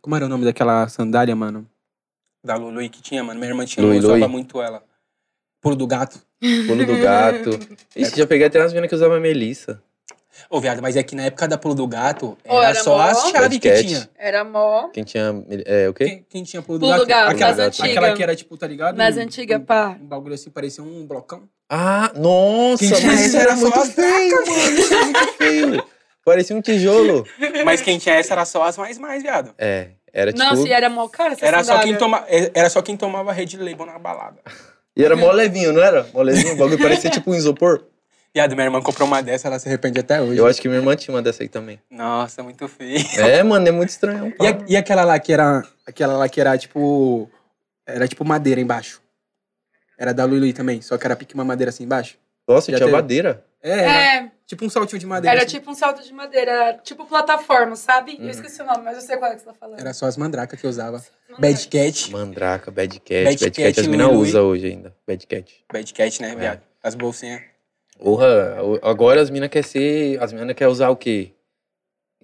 A: Como era o nome daquela sandália, mano? Da Lului que tinha, mano. Minha irmã tinha,
C: Lui
A: eu usava
C: Lui.
A: muito ela. Pulo do gato.
C: Pulo do gato. Ixi, já peguei até umas minas que usava Melissa.
A: Ô, viado, mas é que na época da Pulo do Gato, era,
E: Ô, era
A: só
E: mó-
A: as chaves que
C: Podcast.
A: tinha.
E: Era mó.
C: Quem tinha. É, o quê?
A: Quem, quem tinha Pulo do
E: Pulo
A: Gato?
E: do Gato,
A: aquela,
C: das antigas.
A: aquela que era, tipo, tá ligado?
E: Nas
A: Um-
E: antigas,
A: um-
E: pá.
A: Um bagulho assim, parecia um blocão.
C: Ah, nossa,
A: Quem tinha
C: mas
A: essa
C: isso
A: era
C: era muito
A: só a
C: feio, mano. Isso era muito feio. Parecia um tijolo.
A: Mas quem tinha essa era só as mais mais, viado.
C: É, era tipo.
E: Nossa, e era mó cara essa
A: Era só,
E: sandália.
A: quem toma, é, era só quem tomava Red Label na balada.
C: E era mó levinho, não era? Mó levinho, o bagulho parecia tipo um isopor.
A: Viado, minha irmã comprou uma dessa, ela se arrepende até hoje.
C: Eu acho que minha irmã tinha uma dessa aí também.
A: Nossa, muito feio.
C: É, mano, é muito estranho. pá.
A: E, a- e aquela lá que era. Aquela lá que era tipo. Era tipo madeira embaixo. Era da Lului também, só que era pique uma madeira assim embaixo.
C: Nossa,
A: Já
C: tinha
A: teve?
C: madeira.
A: É, era
E: É,
A: tipo um saltinho de madeira.
E: era
A: assim.
E: tipo um salto de madeira, era tipo plataforma, sabe? Eu esqueci o nome, mas eu sei qual é que você tá falando.
A: Era só as mandracas que eu usava.
E: Não
A: Bad Cat.
C: Mandraca, Bad
A: Bad
C: Cat. Bad,
A: Cat,
C: Cat, as minas
A: Lui Lui.
C: usam hoje ainda. Bad Cat.
A: Bad Cat, né, viado? As bolsinhas.
C: Porra, o- agora as minas querem ser. As minas querem usar o quê?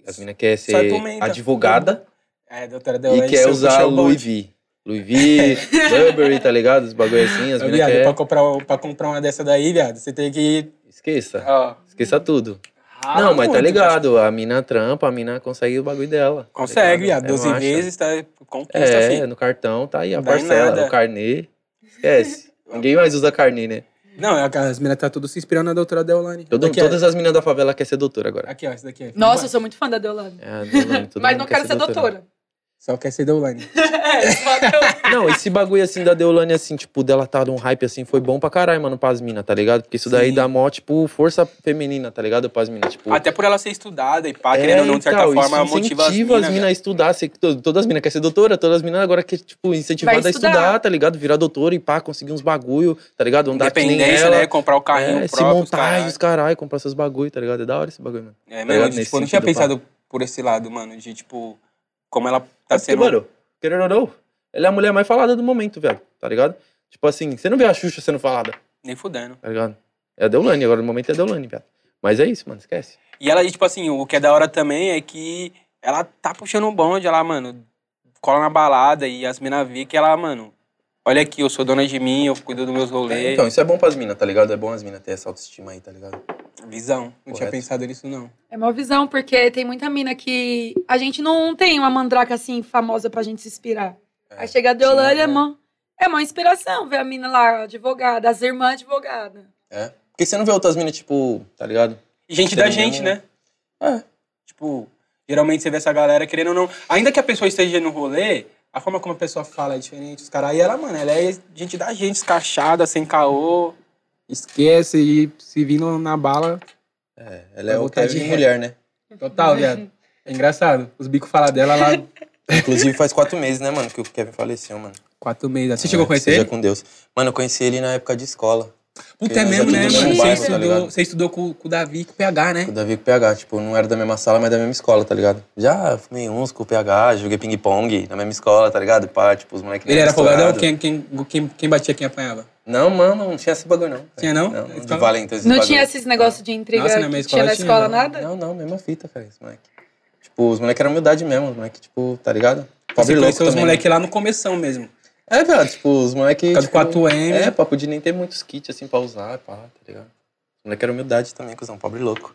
C: As minas querem
A: Só
C: ser
A: pimenta.
C: advogada
A: É, doutora da
C: e quer usar Louis V. Louis V, Burberry, tá ligado? Os bagulho assim, as minas
A: Viado, tá- pra
C: querem.
A: comprar, um, pra comprar uma dessa daí, viado, você tem que.
C: Esqueça.
A: Ó.
C: Esqueça tudo.
A: rala
C: não, mas tá
A: muito,
C: ligado. A mina trampa, a mina consegue o bagulho dela. tá
A: Consegue,
C: ligado?
A: viado.
C: É
A: 12
C: marcha.
A: vezes, tá. Conquista,
C: É,
A: filho.
C: no cartão tá aí a
A: Dá em nada.
C: parcela, o carnê. Esquece. Ninguém mais usa carnê, né?
A: Não, as meninas tá tudo se inspirando na doutora Deolane.
C: Todo-
A: Aqui, ó.
C: todas as minas da favela querem ser doutora agora.
A: Aqui, ó, esse daqui. é. ó.
E: Nossa, eu sou muito fã da Deolane.
C: É, a Deolane, todo
E: Mas
C: mundo
E: não
C: quer
E: quero ser doutora.
A: Só quer ser Deolane.
E: É, só que
C: Não, esse bagulho assim da Deolane, assim, tipo, dela tá num hype assim, foi bom pra caralho, mano, pras minas, tá ligado? Porque isso daí
A: Sim.
C: dá mó, tipo, força feminina, tá ligado? Pras minas, tipo.
A: Até por ela ser estudada e pá,
C: É,
A: querendo ou não, de certa
C: então,
A: forma,
C: isso
A: motiva as
C: incentiva
A: minas. né?
C: as minas a estudar. se- to- Todas as minas querem ser doutora, todas as minas agora querem, tipo, incentivadas
E: Vai
C: a
E: estudar.
C: estudar, tá ligado? Virar doutora e pá, conseguir uns bagulho, tá ligado? Andar que nem
A: Independência,
C: ela.
A: né? Comprar o carrinho
C: é,
A: próprio.
C: se
A: os
C: montar,
A: caralho.
C: e os caralho, comprar seus bagulho, tá ligado? É da hora esse bagulho, mano.
A: É,
C: ligado?
A: mano,
C: Nesse
A: tipo, eu não tinha
C: sentido, pá.
A: pensado por esse lado, mano, de tipo, como ela
C: É
A: tá
C: porque,
A: sendo.
C: mano, querendo ou não, ela é a mulher mais falada do momento, velho, tá ligado? Tipo assim, você não vê a Xuxa sendo falada,
A: Nem fudendo.
C: tá ligado? É a Deolane, agora no momento é a Deolane, velho. Mas é isso, mano, esquece.
A: E ela, e, tipo assim, o que é da hora também é que ela tá puxando um bonde, ela, mano, cola na balada e as minas vê que ela, mano, olha aqui, eu sou dona de mim, eu cuido dos meus rolês.
C: Então, isso é bom pras minas, tá ligado? É bom as minas ter essa autoestima aí, tá ligado?
A: Visão. Não tinha
C: Correto.
A: pensado nisso, não.
E: É uma visão, porque tem muita mina que. A gente não tem uma mandraca assim famosa pra gente se inspirar.
C: É,
E: Aí chega a Deolane,
A: tinha,
E: é
A: né?
E: mó. É uma inspiração ver a mina lá, advogada, as irmãs advogadas.
C: É. Porque você não vê outras minas, tipo, tá ligado?
A: E gente
C: Você
A: da
C: não
A: gente,
C: lembra?
A: né? É. Tipo, geralmente você vê essa galera querendo ou não. Ainda que a pessoa esteja no rolê, a forma como a pessoa fala é diferente. Os caras. E ela, mano, ela é gente da gente, escachada, sem caô. Esquece e se vindo na bala.
C: É, ela
A: Vai
C: é o
A: voltar de
C: Kevin mulher, né?
A: Total, viado. É engraçado. Os bicos falam dela lá
C: Inclusive faz quatro meses, né, mano, que o Kevin faleceu, mano. É,
A: quatro meses. Você chegou a conhecer
C: Seja
A: ele?
C: com Deus. Mano, eu conheci ele na época de escola.
A: Puta, é
C: Porque
A: mesmo,
C: nós
A: né,
C: já
A: mano? Você
E: estudamos no
C: bairro, tá
A: estudou,
C: ligado?
A: você estudou com, com o Davi e com o PH,
C: Com
A: né?
C: o Davi e com o PH, tipo, não era da mesma sala, mas da mesma escola, tá ligado? Já fumei uns com o PH, joguei ping-pong na mesma escola, tá ligado? Pá, tipo, os moleques...
A: Ele era folgadão?
C: misturados.
A: Quem, quem, quem, quem batia, quem apanhava?
C: Não, mano, não tinha esse bagulho, não.
A: Tinha, não?
C: Não, de
A: Escola?
C: valentões esse
E: Não
C: bagulho.
E: tinha esses negócios de intriga
A: Nossa, na minha
E: que tinha na
A: escola tinha,
E: escola,
A: não.
E: nada?
C: Não, não, mesma fita, cara, esse moleque. Tipo, os moleques eram humildade mesmo, os moleques, tipo, tá ligado?
A: Você
C: Pobre louco
A: conheceu os
C: também. né?
A: moleques lá no começão mesmo.
C: É, velho, tipo, os moleques...
A: Por causa
C: tipo,
A: do 4M.
C: É, pá, podia nem ter muitos kits, assim, pra usar, pá, tá ligado? Os moleques eram humildade também, cuzão, pobre louco.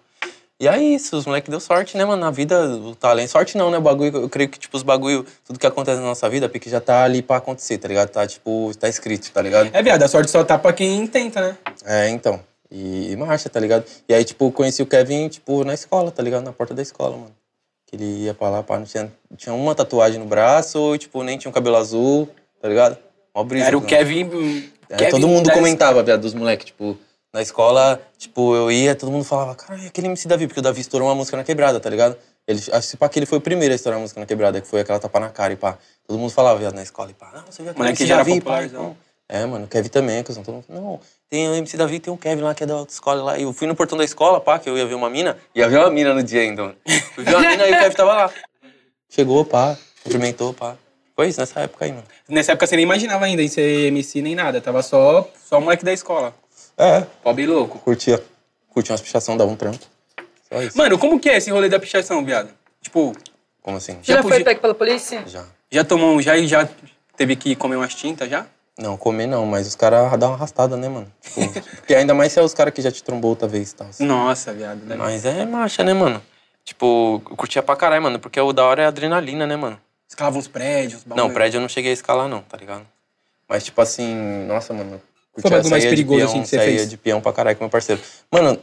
C: E é isso, os moleques deu sorte, né, mano? Na vida, o talento... Sorte não, né, o bagulho... Eu creio que, tipo, os bagulho... Tudo que acontece na nossa vida, porque já tá ali pra acontecer, tá ligado? Tá, tipo, tá escrito, tá ligado?
A: É, viado, a sorte só tá pra quem tenta, né?
C: É, então. E, e marcha, tá ligado? E aí, tipo, conheci o Kevin, tipo, na escola, tá ligado? Na porta da escola, mano. Que ele ia pra lá, pá, não tinha, tinha uma tatuagem no braço, e, tipo, nem tinha um cabelo azul, tá ligado? Mó brisa.
A: Era o
C: né?
A: Kevin. hum,
C: É,
A: Kevin
C: todo mundo
A: da-
C: comentava, viado, dos moleques, tipo, na escola, tipo, eu ia, todo mundo falava, caralho, é aquele MC Davi, porque o Davi estourou uma música na quebrada, tá ligado? Ele, acho que, pá, que ele foi o primeiro a estourar a música na quebrada, que foi aquela tapa na cara e pá. Todo mundo falava, viado, na escola e pá, não, você viu aquele
A: Moleque
C: MC
A: já era
C: Davi, pá,
A: popularzão.
C: então. É, mano, o Kevin também, cuzão, todo mundo, não, tem o MC Davi, tem o Kevin lá, que é da autoescola lá. E eu fui no portão da escola, pá, que eu ia ver uma mina, ia ver uma mina no dia ainda, mano. Fui ver uma mina e o Kevin tava lá. Chegou, pá, cumprimentou, pá. Foi isso, nessa época aí, mano.
A: Nessa época você nem imaginava ainda em ser MC nem nada. Tava só, só moleque da escola.
C: É,
A: Pobre louco.
C: curtia. Curtia umas pichação, dava um trampo. Só isso.
A: Mano, como que é esse rolê da pichação, viado? Tipo,
C: Como assim?
E: Já,
A: Já
E: foi
A: podia-
E: pego pela polícia?
C: Já.
A: já tomou um, já, já teve que comer umas tintas já?
C: Não, comer não, mas os caras dão uma arrastada, né, mano? Tipo, porque ainda mais se é os caras que já te trombou outra vez e tal. assim.
A: Nossa, viado. né?
C: Mas é marcha, né, mano? Tipo, eu curtia pra caralho, mano, porque o da hora é a adrenalina, né, mano?
A: Escalava uns prédios.
C: Não,
A: bagulho.
C: prédio eu não cheguei a escalar, não, tá ligado? Mas, tipo assim, nossa, mano. eu curtia,
A: bagulho mais
C: saía de
A: perigoso,
C: peão,
A: assim, que você
C: saía
A: fez?
C: de peão pra caralho com meu parceiro. Mano,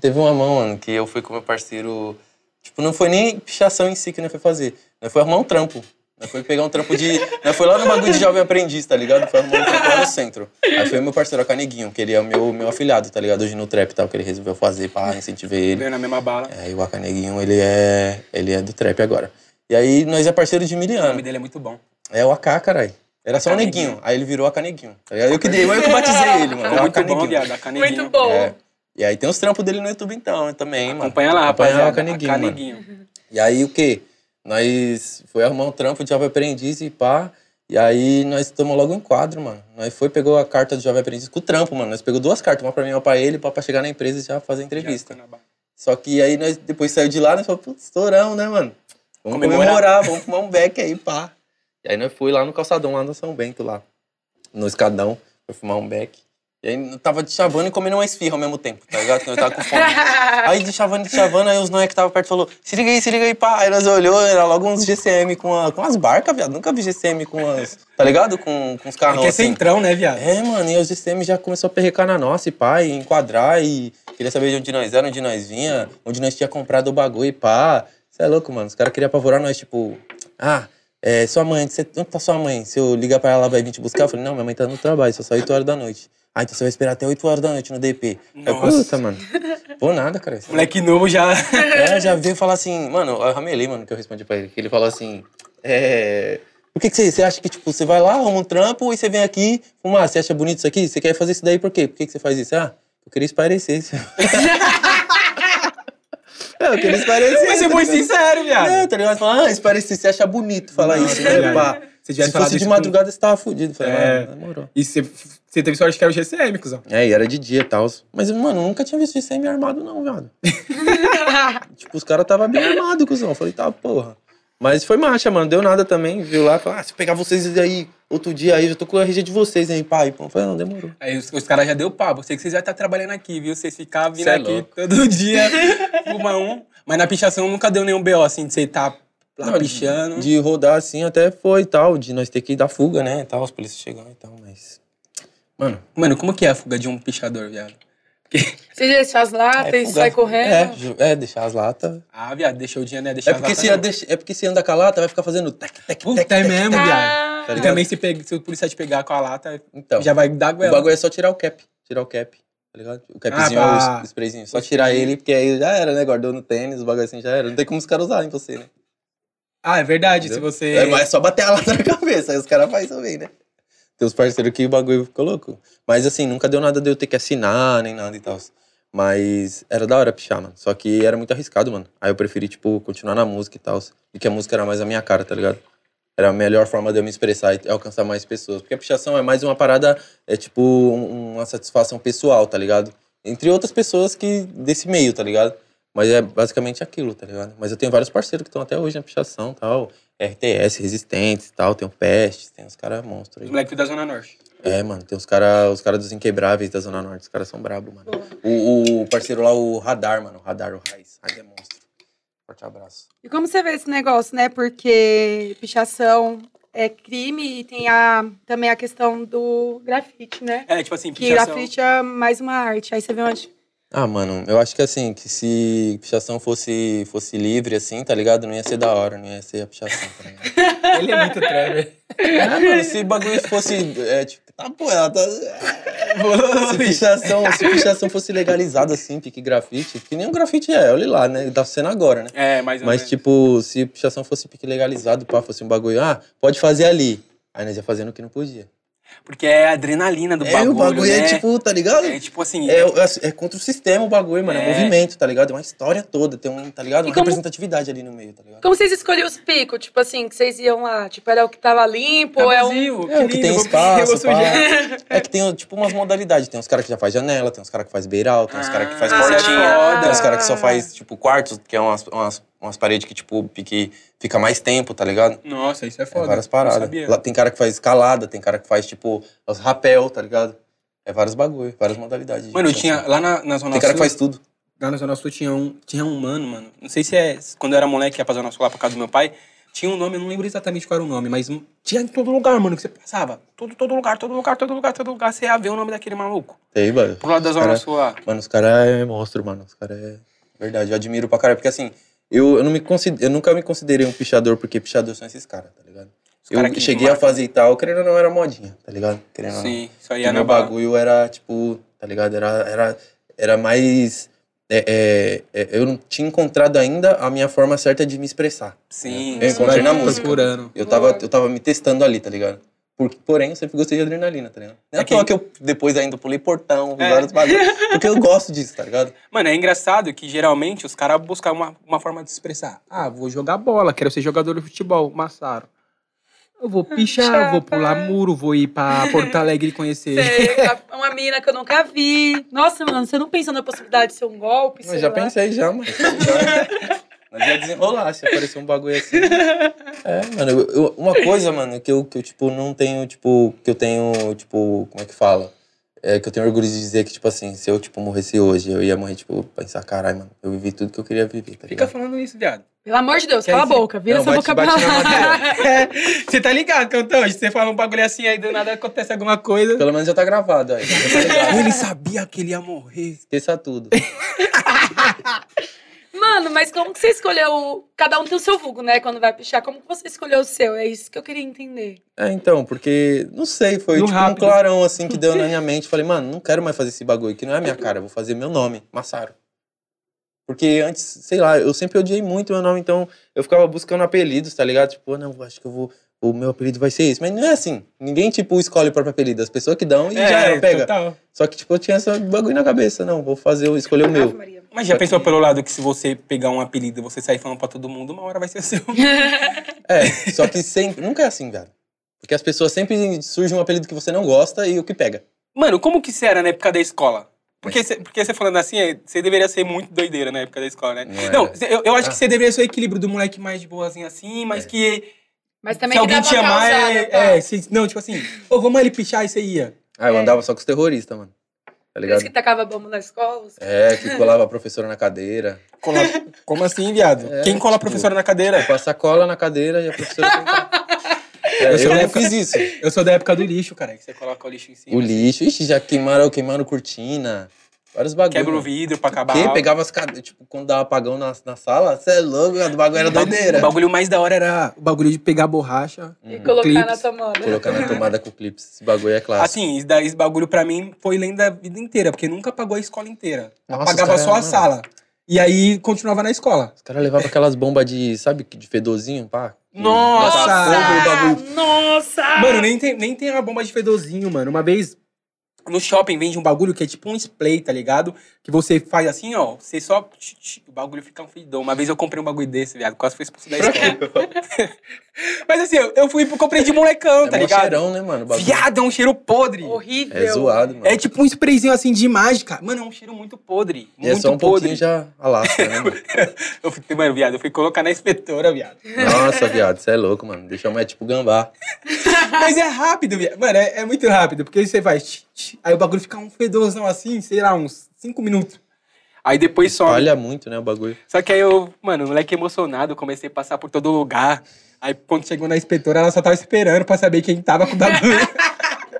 C: teve uma mão, mano, que eu fui com meu parceiro. Tipo, não foi nem pichação em si que nós foi fazer. Nós foi arrumar um trampo. Nós foi pegar um trampo de. nós foi lá no bagulho de jovem aprendiz, tá ligado? Foi arrumar um trampo lá no centro. Aí foi meu parceiro, o Caneguinho, que ele é o meu, meu afilhado, tá ligado? Hoje no trap e tal, que ele resolveu fazer, pá, incentivei ele.
A: Veio na mesma bala.
C: É, e o Acaneguinho, ele é. Ele é do trap agora. E aí, nós é parceiro de
A: O
C: miliano.
A: nome dele é muito bom.
C: É o AK, caralho. Era só o
A: Caneguinho.
C: neguinho. Aí ele virou a caneguinho. tá ligado? Eu que dei, eu que batizei ele, mano.
A: Ficou
C: Era o
A: muito bom,
C: caneguinho.
A: viado. A caneguinha.
E: Muito bom.
C: É. E aí tem os trampos dele no YouTube então, também, mano.
A: Acompanha lá,
C: Acompanha
A: rapaziada.
C: o Caneguinho, mano.
A: Caneguinho.
C: E aí o quê? Nós foi arrumar um trampo de jovem aprendiz e pá. E aí nós tomamos logo um quadro, mano. Nós foi, pegou a carta do jovem aprendiz com o trampo, mano. Nós pegou duas cartas, uma pra mim e uma pra ele, pra, pra chegar na empresa e já fazer a entrevista.
A: Já ficou na bala.
C: Só que aí nós depois saiu de lá, nós falamos, putz, estourão, né, mano? Vamos
A: Comemorar.
C: comemorar. vamos fumar um beck aí, pá. E aí nós fui lá no calçadão, lá no São Bento, lá. No escadão, foi fumar um beck. E aí eu tava de chavando e comendo uma esfirra ao mesmo tempo, tá ligado? Porque eu tava com fome. aí de chavando, de chavando, aí os noé que tava perto falou, se liga aí, se liga aí, pá. Aí nós olhou, era logo uns GCM com, a, com as barcas, viado. Nunca vi GCM com as, tá ligado? Com, com os carros
A: Aqui é
C: assim.
A: centrão, né, viado?
C: É, mano, e os GCM já começou a perrecar na nossa e pá, e enquadrar, e queria saber de onde nós era, onde nós vinha, onde nós tinha comprado o bagulho e pá. Você é louco, mano. Os caras queriam apavorar nós, tipo, ah, é, sua mãe, cê, onde tá sua mãe? Se eu ligar pra ela, ela vai vir te buscar? Eu falei, não, minha mãe tá no trabalho, só sai 8 horas da noite. Ah, então você vai esperar até 8 horas da noite no DP. Aí,
A: Nossa.
C: puta, mano. Pô, nada, cara. Isso-
A: Moleque novo já.
C: é, já veio falar assim, mano, eu ramelei, mano, que eu respondi pra ele. Que ele falou assim, é. Por que, que você, você acha que, tipo, você vai lá, arruma um trampo e você vem aqui fumar? Você acha bonito isso aqui? Você quer fazer isso daí por quê? Por que, que você faz isso? Ah, eu queria esparecer. É, eu queria esparecer. né?
A: Mas você foi sincero, viado.
C: É, tá ligado? Fala, ah, esparecer, você acha bonito falar
A: Não,
C: isso,
A: tá
C: né?
A: ligado.
C: Pá.
A: Se
C: Se,
A: tivesse falado
C: fosse
A: isso
C: de
A: com-
C: madrugada, você tava fudido. Falei,
A: É.
C: ah, demorou.
A: E você você teve sorte que era o GCM, cuzão.
C: É, e era de dia e tal. Mas, mano, eu nunca tinha visto isso aí me armado, não, viado. tipo, os caras tava bem armados, cuzão. Eu falei, tá, porra. Mas foi marcha, mano. Deu nada também. Viu lá, falou, ah, se eu pegar vocês aí outro dia aí, eu já tô com a RG de vocês, hein, pai. Pô, Eu falei, não, demorou.
A: Aí os, os caras já deu papo. Sei que vocês já tá trabalhando aqui, viu? Vocês ficavam vindo
C: Cê é
A: aqui
C: louco.
A: todo dia, fuma um. Mas na pichação nunca deu nenhum BO, assim, de você tá lá
C: Não,
A: pichando.
C: De rodar assim até foi e tal, de nós ter que dar fuga, né, e tal, os polícias chegando e tal, mas... Mano,
A: Mano, como que é a fuga de um pichador, viado?
E: Você deixa as latas e
C: é fuga.
E: sai correndo.
C: É, ju- é, deixar as latas.
A: Ah, viado, deixou o dinheiro, né? Deixou
C: É porque,
A: as
C: se
A: latas,
C: deixa- é porque se andar com a lata, vai ficar fazendo tec, tec,
A: não. Puta, é mesmo, viado.
E: Ah,
C: tá
A: E
C: ligado?
A: também se, pega, se o policial te pegar com a lata,
C: Então,
A: já vai dar
C: O
A: goela.
C: bagulho é só tirar o cap. Tirar o cap. Tá ligado? O capzinho,
A: Ah,
C: ou
A: tá.
C: o sprayzinho. é Só tirar ele, porque aí já era, né? Guardou no tênis, o bagulho assim já era. Não tem como os caras usarem você, né?
A: Ah, é verdade.
C: Entendeu?
A: Se você.
C: É, mas é só bater a lata na cabeça, aí os caras fazem também, né? Tem os parceiros que o bagulho ficou louco. Mas assim, nunca deu nada de eu ter que assinar, nem nada e tal. Mas era da hora pichar, mano. Só que era muito arriscado, mano. Aí eu preferi, tipo, continuar na música e tal. E que a música era mais a minha cara, tá ligado? Era a melhor forma de eu me expressar e alcançar mais pessoas. Porque a pichação é mais uma parada, é tipo um- uma satisfação pessoal, tá ligado? Entre outras pessoas que desse meio, tá ligado? Mas é basicamente aquilo, tá ligado? Mas eu tenho vários parceiros que estão até hoje na pichação tal. RTS, Resistentes tal. Tem o Pest, tem os caras monstros aí.
A: Os moleques é da Zona Norte.
C: É, mano, tem os caras os cara dos Inquebráveis da Zona Norte, os caras são brabo, mano. O, o parceiro lá, o Radar, mano, o Radar, o Raiz, Raiz é monstro. Forte abraço.
B: E como você vê esse negócio, né? Porque pichação é crime e tem a, também a questão do grafite, né?
A: É, tipo assim,
B: Que
A: pichação.
B: grafite é mais uma arte. Aí você vê onde.
C: Ah, mano, eu acho que assim, que se pichação fosse, fosse livre assim, tá ligado? Não ia ser da hora, não ia ser a pichação, tá ligado?
F: Ele é muito Trevor.
C: Ah, mano, se bagulho fosse, é, tipo, tá pô, ela tá... Se pichação, se pichação fosse legalizada assim, pique grafite, que nem um grafite é, olha lá, né? Tá sendo agora, né?
A: É, mais ou
C: Mas,
A: menos.
C: tipo, se pichação fosse pique legalizado, pá, fosse um bagulho, ah, pode fazer ali. Aí nós ia fazendo o que não podia.
A: Porque é a adrenalina do
C: é,
A: bagulho,
C: o bagulho
A: né?
C: é tipo, tá ligado?
A: É
C: É,
A: tipo assim...
C: é- é contra o sistema o bagulho, mano. É.
A: É.
C: movimento, tá ligado? É uma história toda, tem um, tá ligado?
E: E
C: Uma
E: como-
C: representatividade ali no meio, tá ligado?
E: Como vocês escolhiam os picos? Tipo assim, que vocês iam lá? Tipo, era o que tava limpo?
A: tá
E: é um...
A: vazio,
C: É,
A: lindo,
C: que tem
A: vou-
C: espaço,
A: vou
C: pá.
A: sujar.
C: É que tem, tipo, umas modalidades. Tem uns caras que já faz janela, tem uns caras que faz beiral, tem uns caras que faz
A: Ah,
C: portinha.
A: foda.
C: Tem uns caras que só faz, tipo, quartos, que é umas, umas, umas paredes que, tipo, pique, fica mais tempo, tá ligado?
A: Nossa, isso é
C: É
A: foda.
C: várias
A: Não
C: paradas.
A: sabia.
C: Lá tem cara que faz escalada, tem cara que faz, tipo, os rapel, tá ligado? É vários bagulho, várias modalidades. de
A: Mano, eu
C: pichação.
A: tinha... Lá na, na Zona
C: Tem cara que
A: Sul-
C: faz tudo.
A: Lá na Zona Sul tinha um, tinha um mano, mano. Não sei se é. Quando eu era moleque, ia pra Zona Sul lá pra casa do meu pai. Tinha um nome, eu não lembro exatamente qual era o nome, mas hum, tinha em todo lugar, mano, que você passava. Todo, todo lugar, todo lugar, todo lugar, todo lugar. Você ia ver o nome daquele maluco.
C: Tem, mano.
A: Pro lado da Zona
C: Cara,
A: Sul lá.
C: Mano, os caras é monstro, mano. Os caras é. Verdade, eu admiro pra caralho. Porque assim, eu, eu, não me consider... eu nunca me considerei um pichador, porque pichador são esses caras, tá ligado?
A: Os
C: Eu
A: cara que
C: cheguei a
A: marca.
C: fazer e tal, querendo ou não, era modinha, tá ligado? Querendo ou não.
A: Sim, só
C: E
A: ia na
C: meu
A: bagulho.
C: bagulho era, tipo, tá ligado? Era, era, era mais. é, é, é, eu não tinha encontrado ainda a minha forma certa de me expressar.
A: Sim. é
C: Eu encontrei na É, música.
A: Procurando.
C: Eu tava, eu tava me testando ali, tá ligado? Por, porém, eu sempre gostei de adrenalina, tá ligado? Não é
A: É
C: à toa
A: que-
C: que eu depois ainda pulei portão, vi
A: É.
C: vários bagulhos. Porque eu gosto disso, tá ligado?
A: Mano, é engraçado que geralmente os caras buscam uma, uma forma de se expressar.
F: Ah, vou jogar bola, quero ser jogador de futebol, Massaro. Eu vou pichar,
E: Chapa.
F: vou pular muro, vou ir pra Porto Alegre conhecer.
E: Sei, é uma mina que eu nunca vi. Nossa, mano, você não pensou na possibilidade de ser um golpe?
C: Mas
E: sei
C: já
E: lá?
C: pensei já, mano. Já- Mas ia desenrolar, se aparecer um bagulho assim. É, mano, eu- eu- uma coisa, mano, que eu, que eu, tipo, não tenho, tipo, que eu tenho, tipo, como é que fala? É que eu tenho orgulho de dizer que, tipo assim, se eu, tipo, morresse hoje, eu ia morrer, tipo, pensar, caralho, mano, eu vivi tudo que eu queria viver, tá
A: Fica
C: ligado?
A: falando isso, viado.
E: Pelo amor de Deus,
A: Quer
E: cala a
A: dizer-
E: boca. Vira
C: Não,
E: essa
C: bate-
E: boca
C: bate
E: pra
C: na
E: lá.
A: Você tá ligado, Cantão? Você fala um bagulho assim, aí do nada acontece alguma coisa.
C: Pelo menos já tá gravado aí. Já tá ligado.
A: Ele sabia que ele ia morrer.
C: Esqueça tudo.
E: Mano, mas como que você escolheu... o- Cada um tem o seu vulgo, né? Quando vai pichar. Como que você escolheu o seu? É isso que eu queria entender.
C: É, então, porque, não sei, foi
F: No
C: tipo um
F: rápido.
C: clarão assim que deu na minha mente. Falei, mano, não quero mais fazer esse bagulho, que não é a minha cara, eu vou fazer meu nome, Massaro. Porque antes, sei lá, eu sempre odiei muito meu nome, então eu ficava buscando apelidos, tá ligado? Tipo, ah, não, acho que eu vou. O meu apelido vai ser esse. Mas não é assim. Ninguém, tipo, escolhe o próprio apelido. As pessoas que dão e
F: É,
C: já era, pega.
A: É,
F: tá.
A: total.
C: Só que, tipo, eu tinha esse bagulho na cabeça. Não, vou fazer, eu escolher o
E: Ave
C: meu.
E: Maria.
A: Mas já
C: Só
A: pensou
C: que-
A: pelo lado que se você pegar um apelido e você sair falando pra todo mundo, uma hora vai ser o seu.
C: É, só que sempre. Nunca é assim, velho. Porque as pessoas sempre surge um apelido que você não gosta e o que pega.
A: Mano, como que você era na época da escola? Porque você porque você falando assim, é, você deveria ser muito doideira na época da escola, né?
C: Não era.
A: Não, cê- eu, eu acho
C: Ah.
A: que você deveria ser o equilíbrio do moleque mais de boazinha assim, mas
C: É.
A: que
E: Mas também
A: se
E: que
A: alguém
E: dava
A: te
E: uma
A: amar,
E: causada, tá?
A: é,
E: pá.
A: é, se- não, tipo assim, ô, vamos ali pichar e você ia.
C: Ah, eu andava só com os terroristas, mano. Tá
E: Por isso
C: ligado?
E: que tacava bomba na escola. os
C: É, que colava a professora na cadeira.
A: Cola- como assim, viado?
C: É,
A: Quem cola a
C: tipo-
A: professora na cadeira?
C: Com a sacola na cadeira e a professora. tá. É,
A: Eu sou
C: eu não
A: dessa.
C: fiz isso.
A: Eu sou da época do lixo, cara, que você coloca o lixo em cima. assim,
C: O lixo, ixi, já queimaram, queimaram cortina. Vários bagulhos.
A: Quebra o vidro pra acabar.
C: Que? Pegava as cadeiras. Tipo, quando dava apagão na, na sala, você é louco, o bagulho era doideira.
A: O bagulho mais da hora era o bagulho de pegar borracha.
C: Um
E: E colocar na né?
A: Clips.
E: tomada.
C: Colocar na tomada com clips. Esse bagulho é clássico.
A: Assim, isso daí- esse bagulho pra mim foi lenda a vida inteira, porque nunca pagou a escola inteira.
C: Nossa,
A: Pagava
C: os
A: só a
C: caras- mano,
A: sala. E aí continuava na escola.
C: Os caras levavam aquelas bombas de, sabe, de fedorzinho, pá?
A: Nossa!
C: Botava fogo no bagulho.
E: Nossa!
A: Mano, nem tem, nem tem uma bomba de fedorzinho, mano. Uma vez No shopping vende um bagulho que é tipo um spray, tá ligado? Que você faz assim, ó. Você só. tch, tch, o bagulho fica um fedor. Uma vez eu comprei um bagulho desse, viado. Quase fui expulso da escola. Mas assim, eu eu fui comprei de molecão, tá
C: é mó
A: ligado?
C: cheirão, né, mano? o bagulho.
A: Viado, é um cheiro podre.
B: Horrível.
C: É zoado, mano.
A: É tipo um sprayzinho assim de mágica. Mano, é um cheiro muito podre.
C: e é
A: Muito
C: só um
A: podre.
C: pouquinho já alasca, né, mano?
A: Eu fui, mano, viado, eu fui colocar na inspetora, viado.
C: Nossa, viado, você é louco, mano. Deixa mais tipo gambá.
A: Mas é rápido, viado. Mano, é, é muito rápido. Porque aí você vai. tch, tch, aí o bagulho fica um fedorzão assim, sei lá, uns 5 minutos. Aí depois some.
C: Olha muito, né, o bagulho.
A: Só que aí eu, mano, moleque emocionado, comecei a passar por todo lugar. Aí quando chegou na inspetora, ela só tava esperando pra saber quem tava com o bagulho.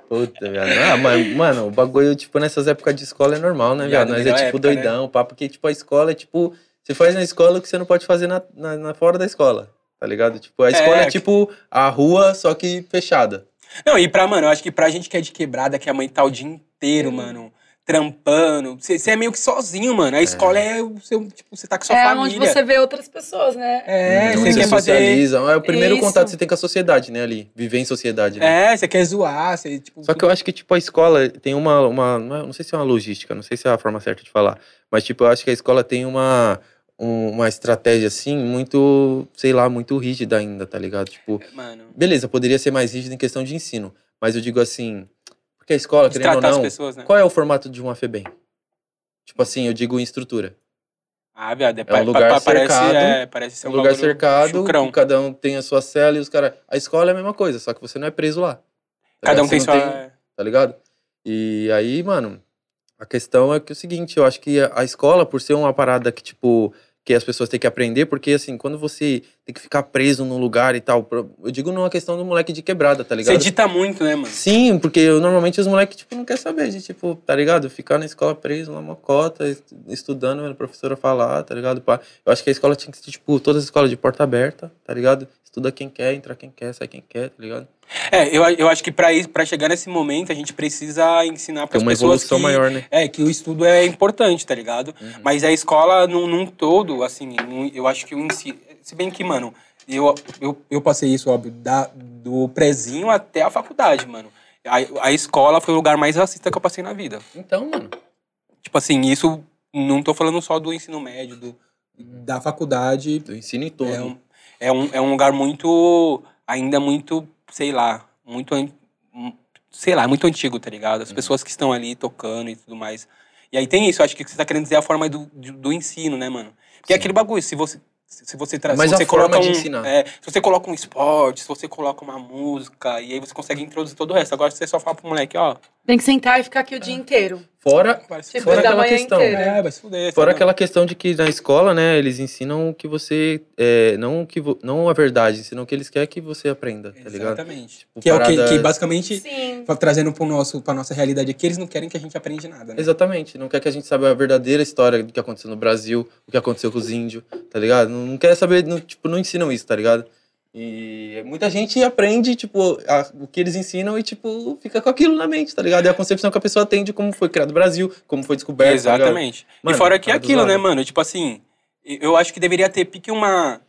C: Puta, viado. Ah, mas, mano, o bagulho, tipo, nessas épocas de escola é normal, né,
A: Viado,
C: viado? Nós é,
A: melhor
C: tipo,
A: época,
C: doidão, pá. Porque, tipo, a escola é, tipo... Você faz na escola o que você não pode fazer na, na, na- fora da escola, tá ligado? Tipo, a escola é,
A: que-
C: tipo a rua, só que fechada.
A: Não, e pra, mano, eu acho que pra gente que é de quebrada, que a mãe tá o dia inteiro, mano, trampando. Você é meio que sozinho, mano. A escola é o seu, tipo, você tá com sua
E: é
A: família.
E: onde você vê outras pessoas, né?
A: É,
C: Então,
A: você quer fazer.
C: socializa. É o primeiro
E: Isso.
C: contato que você tem com a sociedade, né, ali. Viver em sociedade, né?
A: É, você quer zoar, você, tipo.
C: Só que eu acho que, tipo, a escola tem uma, uma. não é- Não sei se é uma logística, não sei se é a forma certa de falar. Mas, tipo, eu acho que a escola tem uma, um- uma estratégia, assim, muito, sei lá, muito rígida ainda, tá ligado? Tipo,
A: Mano.
C: beleza, poderia ser mais rígida em questão de ensino. Mas eu digo assim, porque a escola, querendo ou
A: Destratar as
C: não,
A: pessoas, né?
C: qual é o formato de uma FEBEM? Tipo assim, eu digo em estrutura.
A: Ah, viado, é,
C: É um lugar cercado,
A: parece, é, parece ser
C: É
A: um
C: um lugar
A: bagulho
C: cercado,
A: chucrão.
C: que cada um tem a sua cela e os caras. A escola é a mesma coisa, só que você não é preso lá. tá
A: Cada
C: ligado?
A: um
C: Você
A: tem
C: não
A: sua.
C: tá ligado? E aí, mano, a questão é que é o seguinte, eu acho que a a escola, por ser uma parada que, tipo, que as pessoas têm que aprender, porque, assim, quando você tem que ficar preso num lugar e tal, pro- eu digo não a questão do moleque de quebrada, tá
A: Você
C: ligado?
A: dita muito, né, mano?
C: Sim, porque eu, normalmente os moleques, tipo, não querem saber de, tipo, tá ligado? Ficar na escola preso, na mocota, est- estudando, vendo a professora falar, tá ligado? Pá. Eu acho que a escola tinha que ser, tipo, todas as escolas de porta aberta, tá ligado? Estuda quem quer, entra quem quer, sai quem quer, tá ligado?
A: É, eu, eu acho que pra, isso, pra chegar nesse momento, a gente precisa ensinar
C: Tem
A: pras
C: uma
A: pessoas
C: evolução
A: que,
C: maior, né?
A: É, que o estudo é importante, tá ligado?
C: Uhum.
A: Mas a escola, num, num todo, assim, num- eu acho que o ensino. Se bem que, mano, eu, eu, eu passei isso, óbvio, da, do prezinho até a faculdade, mano. A, a escola foi o lugar mais racista que eu passei na vida.
C: Então, mano.
A: Tipo assim, isso não tô falando só do ensino médio, do, da faculdade.
C: Do ensino em todo.
A: É um, é, um, é um lugar muito. ainda muito, sei lá, muito. an- um, sei lá, muito antigo, tá ligado?
C: Uhum.
A: As pessoas que estão ali tocando e tudo mais. E aí tem isso, acho que o que você tá querendo dizer é a forma do, do, do ensino, né, mano? Porque é
C: Sim.
A: aquele bagulho, se você. Se se você traz.
C: Mas
A: se
C: a
A: você
C: forma
A: coloca
C: de
A: um,
C: ensinar.
A: é, se você coloca um esporte, se você coloca uma música, e aí você consegue introduzir todo o resto. Agora se você só fala pro moleque, ó.
E: Tem que sentar e ficar aqui o
A: É.
E: dia inteiro.
C: Fora,
A: vai se
E: Tipo,
A: fuder.
C: fora
E: da
C: aquela
E: manhã
C: questão.
E: inteira.
A: É, vai se fuder.
C: Fora
A: sabe?
C: aquela questão de que na escola, né, eles ensinam o que você. é, não, o que vo- não a verdade, ensinam o que eles querem que você aprenda, tá ligado?
A: Exatamente.
C: Tipo,
A: que é o que,
C: parada-
A: que basicamente,
E: Sim.
A: fa- Tá trazendo pro nosso, pra nossa realidade aqui, eles não querem que a gente aprenda nada, né?
C: Exatamente. Não quer que a gente saiba a verdadeira história do que aconteceu no Brasil, o que aconteceu com os índios, tá ligado? Não, não quer saber, não, tipo, não ensinam isso, tá ligado? E muita gente aprende, tipo, a- o que eles ensinam e, tipo, fica com aquilo na mente, tá ligado? É a concepção que a pessoa tem de como foi criado o Brasil, como foi descoberto. tá ligado?
A: Exatamente.
C: Mano,
A: e fora que é
C: cara dos
A: aquilo, né,
C: lados.
A: mano? Tipo assim, eu acho que deveria ter pique uma.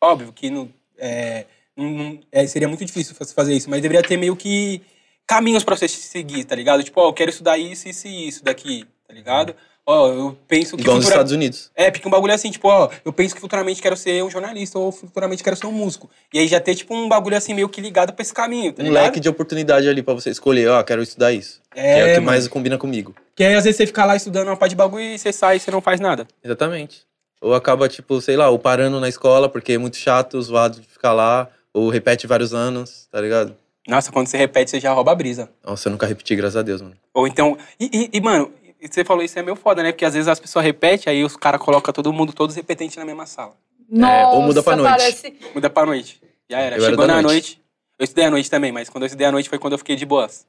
A: Óbvio que não. é, não- não- é, seria muito difícil fa- fazer isso, mas deveria ter meio que caminhos pra você seguir, tá ligado? Tipo, ó, eu quero estudar isso, isso e isso daqui, tá ligado? Ó, eu penso que.
C: Igual nos
A: futura-
C: Estados Unidos.
A: É, porque um bagulho é assim, tipo, ó, eu penso que futuramente quero ser um jornalista ou futuramente quero ser um músico. E aí já ter, tipo, um bagulho assim meio que ligado pra esse caminho, tá
C: um
A: ligado?
C: leque de oportunidade ali pra você escolher, ó, quero estudar isso. que é o que
A: mano.
C: mais combina comigo.
A: Porque aí, às vezes, você fica lá estudando uma parte de bagulho e você sai e você não faz nada.
C: Exatamente. Ou acaba, tipo, sei lá, ou parando na escola porque é muito chato, zoado de ficar lá, ou repete vários anos, tá ligado?
A: Nossa, quando você repete, você já rouba a brisa.
C: Nossa, eu nunca repeti, graças a Deus, mano.
A: Ou então. E, e- e, mano, você falou isso é meio foda, né? Porque às vezes as pessoas repetem, aí os caras colocam todo mundo, todos repetentes na mesma sala.
E: Nossa,
C: É, ou muda pra noite.
E: parece-
A: Muda pra noite. Já era.
C: Eu era
A: Chegou
C: da
A: na
C: noite.
A: noite. Eu estudei à noite também, mas quando eu estudei à noite foi quando eu fiquei de boas.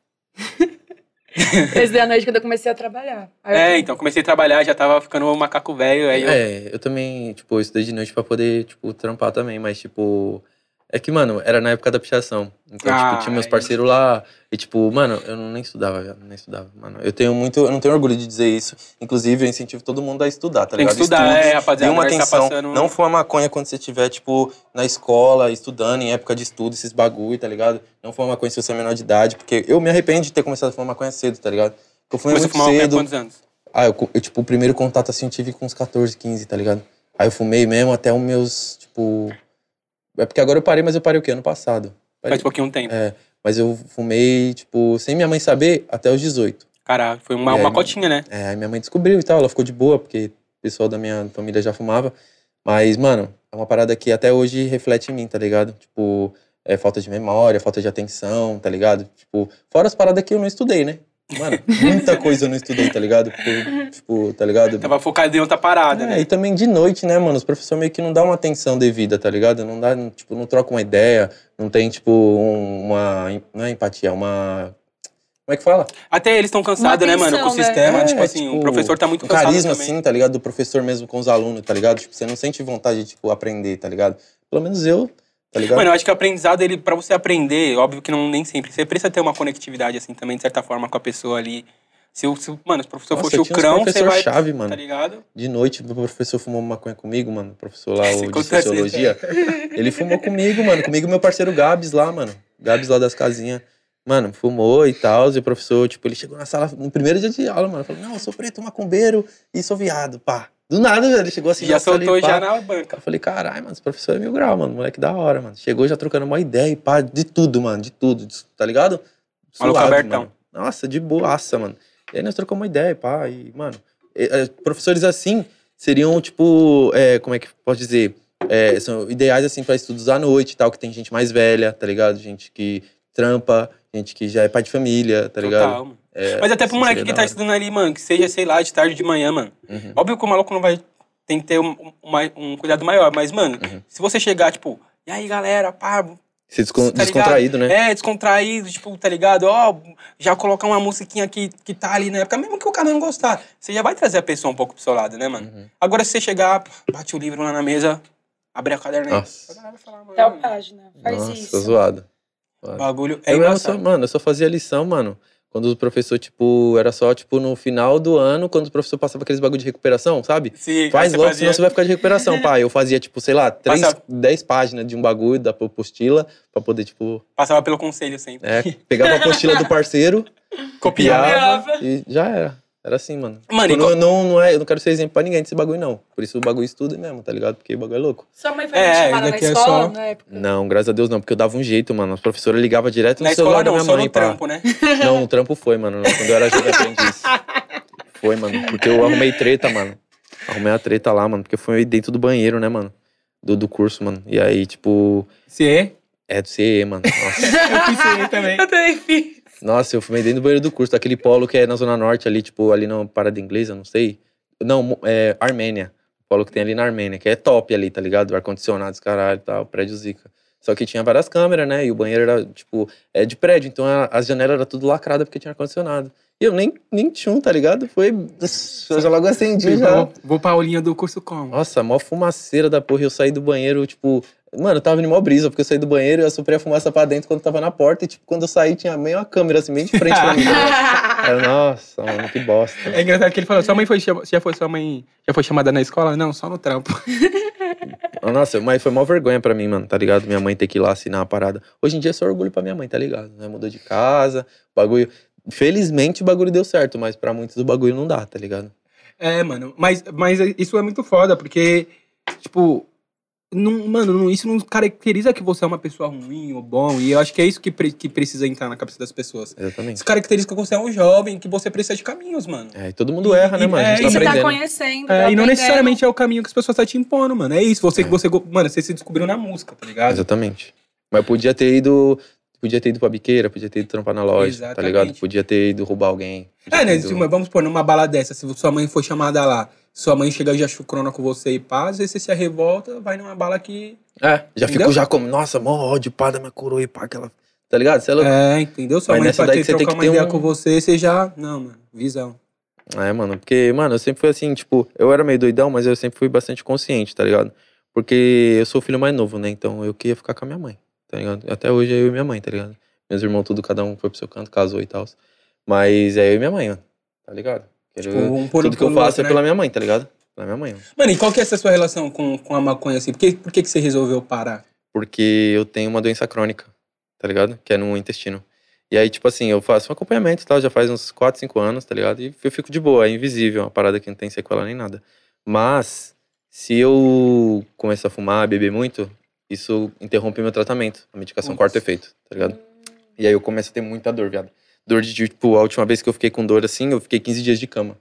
E: Esse da noite quando eu comecei a trabalhar. Aí eu
A: É,
E: falei,
A: então comecei a trabalhar, já tava ficando um macaco velho. Aí eu.
C: É, eu também, tipo, eu estudei de noite pra poder, tipo, trampar também, mas, tipo. É que, mano, era na época da pichação. Então,
A: Ah,
C: tipo, tinha meus
A: é.
C: parceiros lá. E, tipo, mano, eu nem estudava, velho. Nem estudava, mano. Eu tenho muito. Eu não tenho orgulho de dizer isso. Inclusive, eu incentivo todo mundo a estudar, tá
A: Tem que
C: ligado?
A: estudar,
C: Estude,
A: é, rapaziada.
C: Dê uma
A: vai estar
C: atenção.
A: passando- um
C: Não fuma maconha quando você estiver, tipo, na escola, estudando, em época de estudo, esses bagulho, tá ligado? Não fuma maconha se você é menor de idade, porque eu me arrependo de ter começado a fumar maconha cedo, tá ligado? Eu
A: Começou
C: fumei
A: a
C: muito
A: fumar maconha há
C: cedo.
A: quantos anos?
C: Ah, eu, co- eu, tipo, o primeiro contato assim eu tive com uns 14, 15, tá ligado? Aí eu fumei mesmo até os meus, tipo. É porque agora eu parei, mas eu parei o quê? Ano passado. Parei.
A: Faz pouquinho um tempo.
C: É, mas eu fumei, tipo, sem minha mãe saber, até os 18.
A: Caralho, foi uma,
C: E aí,
A: uma cotinha, né?
C: É, aí minha mãe descobriu e tal, ela ficou de boa, porque o pessoal da minha família já fumava. Mas, mano, é uma parada que até hoje reflete em mim, tá ligado? Tipo, é falta de memória, falta de atenção, tá ligado? Tipo, fora as paradas que eu não estudei, né? Mano, muita coisa eu não estudei, tá ligado? Por- tipo, tá ligado?
A: Tava focado em outra parada,
C: É,
A: né?
C: e também de noite, né, mano? Os professores meio que não dão uma atenção devida, tá ligado? Não dá, não, tipo, não troca uma ideia, não tem, tipo, um- uma. Não é empatia, uma. Como é que fala?
A: Até eles estão cansados, né, mano? Com o
B: atenção, né?
A: sistema,
C: É,
A: tipo assim, o
C: tipo,
A: professor tá muito
C: Um
A: cansado
C: carisma,
A: também.
C: assim, tá ligado? Do professor mesmo com os alunos, tá ligado? Tipo, você não sente vontade de, tipo, aprender, tá ligado? Pelo menos eu, tá ligado?
A: Mano, eu acho que o aprendizado, ele, pra você aprender, óbvio que não nem sempre. Você precisa ter uma conectividade, assim, também, de certa forma, com a pessoa ali. Se o, se o- mano, se o professor
C: Nossa,
A: for
C: eu tinha uns
A: chucrão, você
C: professor
A: vai.
C: chave, mano.
A: Tá ligado?
C: De noite, o professor fumou maconha comigo, mano. O professor lá,
A: Isso
C: o de
A: acontece, né?
C: sociologia. Ele fumou comigo, mano. Comigo e meu parceiro Gabs lá, mano. Gabs lá das casinhas. Mano, fumou e tal. E o professor, tipo, ele chegou na sala no primeiro dia de aula, mano. Falou, não, eu sou preto, macumbeiro e sou viado, pá. Do nada, velho. Ele chegou assim,
A: já
C: na sala e
A: soltou
C: pá.
A: já na banca.
C: Eu falei, caralho, mano, esse professor é mil grau, mano. Moleque da hora, mano. Chegou já trocando uma ideia e pá, de tudo, mano. De tudo, de- tá ligado?
A: Maluco abertão.
C: mano. Nossa, de boaça, mano. E aí nós trocamos uma ideia, e pá, e, mano. e, é, professores assim seriam, tipo, é, como é que eu posso dizer? É, são ideais, assim, pra estudos à noite e tal, que tem gente mais velha, tá ligado? Gente que trampa, gente que já é pai de família, tá ligado?
A: Total, mano.
C: É,
A: Mas até pro
C: isso
A: moleque
C: seria
A: que
C: da
A: tá
C: hora.
A: estudando ali, mano, que seja, sei lá, de tarde de manhã, mano.
C: Uhum.
A: Óbvio que o maluco não vai. Tem que ter um, uma- um cuidado maior, mas, mano,
C: Uhum.
A: se você chegar, tipo, e aí, galera, pá,
C: Se descon-
A: Tá ligado?
C: descontraído, né?
A: É, descontraído, tipo, tá ligado? Ó, já colocar uma musiquinha que, que tá ali na época, mesmo que o cara não gostar. Você já vai trazer a pessoa um pouco pro seu lado, né, mano?
C: Uhum.
A: Agora, se você chegar, bate o livro lá na mesa, abre a caderno aí.
C: Nossa.
A: A galera vai falar,
E: Tal
A: mano,
E: página. Faz
C: Nossa,
E: isso.
C: zoado.
A: o
C: zoado.
A: bagulho é
C: eu mesmo só,
A: engraçado.
C: mano, eu só fazia lição, mano. Quando o professor, tipo, era só, tipo, no final do ano, quando o professor passava aqueles bagulho de recuperação, sabe?
A: Sim,
C: Faz
A: Ah, você
C: logo,
A: fazia-
C: senão você vai ficar de recuperação, pai. Eu fazia, tipo, sei lá, três,
A: Passa-
C: dez páginas de um bagulho da apostila, pra poder, tipo,
A: Passava pelo conselho sempre.
C: é, pegava a apostila do parceiro, É. copiava e já era. Era assim, mano.
A: Mano,
C: Tipo,
A: e
C: não,
A: co-
C: não, não é, eu não quero ser exemplo pra ninguém desse bagulho, não. Por isso o bagulho estuda mesmo, tá ligado? Porque o bagulho é louco.
E: Sua mãe foi
A: É,
E: me
A: ainda
E: chamada na
A: que é
E: escola, né?
A: só-
E: na época.
C: Não, graças a Deus não, porque eu dava um jeito, mano. A professora ligava direto no
A: Na escola
C: celular da
A: não,
C: minha
A: só
C: mãe,
A: no
C: pá.
A: trampo, né?
C: Não, o trampo foi, mano. Quando eu era jovem aprendiz. Foi, mano. Porque eu arrumei treta, mano. Arrumei a treta lá, mano. Porque foi dentro do banheiro, né, mano? Do, do curso, mano. E aí, tipo.
F: Você?
C: É do CE, mano. Nossa.
F: Eu pensei também.
E: Eu também fiz.
C: Nossa, eu fumei dentro do banheiro do curso, daquele polo que é na Zona Norte ali, tipo, ali na Parada Inglesa, não sei. Não, mo- é Armênia. O polo que tem ali na Armênia, que é top ali, tá ligado? Ar-condicionado, os caralho e tal, prédio zica. Só que tinha várias câmeras, né? E o banheiro era, tipo, é de prédio, então a- as janelas eram tudo lacradas porque tinha ar-condicionado. E eu nem, nem tinha um, tá ligado? Foi. Eu já logo acendi já.
F: Vou, vou pra aulinha do curso como?
C: Nossa, mó fumaceira da porra. E eu saí do banheiro, tipo. Mano, eu tava em mó brisa, porque eu saí do banheiro e eu soprei a fumaça pra dentro quando tava na porta. E, tipo, quando eu saí, tinha meio uma câmera, assim, meio de frente pra mim.
A: É,
C: Eu, nossa, mano, que bosta.
F: É engraçado que ele falou, sua mãe foi, chama- já foi sua mãe, já foi chamada na escola? Não, só no trampo.
C: Nossa, mas foi mó vergonha pra mim, mano, tá ligado? Minha mãe ter que ir lá assinar a parada. Hoje em dia é só orgulho pra minha mãe, tá ligado? Né? Mudou de casa, bagulho. Felizmente o bagulho deu certo, mas pra muitos o bagulho não dá, tá ligado?
F: É, mano, mas, mas isso é muito foda, porque, tipo, não, mano, não- isso não caracteriza que você é uma pessoa ruim ou bom, e eu acho que é isso que, pre- que precisa entrar na cabeça das pessoas.
C: Exatamente.
A: Isso caracteriza que você é um jovem, que você precisa de caminhos, mano.
C: É, e todo mundo erra, né,
A: E-
C: mano?
A: é,
C: A gente tá
E: E você tá
C: aprendendo.
E: conhecendo.
F: É,
E: tá
F: e não
E: aprendendo.
F: necessariamente é o caminho que as pessoas estão te impondo, mano. É isso, você que você. go- Mano, você se descobriu na música, tá ligado?
C: Exatamente. Mas podia ter ido. Podia ter ido pra biqueira, podia ter ido trampar na loja, tá
F: Exatamente.
C: ligado? Podia ter ido roubar alguém. podia
F: É, né?
C: ter ido-
F: se- mas vamos supor, numa bala dessa, se sua mãe foi chamada lá, sua mãe chega e já chucrona com você e paz, aí você se revolta, vai numa bala que.
C: É, já
F: Entendeu?
C: ficou já como, nossa, mó ódio, pá, da minha coroa e pá, aquela. Tá ligado? Você é louco?
F: É, entendeu? Sua
C: Mas
F: mãe
C: nessa
F: pra
C: daí
F: ter,
C: você tem
F: trocar
C: que
F: uma
C: ter
F: ideia
C: um-
F: com você, você já. Não, mano, visão.
C: É, mano, porque, mano, eu sempre fui assim, tipo, eu era meio doidão, mas eu sempre fui bastante consciente, tá ligado? Porque eu sou o filho mais novo, né? Então eu queria ficar com a minha mãe, tá ligado? Até hoje é eu e minha mãe, tá ligado? Meus irmãos, tudo, cada um foi pro seu canto, casou e tal. Mas é eu e minha mãe, mano, tá ligado? Quero-
F: Tipo, um por
C: tudo que eu
F: pelo
C: faço
F: outro,
C: é
F: né?
C: pela minha mãe, tá ligado? Pela minha mãe, mano.
F: Mano, e qual que é essa sua relação com, com a maconha, assim? Por que, por que, que você resolveu parar?
C: porque eu tenho uma doença crônica, tá ligado? Que é no intestino. E aí, tipo assim, eu faço um acompanhamento e tal, já faz uns 4, 5 anos, tá ligado? E eu fico de boa, é invisível, é uma parada que não tem sequela nem nada. Mas, se eu começar a fumar, beber muito, isso interrompe meu tratamento. A medicação corta o efeito, tá ligado? E aí eu começo a ter muita dor, viado. Dor de, tipo, a última vez que eu fiquei com dor assim, eu fiquei 15 dias de cama.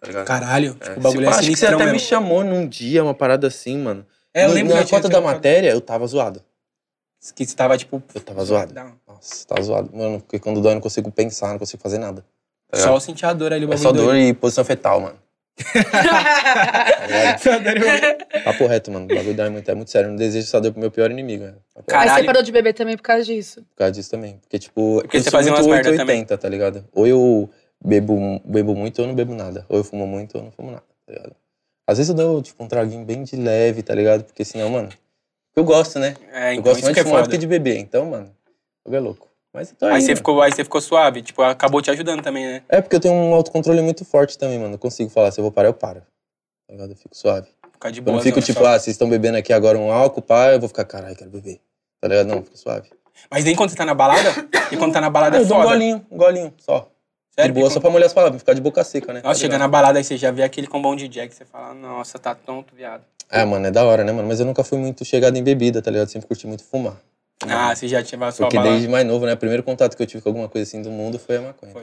C: Tá ligado?
A: Caralho,
C: É,
A: tipo, o bagulho
C: se-
A: é
C: acho que você
A: sinistrão
C: até
A: mesmo.
C: me chamou num dia, uma parada assim, mano.
A: É, eu
C: No-
A: lembro
C: na
A: que eu tinha-
C: conta da matéria, eu tava zoado.
A: Que você tava, tipo...
C: Eu tava zoado.
A: Não.
C: Nossa, tava zoado. Mano, porque quando dói eu não consigo pensar, não consigo fazer nada. Tá ligado?
A: Só eu senti a dor ali, o
C: É
A: bagulho
C: só dor
A: doido.
C: e posição fetal, mano. Tá ligado?
A: Só dor e-
C: Papo reto, mano. O bagulho dói muito, é muito sério. Eu não desejo essa dor pro meu pior inimigo, né? Papo reto,
E: Mas
A: Caralho.
E: você parou de beber também por causa disso.
C: Por causa disso também. Porque, tipo,
A: Porque
C: eu
A: você
C: sou
A: fazia
C: muito
A: umas merda também.
C: 880, tá ligado? Ou eu bebo, bebo muito ou não bebo nada. Ou eu fumo muito ou não fumo nada, tá ligado? Às vezes eu dou, tipo, um traguinho bem de leve, tá ligado? Porque senão, mano. Eu gosto, né?
A: É,
C: eu
A: então
C: gosto
A: isso
C: mais
A: que
C: de
A: é
C: fumar do
A: foda.
C: que de beber. Então, mano, eu é louco. Mas então
A: Aí
C: aí,
A: você
C: mano.
A: ficou, aí você ficou suave, tipo, acabou te ajudando também, né?
C: É porque eu tenho um autocontrole muito forte também, mano. Eu consigo falar, se eu vou parar, eu paro. Tá ligado? Eu fico suave.
A: Ficar de
C: Eu
A: boa.
C: não fico
A: né,
C: tipo,
A: só.
C: ah, vocês estão bebendo aqui agora um álcool, pá, eu vou ficar, caralho, quero beber. Tá ligado? Não, eu fico suave.
A: Mas nem quando você tá na balada, e quando tá na balada
C: Ah,
A: é
C: eu dou um
A: foda.
C: golinho, um golinho só.
A: Sério, Tipo,
C: de boa,
A: porque
C: só pra molhar as palavras, ficar de boca seca, né?
A: Nossa,
C: Tá
A: Ah, chega
C: ligado?
A: na balada aí você já vê aquele combão de Jack, você fala, nossa, tá tonto, viado.
C: É, mano, é da hora, né, mano? Mas eu nunca fui muito chegado em bebida, tá ligado? Sempre curti muito fumar.
A: Ah, você já tinha a sua
C: É. Porque
A: balada.
C: desde mais novo, né? O primeiro contato que eu tive com alguma coisa assim do mundo foi a maconha.
A: Foi.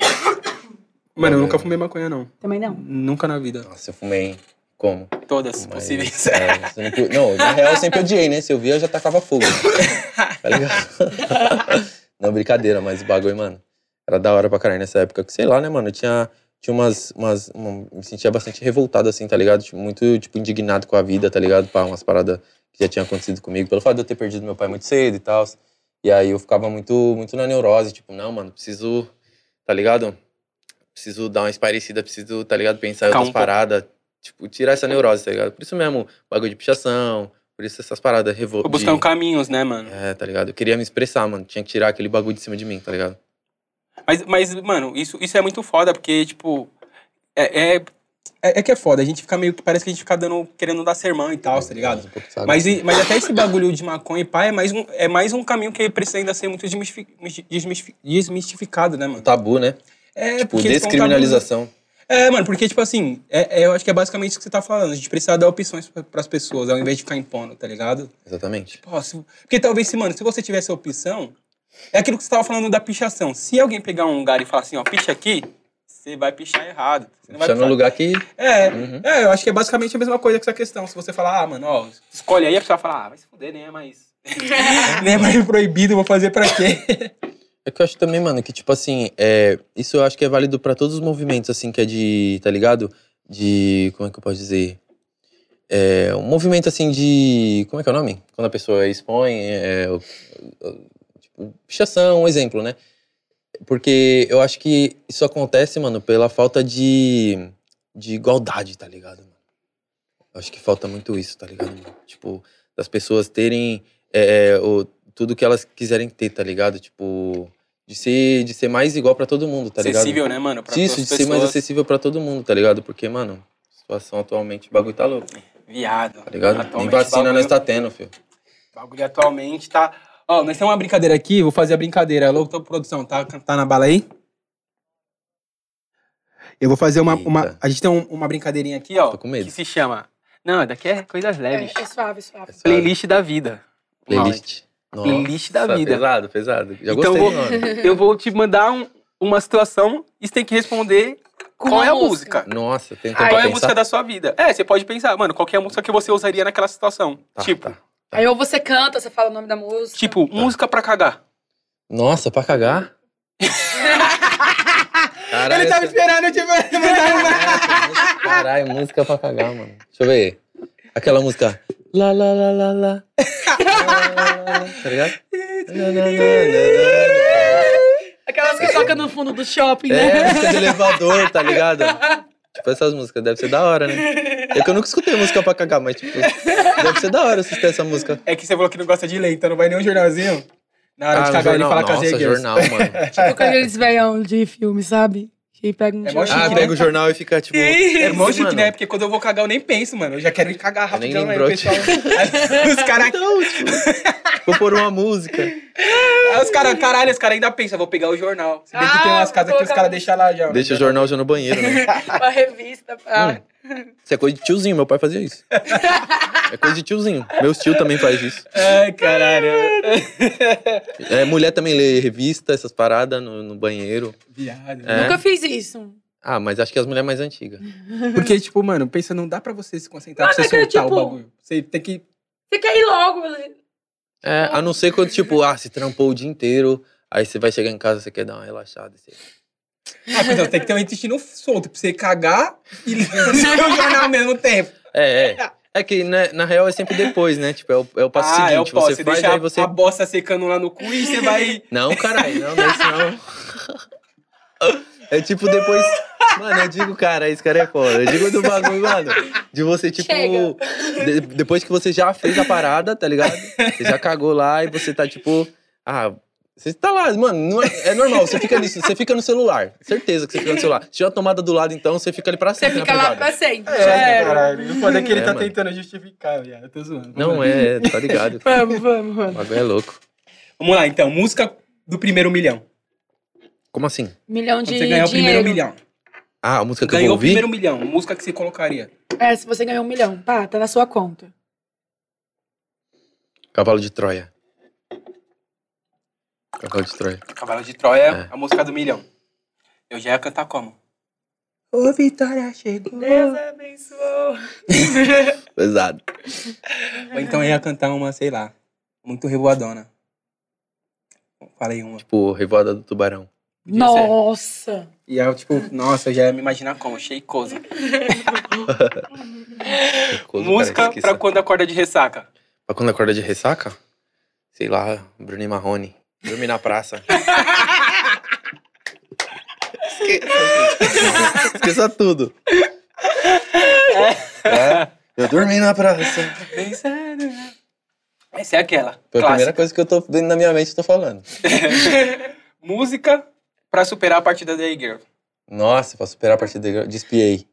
F: Mano, eu nunca fumei maconha, não.
E: Também não.
F: Nunca na vida.
C: Nossa, eu fumei. hein? Como?
A: Todas
C: Mas,
A: possíveis.
C: é, você não, cur- não, na real eu sempre odiei, né? Se eu via, eu já tacava fogo. tá ligado? Não, brincadeira, mas o bagulho, mano, era da hora pra caralho nessa época. Que, sei lá, né, mano? Eu tinha, tinha umas. umas uma- me sentia bastante revoltado, assim, tá ligado? Tipo, muito, tipo, indignado com a vida, tá ligado? Pra umas paradas que já tinham acontecido comigo. Pelo fato de eu ter perdido meu pai muito cedo e tal. E aí eu ficava muito, muito na neurose, tipo, não, mano, preciso. Tá ligado? Preciso dar uma esparecida, preciso, tá ligado? Pensar em
A: Ficar
C: outras
A: um pouco.
C: paradas. Tipo, tirar essa neurose, tá ligado? Por isso mesmo, bagulho de pichação, por isso essas paradas revol...
A: Tô buscando
C: de-
A: caminhos, né, mano?
C: É, tá ligado? Eu queria me expressar, mano. Tinha que tirar aquele bagulho de cima de mim, tá ligado?
A: Mas, mas mano, isso, isso é muito foda, porque, tipo, é, é, é- é que é foda. A gente fica meio que parece que a gente fica dando, querendo dar sermão e tal, tá ligado?
C: Um pouco de água.
A: Mas, e- mas até esse bagulho de maconha e pá é mais um, é mais um caminho que precisa ainda ser muito desmistifi- desmistifi- desmistificado, né, mano?
C: Tabu, né?
A: É,
C: Tipo,
A: eles são tabus.
C: descriminalização.
A: É, mano, porque, tipo assim, é, é- eu acho que é basicamente isso que você tá falando. A gente precisa dar opções pra- pras pessoas, ao invés de ficar impondo, tá ligado?
C: Exatamente.
A: Pô, se- porque talvez, se, mano, se você tivesse a opção, é aquilo que você tava falando da pichação. Se alguém pegar um lugar e falar assim, ó, picha aqui, você vai pichar errado. Você não vai
C: Deixar
A: pichar-
C: num um lugar que.
A: É,
C: Uhum.
A: é, eu acho que é basicamente a mesma coisa que essa questão. Se você falar, ah, mano, ó, escolhe aí, a pessoa fala, ah, vai se fuder, nem é mais. nem é mais proibido, eu vou fazer pra quê?
C: É que eu acho também, mano, que, tipo assim, é, isso eu acho que é válido pra todos os movimentos, assim, que é de. tá ligado? De. como é que eu posso dizer? É, um movimento assim de. Como é que é o nome? Quando a pessoa expõe. É, o- o- tipo, pichação, um exemplo, né? Porque eu acho que isso acontece, mano, pela falta de. de igualdade, tá ligado? Mano? Eu acho que falta muito isso, tá ligado? Mano? Tipo, das pessoas terem. é, o, tudo que elas quiserem ter, tá ligado? Tipo, de ser, de ser mais igual pra todo mundo, tá ligado?
A: Acessível, né, mano? Pra
C: Isso, de
A: todas as
C: ser mais
A: pessoas.
C: acessível pra todo mundo, tá ligado? Porque, mano, a situação atualmente, o bagulho tá louco, tá
A: Viado.
C: ligado? Nem
A: Atualmente,
C: vacina nós
A: bagulho-
C: tá tendo, filho.
A: O bagulho atualmente tá. Ó, nós temos uma brincadeira aqui, vou fazer a brincadeira. Alô, tô, produção, tá, tá na bala aí? Eu vou fazer uma.
C: Eita.
A: uma- a gente tem um- uma brincadeirinha aqui, ó.
C: Tô com medo.
A: Que se chama. Não, daqui é coisas leves.
E: É, é suave, suave.
A: Playlist da vida.
C: Playlist. Nossa, é
A: Playlist da vida.
C: Pesado, pesado. Já
A: Então
C: gostei
A: vou-
C: do nome.
A: Eu vou te mandar um- uma situação e você tem que responder
E: Com
A: qual
E: uma
A: é a
E: música.
A: música.
C: Nossa, tem tempo
A: Qual
E: Ai,
C: pra
A: é a
C: pensar?
A: música da sua vida? É, você pode pensar, mano, qual que é a música que você usaria naquela situação?
C: Tá,
A: tipo,
C: tá.
E: Aí ou você canta, você fala o nome da música.
A: tipo, música pra cagar.
C: Nossa, pra cagar? Caralho,
A: Ele tava
C: essa- é
A: esperando, tipo, mandar uma.
C: Caralho, música pra cagar, mano. Deixa eu ver. Aquela música. Lá, lá, lá, lá, lá. Lá, lá, lá, lá. Tá ligado? Lá, lá, lá, lá, lá.
E: Aquelas
A: é.
E: que toca no fundo do shopping, né?
C: É, música de elevador, tá ligado? Tipo, essas músicas devem ser da hora, né? É que eu nunca escutei música pra cagar, mas, tipo, deve ser da hora assistir essa música.
A: É que você falou que não gosta de ler, então não vai nenhum jornalzinho. Na hora de
C: Ah, no
A: cagar, ele fala
C: Nossa,
A: casei aqui.
C: jornal, mano.
E: Tipo com aqueles velhão de filme, sabe? Que pega um
A: É mó
E: jornal.
C: Ah, pega o jornal e fica, tipo...
A: É mó
C: mano.
A: chique, né? Porque quando eu vou cagar, eu nem penso, mano. Eu já quero ir cagar
C: Eu nem
A: rapidão, né, aí o
C: lembro, é
A: pessoal. Aí Os caras.
C: Não, tipo, vou pôr uma música.
A: Aí os caras, caralho, os caras ainda pensam, vou pegar o jornal.
F: Se bem que tem
E: Ah,
F: umas casas que os
E: colocava-
F: caras deixam lá já.
C: Deixa o jornal já no banheiro, né?
E: Uma revista. Pra...
A: Hum,
C: Isso é coisa de tiozinho, meu pai fazia isso. É coisa de tiozinho. Meus tio também faz isso.
A: Ai, caralho.
C: É, mulher também lê revista, essas paradas no, no banheiro.
F: Viado.
C: É.
E: Nunca fiz isso.
C: Ah, mas acho que as mulheres mais antigas.
F: Porque, tipo, mano, pensa, não dá pra você se concentrar
E: Mas
F: pra você
E: é que,
F: soltar o
E: tipo,
F: bagulho. Você tem que.
E: Fica aí logo.
C: É, a não ser quando, tipo, ah, se trampou o dia inteiro, aí você vai chegar em casa, você quer dar uma relaxada. Você...
F: Ah,
A: é,
F: cuidado, tem que ter um intestino solto pra você cagar e ler o jornal ao mesmo tempo.
C: É, é. É que, né, na real, é sempre depois, né? Tipo, é o, é o passo
A: ah,
C: seguinte.
A: eu posso.
C: você
A: Você
C: faz,
A: deixa
C: aí você...
A: a bosta secando lá no cu e você vai...
C: Não, caralho, não, não é isso não. É tipo depois. Mano, eu digo, cara, esse cara é foda. Eu digo do bagulho, mano. De você, tipo.
E: Chega.
C: de- depois que você já fez a parada, tá ligado? Você já cagou lá e você tá, tipo. Ah, você tá lá, mano. não é, é normal, você fica nisso, você fica no celular. Certeza que você fica no celular. Se tiver a tomada do lado, então, você fica ali pra
A: É,
E: Você
C: sempre.
E: fica
C: na
E: lá
C: privada.
E: pra sempre.
F: É, caralho. O foda é que ele
C: É,
F: tá
C: mano.
F: tentando justificar, viado. Eu tô zoando.
C: Não é, tá ligado?
E: Vamos, vamos,
C: O
E: vamos.
C: bagulho é louco.
A: Vamos lá, então. Música do primeiro milhão.
C: Como assim?
E: Milhão de
A: Quando você ganhar o primeiro
E: dinheiro.
A: milhão.
C: Ah, a música que eu
A: Ganhou
C: vou
A: o
C: ouvir?
A: primeiro milhão. Música que você colocaria.
E: É, se você ganhou um milhão. Pá, tá na sua conta.
C: Cavalo de Troia. Cavalo de Troia.
A: Cavalo de Troia,
C: É.
A: a música do milhão. Eu já ia cantar como?
F: Ô, Vitória chegou.
E: Deus abençoou.
C: Pesado.
A: Ou então eu ia cantar uma, sei lá, muito revoadona. Falei uma.
C: Tipo, Revoada do Tubarão.
A: Podia ser.
E: Nossa.
A: E eu, tipo, nossa, eu já ia me imaginar como, cheicosa.
C: Ficou do
A: Música
C: cara que esqueça.
A: pra quando acorda de ressaca.
C: Pra quando acorda de ressaca? Sei lá, Bruno e Marrone. Dormir na praça. Esqueça. Esqueça tudo. É, eu dormi na praça.
A: Pensando. Essa é aquela.
C: Foi a
A: Clássica.
C: primeira coisa que eu tô dentro da minha mente, eu tô falando.
A: Música pra superar a partida da A-Girl.
C: Nossa, pra superar a partida de despiei.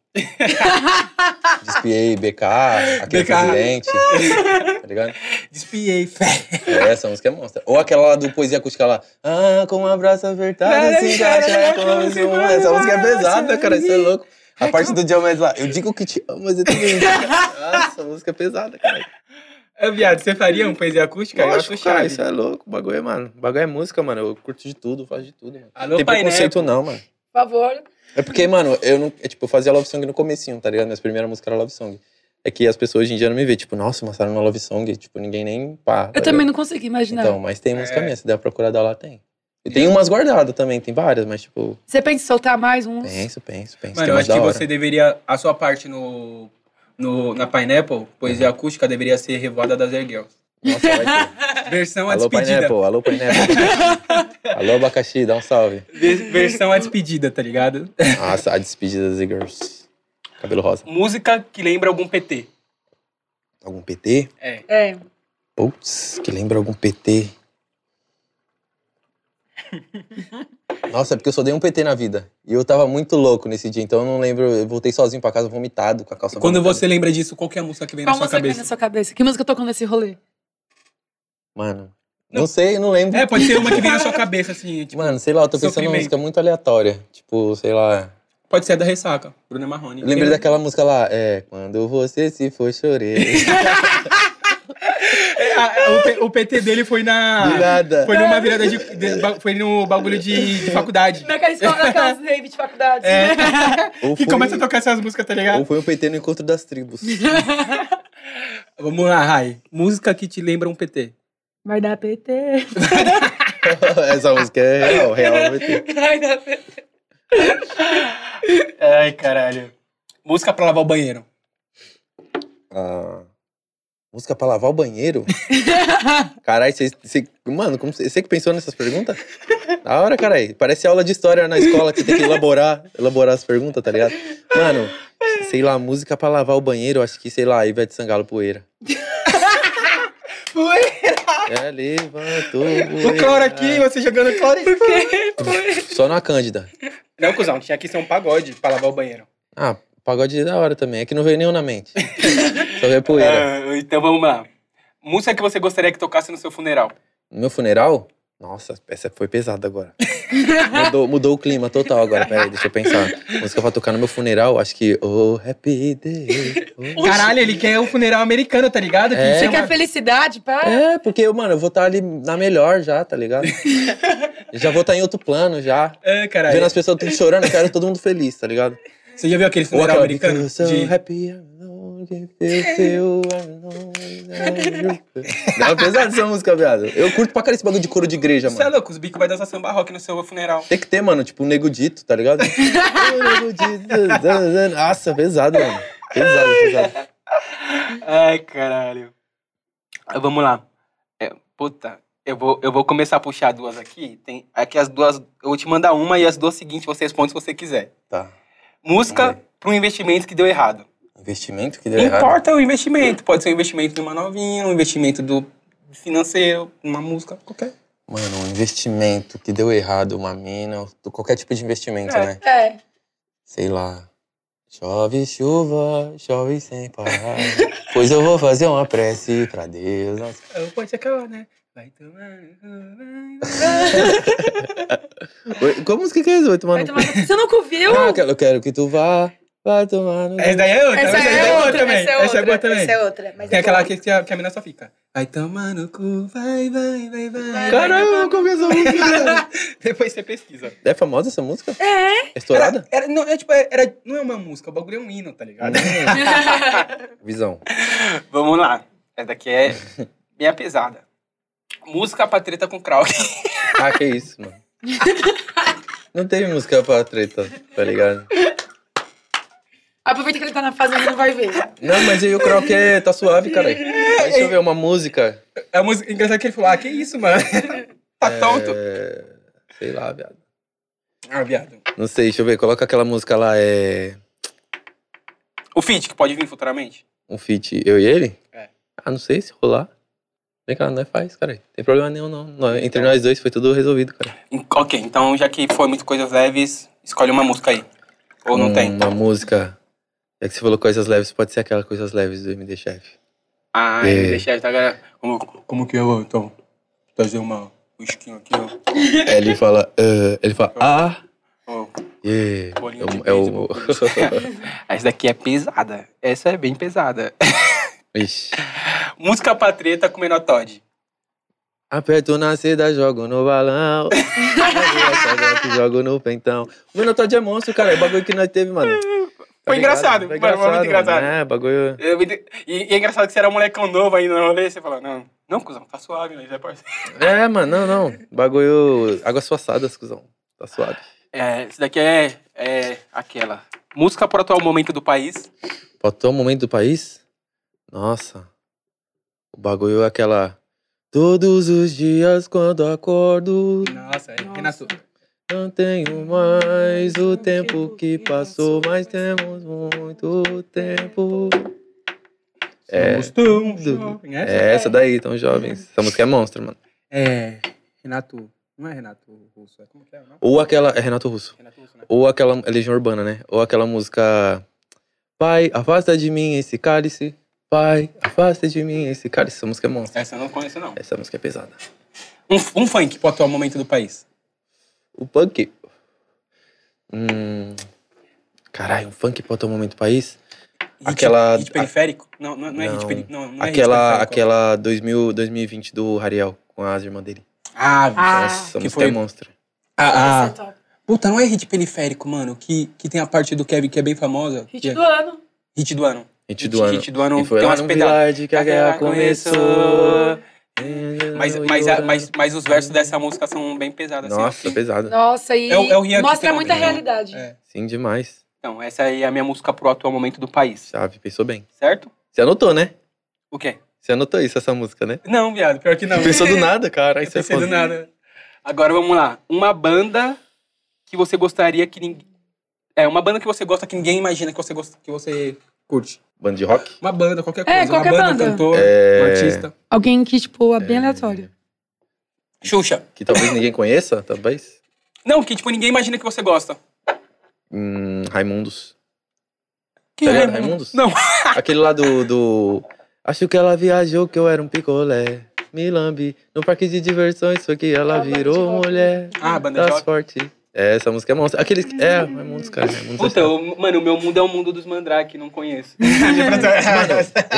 C: Despiei, BK, aquele
F: BK.
C: presidente. Tá ligado?
A: Despiei, fé.
C: É, essa música é monstra. Ou aquela lá do Poesia Acústica lá. Ah, com um braça apertada, se encaixa com a luz de um. Essa música é pesada, cara, isso é louco. A parte do Diomedes lá, eu digo que te amo, mas eu também. Nossa, a música é pesada, cara.
F: É, viado, você faria um poesia acústica? Eu acho
C: Lógico, cara,
F: chave.
C: isso é louco. O bagulho é, mano. O bagulho é música, mano. Eu curto de tudo, faço de tudo, mano.
A: Alô,
C: Não tem
A: Pai né?
C: preconceito, não, mano.
E: Por favor.
C: É porque, mano, eu não. É, tipo, eu fazia Love Song no comecinho, tá ligado? Minhas primeiras músicas eram Love Song. É que as pessoas hoje em dia não me veem, tipo, nossa, lançaram uma Love Song, tipo, ninguém nem pá. tá
E: Eu também
C: ligado?
E: não consigo imaginar.
C: Então, mas tem música
F: É.
C: minha, se der pra procurar dar lá, tem. E tem umas guardadas também, tem várias, mas tipo,
E: Você pensa em soltar mais uns?
C: penso, penso, penso.
F: Mano,
C: tem
F: eu
C: é mais
F: acho
C: da
F: que
C: hora.
F: você deveria. A sua parte no. no na Pineapple, poesia acústica, deveria ser Revoada das Air Girls.
C: Nossa, vai ter.
F: Versão a
C: alô,
F: despedida.
C: Pineapple, alô, Pineapple. alô, Abacaxi, dá um salve.
F: Ve- Versão a despedida, tá ligado?
C: Nossa, a despedida das Girls. Cabelo rosa.
A: Música que lembra algum PT.
C: Algum PT?
A: É.
E: É.
C: Putz, que lembra algum PT. Nossa, porque eu só dei um PT na vida. E eu tava muito louco nesse dia, então eu não lembro. Eu voltei sozinho pra casa vomitado, com a calça
F: Quando
C: vomitada.
F: você lembra disso, qual que é a música que vem
E: Qual
F: na sua
E: música que vem na
F: cabeça?
E: sua cabeça? Que música tocou nesse rolê?
C: Mano, não, sei, não lembro.
F: É, pode ser uma que vem na sua cabeça, assim. Tipo,
C: Mano, sei lá, eu tô pensando numa
F: sofrimento.
C: música muito aleatória. Tipo, sei lá.
F: pode ser a da Ressaca, Bruna Marrone.
C: Eu lembrei daquela música lá, é. Quando você se for, chorei.
F: É, a- a- o, P- o PT dele foi na.
C: Virada.
F: Ah, Foi numa virada de. de- ba- foi no bagulho de, de faculdade.
E: Naquela é escola, naquelas rave de faculdade.
C: Ou
F: Que
C: foi, um
F: começa a tocar essas músicas, tá ligado?
C: ou foi um PT no encontro das tribos.
F: Vamos lá, Rai. Música que te lembra um PT.
E: Vai dar PT.
C: Essa música é real, real PT.
E: Vai dar PT.
A: Ai, caralho. Música pra lavar o banheiro.
C: Ah, música pra lavar o banheiro? Caralho, você. Mano, como você que pensou nessas perguntas? Da hora, caralho. Parece aula de história na escola que você tem que elaborar, elaborar as perguntas, tá ligado? Mano, sei lá, música pra lavar o banheiro, acho que, sei lá, Ivete Sangalo poeira. É, levantou.
F: O cloro aqui,
A: Ah.
F: você jogando cloro aí.
C: É, Só na Cândida.
A: Não, cuzão, tinha que ser um pagode pra lavar o banheiro.
C: Ah, pagode é da hora também. É que não veio nenhum na mente. Só veio poeira.
A: Ah, então vamos lá. Música que você gostaria que tocasse no seu funeral.
C: No meu funeral? Nossa, essa foi pesada agora. mudou, mudou o clima total agora. Peraí, deixa eu pensar. Música pra tocar no meu funeral, acho que. Oh, happy day. oh.
F: Caralho, ele quer o funeral americano, tá ligado? Que
C: É.
F: isso
E: Você
F: é
E: quer
F: uma...
E: felicidade, pá?
C: É, porque, mano, eu vou estar ali na melhor já, tá ligado? Eu já vou estar em outro plano já.
F: É, caralho.
C: Vendo as pessoas tudo chorando, eu quero todo mundo feliz, tá ligado?
F: Você já viu aquele
C: Ou
F: funeral
C: aquela,
F: americano?
C: "Because I'm
F: De...
C: happy, I'm lonely, feel you, I'm lonely, I'm lonely." Não, é pesado essa música, viado. Eu curto pra caralho esse bagulho de couro de igreja,
A: Você é
C: mano.
A: louco, os bicos vai dançar samba rock no seu funeral.
C: Tem que ter, mano, tipo, um nego dito, tá ligado? Ô, Nego Dito, Nossa, pesado, mano. Pesado, pesado.
A: Ai, caralho. Ah, Vamos lá. É, puta, eu vou, eu vou começar a puxar duas aqui. Tem aqui as duas. Eu vou te mandar uma e as duas seguintes você responde se você quiser.
C: Tá.
A: Música para um investimento que deu errado.
C: Investimento que deu
A: Não
C: errado.
A: importa o investimento. Pode ser um investimento de uma novinha, um investimento do financeiro, uma música, qualquer.
C: Mano, um investimento que deu errado, uma mina, qualquer tipo de investimento,
A: É.
C: né?
E: É.
C: sei lá. Chove chuva, chove sem parar. pois eu vou fazer uma prece pra Deus. Nossa,
E: É,
F: Eu posso acabar, né? Vai tomar.
C: Oi, Qual música que é essa? Vai tomar
E: Vai
C: no
E: tomar- Você nunca ouviu?
C: Ah, eu quero- eu quero que tu vá, vai tomar no
F: Essa daí é outra.
E: Essa
F: daí
E: é outra,
F: também.
E: essa é outra.
F: Essa é boa também.
E: Essa é outra. Mas
F: Tem
E: é
F: aquela
E: boa.
F: que, que, a, que a mina só fica. Vai tomar no cu, vai, vai, vai, vai.
C: Caramba, como essa música?
F: Depois você pesquisa.
C: é famosa essa música?
E: É.
C: É estourada?
F: Era, não, é tipo, era, não é uma música, o bagulho é um hino, tá ligado?
C: Hum. Visão.
A: Vamos lá. Essa daqui é bem pesada. Música pra treta com Krauk.
C: Ah, que isso, mano. Não teve música pra treta, tá ligado?
E: Aproveita que ele tá na fase e não vai ver.
C: Não, mas aí o croque é- tá suave, caralho. Mas Deixa eu ver uma música.
F: É a música engraçado que ele falou, ah, que isso, mano.
A: Tá tonto?
C: É... Sei lá, viado.
F: Ah, viado.
C: Não sei, deixa eu ver. Coloca aquela música lá, é.
A: O feat que pode vir futuramente?
C: Um feat, eu e ele?
F: É.
C: Ah, não sei se rolar. Vem cá, nós faz, cara. Tem problema nenhum, não. Nós- Entre nós dois foi tudo resolvido, cara.
A: Em- Ok, então já que foi muito coisas leves, escolhe uma música aí. Ou não
C: Hum,
A: tem?
C: Uma música. É que você falou coisas leves, pode ser aquela coisas leves do MD Chef.
A: Ah,
C: É.
A: é. deixa tá galera. Como,
F: Como que eu vou, então?
A: trazer uma whiskinho aqui, ó.
C: Aí ele fala. ah, ele fala. Ah!
A: Ó,
C: Yeah.
A: Bolinho de
C: É o.
A: beisebol. Essa daqui é pesada. Essa é bem pesada.
C: Ixi.
A: música pra treta com menor Todd.
C: Aperto na seda, jogo no balão. é jogo no pentão. O Minotauro é monstro, cara. É o bagulho que nós teve, mano. Tá
A: Foi
C: ligado?
A: engraçado, foi muito
C: mano.
A: engraçado.
C: É, bagulho.
A: Eu me de- E, e é engraçado que você era um molecão novo ainda no rolê, você fala, não, não, cuzão, tá suave, né? Já é parceiro.
C: É, mano, não, não. Bagulho. Águas suaçadas, cuzão. Tá suave.
A: É, essa daqui é, é aquela. Música pro atual momento do país.
C: Pra atual um momento do país? Nossa. O bagulho é aquela. Todos os dias quando acordo,
F: Nossa, é
E: Nossa.
F: Renato.
C: não tenho mais o tempo que passou, mas temos muito tempo. É,
F: Somos tão jovens, essa?
C: é essa daí, tão jovens. Essa música é monstro, mano.
F: É, Renato. Não é Renato Russo, é como que é o nome?
C: Ou aquela. É Renato Russo.
F: Renato Russo, né?
C: Ou aquela é Legião Urbana, né? Ou aquela música Pai, afasta de mim esse cálice. Pai, afasta de mim esse cálice. Essa música é monstro.
A: Essa eu não conheço, não.
C: Essa música é pesada.
A: Um, um funk pro atual momento do país.
C: O punk. Hum. Caralho, um funk pra outro momento do país?
A: Hit-
C: Aquela-
A: Hit periférico? Não, não, não é hit
C: Não.
A: periférico. Não, não é hit
C: aquela
A: periférico.
C: aquela 2000, 2020 do Rariel com as irmãs dele.
A: Ah, vi.
E: Ah,
C: Nossa, a
A: que
C: música
A: foi-
C: é monstro.
A: ah,
E: Essa
A: ah.
E: é top.
A: Puta, não é hit periférico, mano. Que, que tem a parte do Kevin que é bem famosa. que
E: Hit
A: é-
E: do ano.
A: hit do ano.
C: Hit do ano.
A: Hit do ano
C: E foi
A: tem
C: lá
A: umas
C: no
A: pedaços.
C: Village que a guerra começou.
A: é, Mas, mas, a- mas, mas os versos dessa música são bem pesados. assim.
C: Nossa, pesado.
E: Nossa, e
A: É o- é o Rian que
E: mostra
A: tem
E: muita
A: uma visão.
E: realidade.
F: É.
C: Sim, demais.
A: Então, essa aí é a minha música pro atual momento do país,
C: Chave, pensou bem.
A: certo?
C: Você anotou, né?
A: O quê?
C: Você anotou isso, essa música, né?
A: Não, viado, pior que não.
C: Não pensou do nada, cara. Isso é
F: Pensei do
C: foda.
F: nada.
A: Agora vamos lá. Uma banda que você gostaria que ninguém. É, uma banda que você gosta que ninguém imagina que você, gosta, que você curte.
C: Banda de rock?
F: Uma banda, qualquer coisa.
E: É, qualquer
F: uma banda,
E: banda.
F: um cantor,
C: É.
F: um artista.
E: Alguém que, tipo, é bem aleatório.
A: Xuxa.
C: Que talvez ninguém conheça, talvez.
A: Não, que tipo, ninguém imagina que você gosta.
C: Hum, Raimundos.
A: Quem
C: Tá
A: é?
C: ligado, Raimundos?
A: Não.
C: Aquele lá do, do. Acho que ela viajou que eu era um picolé. me lambe. No parque de diversões, foi que ela virou mulher.
A: Ah, banda
C: Das
A: jovem.
C: forte. É, essa música é monstro. Aqueles. É, é monstro, cara. É monstro.
A: Puta, eu- mano, o meu mundo é o mundo dos mandrake, não conheço.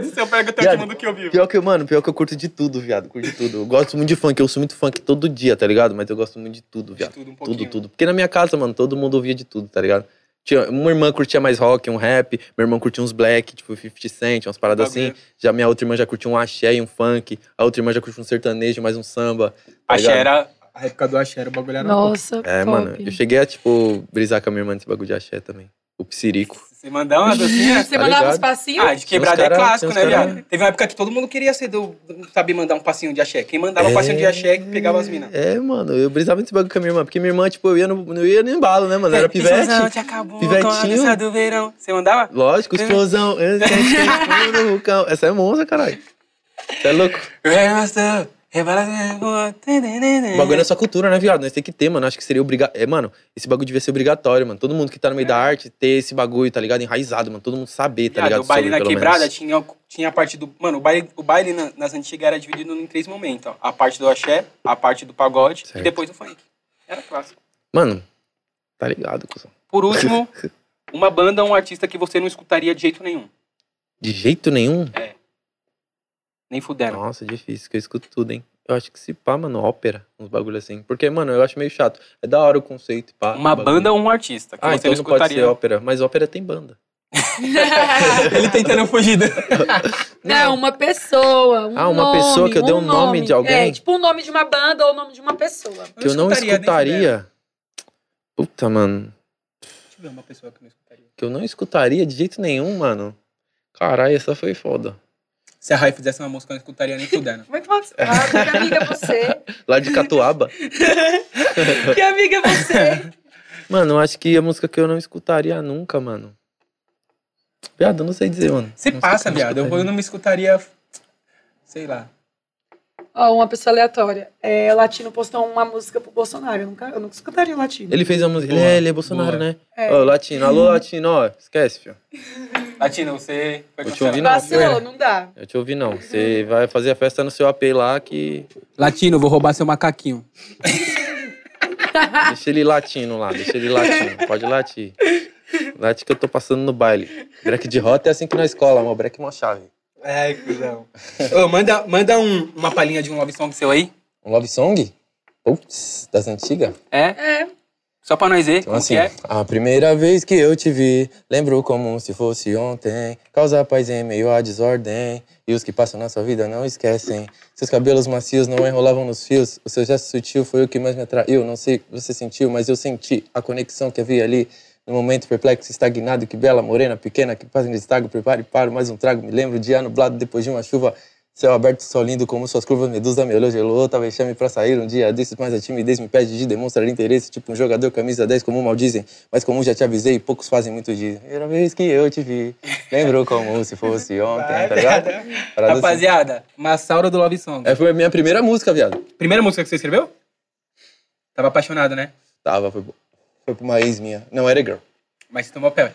A: Do seu pega até o
C: Viado,
A: mundo que eu vivo.
C: Pior que, eu- mano, pior que eu curto de tudo, viado. Curto de tudo. Eu gosto muito de funk. Eu sou muito funk todo dia, tá ligado? Mas eu gosto muito de tudo,
A: De
C: viado.
A: tudo, um pouquinho.
C: Tudo, tudo. tá Porque na minha casa, mano, todo mundo ouvia de tudo, tá ligado? Tinha, uma irmã curtia mais rock, um rap. Meu irmão curtia uns black, tipo 50 Cent, umas paradas assim.
A: Bagulho.
C: Já minha outra irmã já curtia um axé e um funk. A outra irmã já curtia um sertanejo, mais um samba. tá
A: Axé
C: ligado?
A: era.
F: A época do axé era o bagulho era louco.
E: Nossa,
C: É,
E: top.
C: mano, eu cheguei a, tipo, brisar com a minha irmã nesse bagulho de axé também. O psirico.
A: Você mandar uma docinha?
E: Você
C: tá
E: mandava uns
C: ligado?
E: passinhos?
A: Ah, de quebrada
C: cara-
A: é clássico,
C: tem
A: né,
C: uns cara-
A: viado? Teve uma época que todo mundo queria ser do. Sabe, mandar um passinho de axé. Quem mandava um passinho de axé pegava as minas.
C: É, mano, eu brisava nesse bagulho com a minha irmã, porque minha irmã, tipo, eu ia no, eu ia no embalo, né, mano? Era
A: Não,
C: pivete.
A: te acabou com a
C: Pivetinho.
A: dança do verão. Você mandava?
C: Lógico, explosão. eu senti tudo, vulcão. Essa é monza, caralho. Você é louco. O
A: assim, O
C: bagulho é só cultura, né, viado? Nós tem que ter, mano. Acho que seria obrigatório. É, mano, esse bagulho devia ser obrigatório, mano. Todo mundo que tá no meio da arte ter esse bagulho, tá ligado? Enraizado, mano. Todo mundo saber,
A: É.
C: tá
A: Viado,
C: ligado?
A: o baile
C: Sobre,
A: na
C: pelo
A: quebrada
C: menos.
A: tinha, tinha a parte do. Mano, o baile, o baile na- nas antigas era dividido em três momentos: ó. a parte do axé, a parte do pagode
C: Certo.
A: e depois o funk. Era clássico.
C: Mano, tá ligado, cuzão.
A: Por último, uma banda ou um artista que você não escutaria de jeito nenhum.
C: De jeito nenhum?
A: Nem fuderam.
C: Nossa, é difícil, que eu escuto tudo, hein? Eu acho que se pá, mano, ópera, uns bagulho assim. Porque, mano, eu acho meio chato. É da hora o conceito, pá.
A: Uma
C: bagulho.
A: banda ou um artista que
C: Ah,
A: você
C: então
A: não
C: não pode ser
A: escutaria.
C: ópera. Mas ópera tem banda.
A: Ele tentando fugir. do-
E: Não, uma pessoa. Um
C: Ah, uma
E: nome,
C: pessoa que eu dei um nome de alguém?
E: É, tipo o nome de uma banda ou o nome de uma pessoa.
C: que eu não
A: escutaria, nem
C: escutaria. Puta, mano.
F: Deixa eu ver uma pessoa que eu não escutaria.
C: Que eu não escutaria de jeito nenhum, mano. Caralho, essa foi foda.
A: Se a Rai fizesse uma música, eu não escutaria nem fudendo.
E: Vai tomar no seu- Ah, que amiga você.
C: Lá de Catuaba.
E: Que amiga é você.
C: mano, eu acho que a música que eu não escutaria nunca, mano. Viado, eu não sei dizer, mano.
A: Você
C: Não
A: passa,
C: escu- não
A: viado. Eu, vou- eu
C: escutaria.
A: não me escutaria. Sei lá.
E: Ó, uma pessoa aleatória. É, latino postou uma música pro Bolsonaro. Eu nunca, eu nunca escutaria o latino.
C: Ele fez a música.
F: Boa,
C: ele é, ele é Bolsonaro,
F: boa.
C: né?
E: É.
C: Ô, Latino. Alô,
A: Uhum.
C: Latino, ó. Esquece, filho.
A: Latino, você. Foi
C: Vou te
A: cancelado.
C: ouvir, não.
E: Vacilou, não dá.
C: Eu te ouvi, não. Você vai fazer a festa no seu AP lá que.
A: Latino, vou roubar seu macaquinho.
C: Deixa ele latino lá, deixa ele latino. Pode latir. Late que eu tô passando no baile. Break de rota é assim que na escola, amor. Break é uma chave.
A: É, cuzão. Ô, manda manda um- uma palhinha de um love song seu aí.
C: Um love song? Putz, das antigas?
A: É?
E: É.
A: Só pra nós ver
C: Então,
A: como
C: assim,
A: que é.
C: a primeira vez que eu te vi, lembro como se fosse ontem. Causa paz em meio à desordem. E os que passam na sua vida não esquecem. Seus cabelos macios não enrolavam nos fios. O seu gesto sutil foi o que mais me atraiu. Não sei o que você sentiu, mas eu senti a conexão que havia ali. No momento perplexo, estagnado, que bela morena pequena que faz um destago. Prepare para mais um trago. Me lembro de dia nublado depois de uma chuva. Céu aberto, sol lindo, como suas curvas, medusa me olhou, gelou, tava chame pra sair um dia desses, mas a timidez me pede de demonstrar interesse, tipo um jogador camisa 10, como mal dizem, mas como já te avisei, poucos fazem muito dia. Primeira vez que eu te vi, lembrou como se fosse ontem, tá ligado? Parada assim.
A: Rapaziada, Massaura do Love Song.
C: É, foi a minha primeira música, viado.
A: Primeira música que você escreveu? Tava apaixonado, né?
C: Tava, foi, foi pra uma ex minha, não era girl.
A: Mas você tomou pé.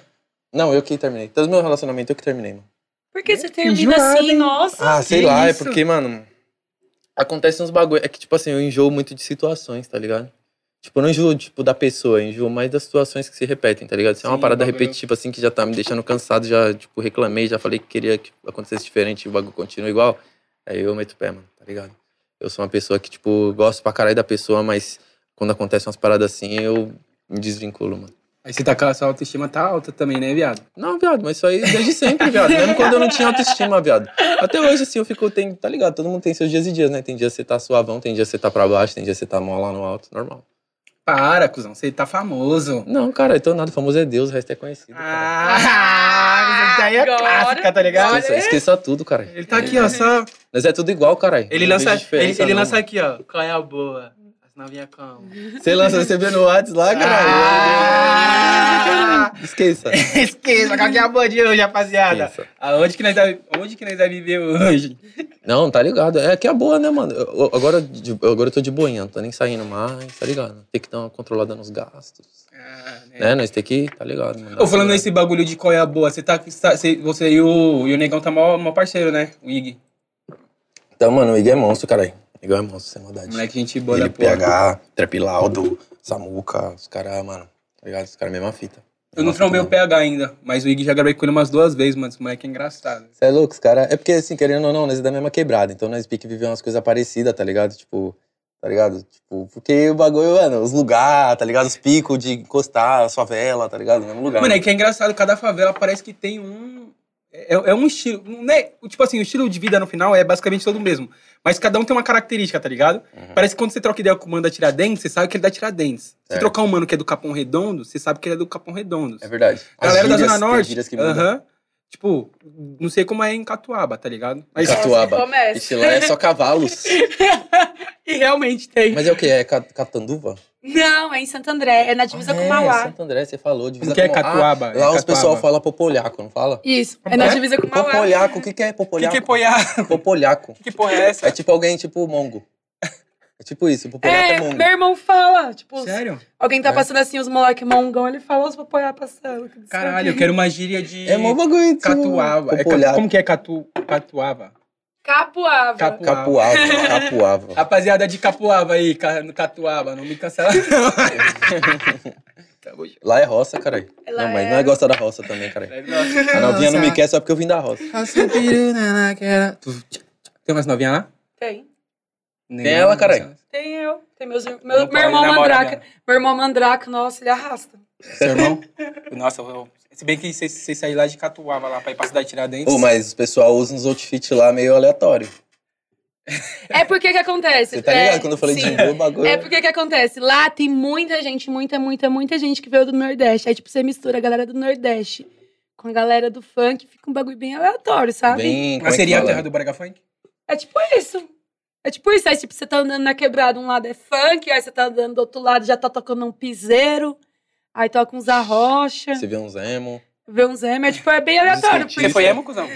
C: Não, eu que terminei, todo meu relacionamento eu que terminei, mano.
E: Por que você termina
F: Enjoada,
E: assim,
F: hein?
E: nossa?
C: Ah, sei
F: que
C: lá,
F: isso?
C: é porque, mano, acontece uns bagulho. É que, tipo assim, eu enjoo muito de situações, tá ligado? Tipo, eu não enjoo, tipo, da pessoa, eu enjoo mais das situações que se repetem, tá ligado? Se é uma
A: Sim,
C: parada
A: bagulho.
C: repetitiva, assim, que já tá me deixando cansado, já, tipo, reclamei, já falei que queria que acontecesse diferente e o bagulho continua igual, aí eu meto o pé, mano, tá ligado? Eu sou uma pessoa que, tipo, gosto pra caralho da pessoa, mas quando acontecem umas paradas assim, eu me desvinculo, mano.
A: Aí você tá com a sua autoestima tá alta também, né, viado?
C: Não, viado, mas isso aí desde sempre, viado. Mesmo quando eu não tinha autoestima, viado. Até hoje, assim, eu fico. Tem, tá ligado? Todo mundo tem seus dias e dias, né? Tem dia que você tá suavão, tem dia que você tá pra baixo, tem dia que você tá mó lá no alto, normal.
A: Para, cuzão. Você tá famoso.
C: Não, cara, então nada. Famoso é Deus, o resto é conhecido. cara.
F: Ah, isso daí é
E: Agora-
F: clássica, tá ligado?
C: Esqueça, esqueça tudo, cara.
F: Ele tá aqui, ó, só.
C: Mas é tudo igual, cara.
F: Ele
C: Não
F: lança,
C: tem diferença, né,
F: ele, ele
C: não.
F: lança aqui, ó. Qual é a boa? As novinhas como?
C: Você lança, você vê no WhatsApp lá, cara.
F: Ah!
C: Esqueça.
F: Esqueça, qual que é a boa de hoje, rapaziada?
C: Esqueça.
F: Aonde que nós vai, onde que nós vai viver hoje?
C: Não, tá ligado. É que é boa, né, mano? Eu- eu- agora, de- agora eu tô de boinha, não tô nem saindo mais, tá ligado? Tem que dar uma controlada nos gastos.
F: Ah, né?
C: Né? Nós tem que, tá ligado?
A: Ô, falando nesse bagulho de qual é a boa, você tá. você tá- você, você e, o, e o Negão tá mó, mó parceiro, né? O Ig.
C: Então, mano, o Igor é monstro, caralho. O Igor é monstro, sem maldade.
F: Moleque, gente boa
C: Ele,
F: da porra.
C: PH, Trap Laudo, Samuca, os caras, mano, tá ligado? Os caras, mesma fita.
F: Eu não
C: Mesma
F: trombei o
C: fita, mano.
F: PH ainda, mas o Ig já gravei com ele umas duas vezes, mano. Esse moleque é engraçado.
C: Cê é louco, os caras. É porque, assim, querendo ou não, nós é da mesma quebrada. Então nós pique vivemos umas coisas parecidas, tá ligado? Tipo, tá ligado? Tipo, porque o bagulho, mano, os lugares, tá ligado? Os picos de encostar, as favelas, tá ligado? No mesmo lugar.
F: Mano, é que é engraçado, cada favela parece que tem um. É, é um estilo. Né? Tipo assim, o estilo de vida no final é basicamente todo o mesmo. Mas cada um tem uma característica, tá ligado?
C: Uhum.
F: Parece que quando você troca ideia com o mano da Tiradentes, você sabe que ele é da Tiradentes. Se
C: Certo.
F: trocar um mano que é do Capão Redondo, você sabe que ele é do Capão Redondo.
C: É verdade.
F: A galera
C: As
F: da
C: gírias,
F: Zona
C: tem
F: Norte.
C: gírias que mudam.
F: Aham. Tipo, não sei como é em Catuaba, tá ligado?
C: é
F: Mas
C: Catuaba.
E: começa.
C: Ixi, lá é só cavalos.
E: E realmente tem.
C: Mas é o quê? É Ca- Catanduva?
E: Não, é em Santo André, é na divisa com
C: é,
E: com Mauá.
C: Santo André, você falou. Divisa
F: o que é
C: com Mauá.
F: Catuaba?
C: Ah, lá
F: é
C: os pessoal
F: Catuaba.
C: fala popolhaco, não fala?
E: Isso, é na
F: É?
E: divisa com Mauá.
C: Popolhaco, o que, que é
A: O que,
C: popolhaco?
A: que é poiar?
C: Popolhaco.
A: Que porra é essa?
C: É tipo alguém tipo mongo. É tipo isso, popolhaco é,
E: É,
C: mongo.
E: meu irmão fala. Tipo,
F: Sério?
E: alguém tá
C: É.
E: passando assim, os moleque mongão, ele fala os papoiá passando. que não sei o
F: Caralho,
E: quê.
F: eu quero uma gíria de.
C: É mó bagulho. tipo,
F: Catuaba. É ca-
C: Popolhaco.
F: Como que é catu... Catuaba?
E: Capuava.
F: Capu-
C: Capuava, capuava.
F: Rapaziada de Capuava aí, ca- no Catuaba, não me cancela não.
C: Lá é roça, caralho.
E: Ela
C: Não, mas
E: é-
C: não é gosta da roça também, caralho. A novinha não me quer só porque eu vim da roça.
F: Tem umas novinhas lá?
E: Tem.
F: Nem
C: Tem ela, caralho.
E: Tem eu. Tem meus, meu,
A: Não
E: meu
A: pode,
E: irmão
A: namora,
F: né?
E: mandraca. Meu irmão mandraca, nossa, ele arrasta.
A: Seu irmão? Nossa, eu- se bem que vocês vocês saíram lá de Catuaba lá pra ir pra cidade de Tiradentes.
C: Pô, mas o pessoal usa uns outfits lá meio aleatório.
E: É porque que acontece?
C: Você tá ligado
E: É,
C: quando eu falei
E: sim.
C: de boa, o bagulho.
E: É porque que acontece? Lá tem muita gente, muita, muita, muita gente que veio do Nordeste. Aí, tipo, você mistura a galera do Nordeste com a galera do funk, fica um bagulho bem aleatório, sabe?
C: Bem, como
F: Mas
C: é que
F: seria a
C: fala?
F: terra do Braga Funk?
E: É tipo isso. É tipo isso. Aí, tipo, você tá andando na quebrada, um lado é funk, aí você tá andando do outro lado, já tá tocando um piseiro, aí toca uns arrocha,
C: Você vê um uns emo.
E: vê uns emo. É tipo, é bem aleatório.
C: skatista.
A: Você foi emo, cuzão?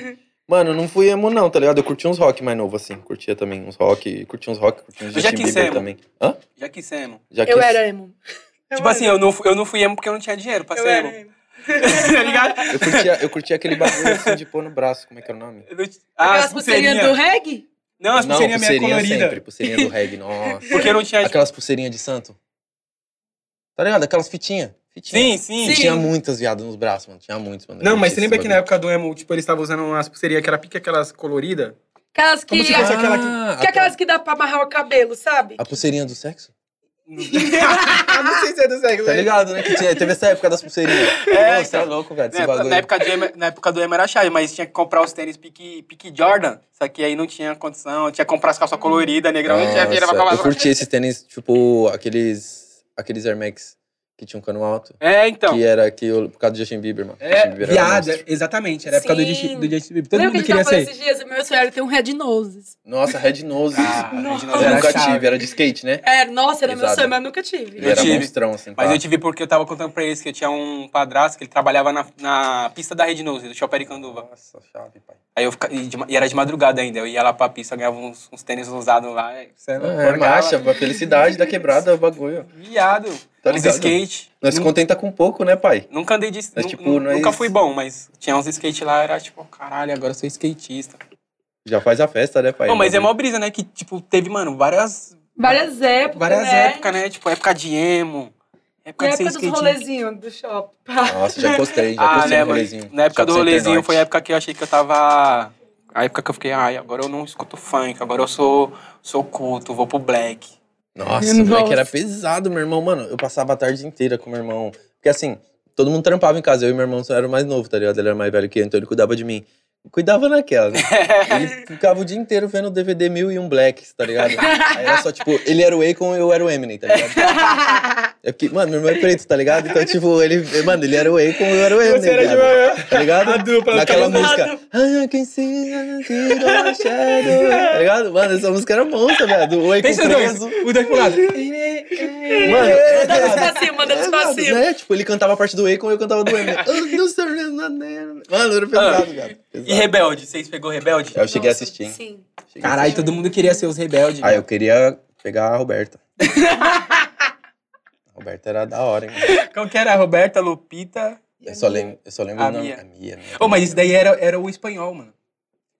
C: Mano, eu não fui emo não, tá ligado? Eu curti uns rock mais novo, assim. Curtia também uns rock, curti uns rock, curti uns
A: Eu já
C: Justin
A: quis
C: Bieber
A: ser emo.
C: também. Hã?
A: Já quis ser emo.
C: Já
E: Eu
C: quis-
E: era emo.
A: tipo assim, eu não, fu- eu não fui emo porque eu não tinha dinheiro pra
E: Eu
A: ser
E: era
A: emo.
E: emo.
A: tá ligado?
C: Eu curtia, eu curtia aquele bagulho assim de pôr no braço, como é que era o nome?
A: Eu não ti- Ah,
E: Aquelas
A: as
E: pulseirinhas
A: pulseirinhas.
E: do reggae?
A: Não, as pulseirinhas minha colorida.
C: sempre, pulseirinha do reggae, nossa.
A: Porque eu não tinha.
C: Aquelas pulseirinhas de santo. Tá ligado? Aquelas fitinhas.
A: Sim,
C: Fitinha.
A: sim.
C: E
E: Sim.
C: tinha muitas viadas nos braços, mano. Tinha muitos, mano.
F: Não,
C: Eu
F: mas
C: curti
F: você lembra
C: esse
F: que na
C: bagulho.
F: época do emo, tipo, eles estavam usando umas pulseirinhas que era pique aquelas coloridas?
E: Aquelas que.
F: Como se fosse aquela que-
C: Ah,
E: Que é aquelas que dá pra amarrar o cabelo, sabe?
C: A pulseirinha do sexo?
F: não sei se é do sexo.
C: Tá ligado, né? Que tinha, teve essa época das pulseirinhas. É, você é louco, velho.
A: Na
C: Esse
A: época,
C: bagulho.
A: então. na época de emo- na época do Emo era chave, mas tinha que comprar os tênis pique, pique Jordan. Só que aí não tinha condição, tinha que comprar as calças coloridas, negrão, não tinha dinheiro pra
C: Nossa,
A: comprar.
C: Eu curti esses tênis, tipo, aqueles. Aqueles Air Max que tinha um cano alto.
A: É, então.
C: Que era que eu, por causa do Justin Bieber, mano.
F: É,
C: Justin Bieber era
F: viada,
C: monstro.
F: exatamente. Era a época do
E: Sim.
F: Justin do Justin Bieber. Todo
E: Lembra
F: mundo
E: que a
F: queria
E: gente tava
F: ser.
E: falando esses dias? Meu sonho tem um Red Noses.
C: Nossa, Red Nose.
A: Ah,
E: Nossa.
A: Reginaldo
C: eu
A: era
C: nunca
A: chave.
C: tive, era de skate, né?
E: É, nossa, era meu
C: Exato.
E: sonho, mas eu nunca tive.
C: Ele
A: Eu
C: era
A: tive.
C: monstrão, assim.
A: Mas
C: pá.
A: eu tive porque eu tava contando pra eles que eu tinha um padrasto que ele trabalhava na, na pista da Red Nose, do Shopping Canduva.
C: Nossa, chave, pai.
A: Aí eu ficava, e, de ma- e era de madrugada ainda, eu ia lá pra pista, eu ganhava uns, uns tênis usados lá. É,
C: É, marcha, a felicidade da quebrada, o bagulho.
A: Viado.
C: Tá
A: uns
C: ligado?
A: skate.
C: Nós se
A: Nun-
C: contenta com pouco, né, pai?
A: Nunca andei de...
C: Mas,
A: nu-
C: tipo,
A: nu-
C: não é
A: nunca
C: isso.
A: fui bom, mas tinha uns skate lá, era tipo, caralho, agora eu sou skatista.
C: Já faz a festa, né, pai?
A: Não, mas é mó brisa, né? Que, tipo, teve, mano, várias,
E: Várias épocas.
A: várias
E: né?
A: épocas, né? Tipo, época de emo, época
E: Na
A: de ser
E: época dos
A: skatista.
E: rolezinhos do shopping.
C: Nossa, já gostei, já
A: Ah,
C: gostei
A: né,
C: do
A: mano?
C: rolezinho.
A: Na época do
C: Shopping Center
A: rolezinho
C: Norte.
A: foi a época que eu achei que eu tava. A época que eu fiquei, ai, agora eu não escuto funk, agora eu sou, sou culto, vou pro black.
C: Nossa,
E: Nossa.
C: o moleque era pesado, meu irmão. Mano, eu passava a tarde inteira com meu irmão. Porque assim, todo mundo trampava em casa. Eu e meu irmão só era o mais novo, tá ligado? Ele era mais velho que eu, então ele cuidava de mim. Cuidava naquela, né? Ele ficava o dia inteiro vendo o DVD mil e um Blacks, tá ligado? Aí era só, tipo, ele era o Akon e eu era o Eminem, tá ligado? É porque, mano, meu irmão é preto, tá ligado? Então, tipo, ele, mano, ele era o Akon e eu era o Eminem.
F: Você era de
C: viado.
F: uma...
C: Tá ligado?
F: A dupla,
C: Naquela
F: tá ligado?
C: música. "Ah, I can see the shadow. Tá ligado? Mano, essa música era monstra, velho. O Akon
F: Pensa os dois.
C: preso.
F: Os dois pro lado.
C: Mano, é,
E: Manda
C: é,
E: despacinho, manda
C: é,
E: despacinho.
C: né? Tipo, ele cantava a parte do Akon e eu cantava do Eminem. Eu não sei nada, né? Mano, era pesado, cara.
A: Ah, E Rebelde, vocês pegou Rebelde?
C: Eu cheguei a assistir, hein?
E: Sim.
C: Cheguei a
F: Caralho,
C: assistir.
F: todo mundo queria ser os rebeldes.
C: Ah, eu queria pegar a Roberta. A Roberta era da hora, hein? mano?
A: Qual que era? Roberta, Lupita.
C: Eu só lembro, eu só lembro
A: A
C: o nome.
A: Mia.
C: A Mia. né?
F: Oh, mas isso daí era, era o espanhol, mano.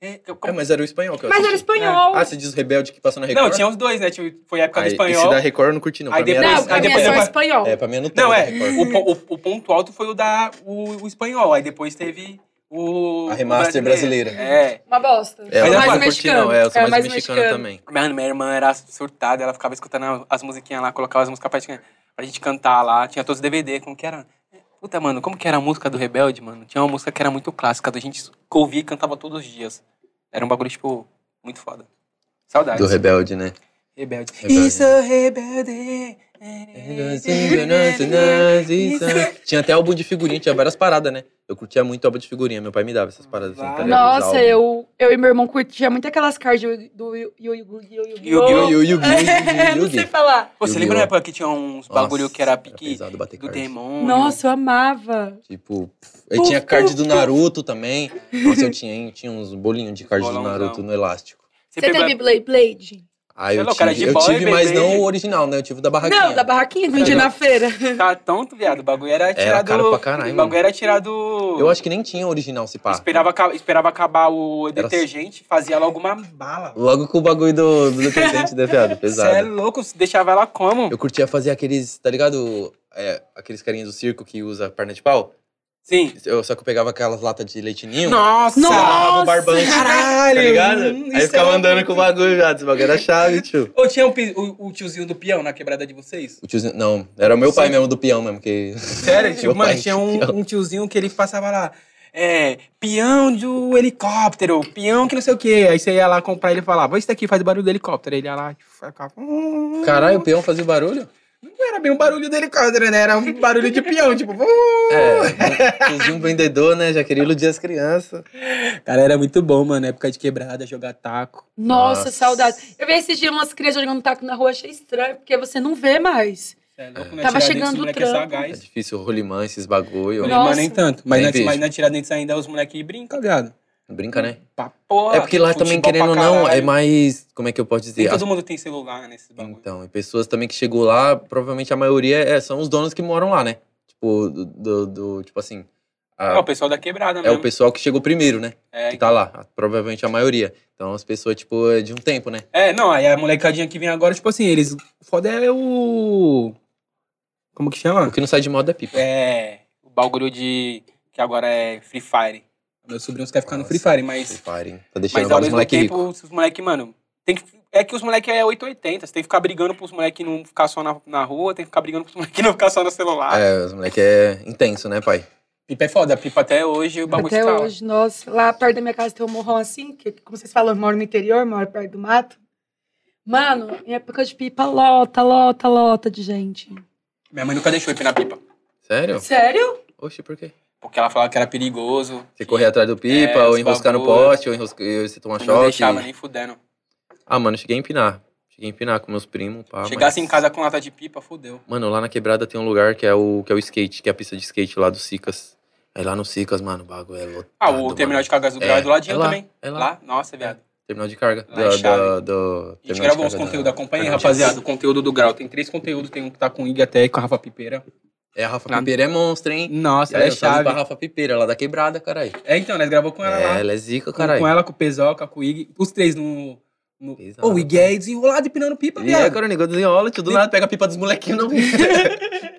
A: É, eu-
C: É, mas era o espanhol que eu
B: Mas era
C: assisti.
B: espanhol.
C: Ah, você diz Rebelde que passou na Record?
A: Não, tinha os dois, né? Tipo, foi a época
C: Aí,
A: do espanhol.
C: Esse da Record eu não curti, não.
A: Aí
C: Pra mim
A: depois-
C: era
E: Não,
C: esse.
E: pra
A: aí
E: mim é
A: depois
E: só
A: eu-
E: espanhol.
C: É, pra mim eu não tem
A: Não,
C: da
A: é.
C: Record.
A: O, po- o- o ponto alto foi o da o, o espanhol. Aí depois teve o.
C: A
A: o
C: remaster
A: brasileiro.
C: brasileira.
A: É.
E: Uma bosta.
C: É, eu
A: Mas
C: não
A: mais
C: curti, não. É, eu sou mais, mexicano, também.
A: Mano, minha irmã era surtada, ela ficava escutando as musiquinhas lá, colocava as músicas pra gente, pra gente cantar lá. Tinha todos os DVD, como que era? Puta, mano, como que era a música do Rebelde, mano? Tinha uma música que era muito clássica, da gente ouvia e cantava todos os dias. Era um bagulho, tipo, muito foda. Saudades.
C: Do Rebelde, né?
A: Rebelde.
C: Rebelde.
A: Isso, Rebelde.
C: Tinha até álbum de figurinha, tinha várias paradas, né? Eu curtia muito álbum de figurinha, meu pai me dava essas paradas assim, tá ligado? Os
E: Nossa,
C: álbuns.
E: eu, eu e meu irmão curtia muito aquelas cards do Yu- Yu- Yu- Yu-
A: Yu-Gi-Oh!
E: Yu-Gi-Oh!
C: Yu- Yu- Yu-
E: É, Não
C: Yu-
E: sei
C: Yu-
E: falar.
A: Pô, você
C: Yu-Gi-Oh!
A: lembra na época que tinha uns bagulho
C: Nossa,
A: que era
C: era
A: pique
C: pesado bater
A: do
C: card.
A: demônio?
E: Nossa, eu amava.
C: Tipo, eu tinha
E: Puf,
C: card
E: puf,
C: do
E: puf.
C: Naruto também. Nossa, eu tinha, hein? tinha uns bolinhos de card do
A: Bolãozão.
C: Naruto no elástico.
A: Você,
E: Você
A: pegou-
E: teve Blade Blade?
C: Aí eu
A: Sei lá, o cara é
C: tive,
A: de
C: eu
A: boy,
C: tive mas
A: bebê.
C: não o original, né? Eu tive o da barraquinha.
E: Não, da barraquinha que vendia
C: Era-
E: na feira.
A: Tá tonto, viado. O bagulho era tirado.
C: caro pra caralho,
A: O
C: mano.
A: bagulho era tirado.
C: Eu acho que nem tinha o original, se pá.
A: Esperava, aca- esperava acabar o
C: Era-
A: detergente, fazia logo uma bala.
C: Logo com o bagulho do, do detergente, né, viado?
A: Você é
C: Pesado.
A: louco, se deixava ela como?
C: Eu curtia fazer aqueles, tá ligado? É, aqueles carinhas do circo que usa perna de pau.
A: Sim.
C: Eu, só que eu pegava aquelas latas de leitinho.
A: Nossa!
C: Tava o barbante,
A: Caralho!
C: tá ligado?
A: hum,
C: Aí
A: isso
C: eu ficava
A: é
C: andando
A: muito-
C: com o bagulho, viado. Esse bagulho era chave, tio.
A: Ou tinha um pi- o, o tiozinho do peão na quebrada de vocês?
C: O tiozinho, não, era o meu pai mesmo, do peão mesmo, que...
A: Sério, tipo,
C: Meu
A: mano,
C: pai,
A: tinha um, um tiozinho que ele passava lá. É, peão do helicóptero, peão que não sei o quê. Aí você ia lá comprar ele e falava, isso daqui faz o barulho do helicóptero. Aí Ele ia lá, tipo, ficava. "Hum".
C: Caralho, o peão fazia barulho?
A: Não era bem um barulho do helicóptero, né? Era um barulho de peão, tipo. "Uh".
C: É, tiozinho vendedor, né? Já queria iludir as crianças.
A: Cara, era muito bom, mano. Época de quebrada, jogar taco.
E: Nossa,
C: Nossa.
E: saudade. Eu vi esses dias umas crianças jogando taco na rua, achei estranho, porque você não vê mais.
A: É louco, né?
E: Tava
A: Tiradentes,
E: chegando
A: os
E: o
A: moleque
E: trampo.
A: É
C: É
A: sagaz.
C: difícil, rolimã, esses bagulho.
E: Não.
A: Mas nem tanto. Mas
C: Nem
A: na,
C: vejo.
A: mas na Tiradentes ainda os moleques brincam, viado.
C: Brinca, né?
A: Pra porra.
C: É porque lá também,
A: futebol
C: querendo ou
A: pra
C: não, é
A: caralho.
C: mais. Como é que eu posso dizer?
A: Nem
C: As-
A: todo mundo tem celular nesses bagulho.
C: Então, e pessoas também que chegou lá, provavelmente a maioria é- são os donos que moram lá, né? Tipo, do. do- do- tipo assim. a-
A: É o pessoal da quebrada
C: é o
A: mesmo.
C: pessoal que chegou primeiro, né?
A: É,
C: Que tá lá. a- Provavelmente a maioria. Então as pessoas, tipo, é de um tempo, né?
A: É, não, aí a molecadinha que vem agora, tipo assim, eles. O foda é o. Como que
C: O
A: chama?
C: que não sai de moda é pipa.
A: É. O bagulho de. Que agora é Free Fire. Meus sobrinhos querem ficar no
C: Nossa,
A: Free Fire, mas.
C: Free Fire, hein? Tá deixando
A: Mas ao
C: vários
A: mesmo
C: moleque
A: tempo,
C: rico.
A: os moleque, mano, tem que. É que os moleque é 880, você tem que ficar brigando pros moleque não ficar só na, na rua, tem que ficar brigando pros moleque não ficar só no celular.
C: É, os moleque é intenso, né, pai?
A: Pipa é foda, pipa até hoje o bagulho
E: Até
A: tá lá.
E: hoje, nossa. Lá perto da minha casa tem um morrão assim, que, como vocês falam, eu moro no interior, moro perto do mato. Mano, em época de pipa, lota, lota, lota de gente.
A: Minha mãe nunca deixou eu ir na pipa,
C: Sério?
E: Sério?
C: Oxe, por quê?
A: porque ela falava que era perigoso.
C: Você correr atrás do pipa,
A: É,
C: ou
A: os
C: enroscar no
A: bagulho.
C: poste, ou, enrosca, ou você tomar
A: Eu não
C: choque.
A: deixava né? nem fudendo.
C: Ah, mano, eu cheguei a empinar. Cheguei a empinar com meus primos, pá.
A: Chegasse
C: Ah,
A: em
C: mas-
A: casa com lata de pipa, fudeu.
C: Mano, lá na quebrada tem um lugar que é o, que é o skate, que é a pista de skate lá do Sicas. Aí lá no Sicas, mano, o bagulho é lotado.
A: Ah, o terminal de cargas do Grau é, do ladinho
C: é lá,
A: também.
C: é lá.
A: Lá? Nossa, viado.
C: Terminal de carga.
A: Lá em
C: do,
A: Ah, é Chave.
C: do, do,
A: A gente
C: terminal de
A: gravou uns
C: carga
A: conteúdos,
C: da-
A: acompanha aí,
C: Fernandes.
A: rapaziada. O conteúdo do Grau. Tem três conteúdos, tem um que tá com o Ig até e com a Rafa Pipeira.
C: É, a Rafa
A: Lá-
C: Pipeira é monstro, hein?
A: Nossa,
C: Ela
A: é
C: é chave. A
A: chave.
C: Rafa Pipeira, lá da quebrada, caralho.
A: É, então, nós gravou com ela lá.
C: É, ela é zica,
A: Com-
C: caralho.
A: Com ela, com o Pesoca, com o Ig. Os três no. no...
C: Pesado.
A: Ô, o Ig é desenrolado e pinando pipa,
C: E é,
A: viado.
C: cara, o negócio desenrola, tio, do nada pega a pipa dos molequinhos, não.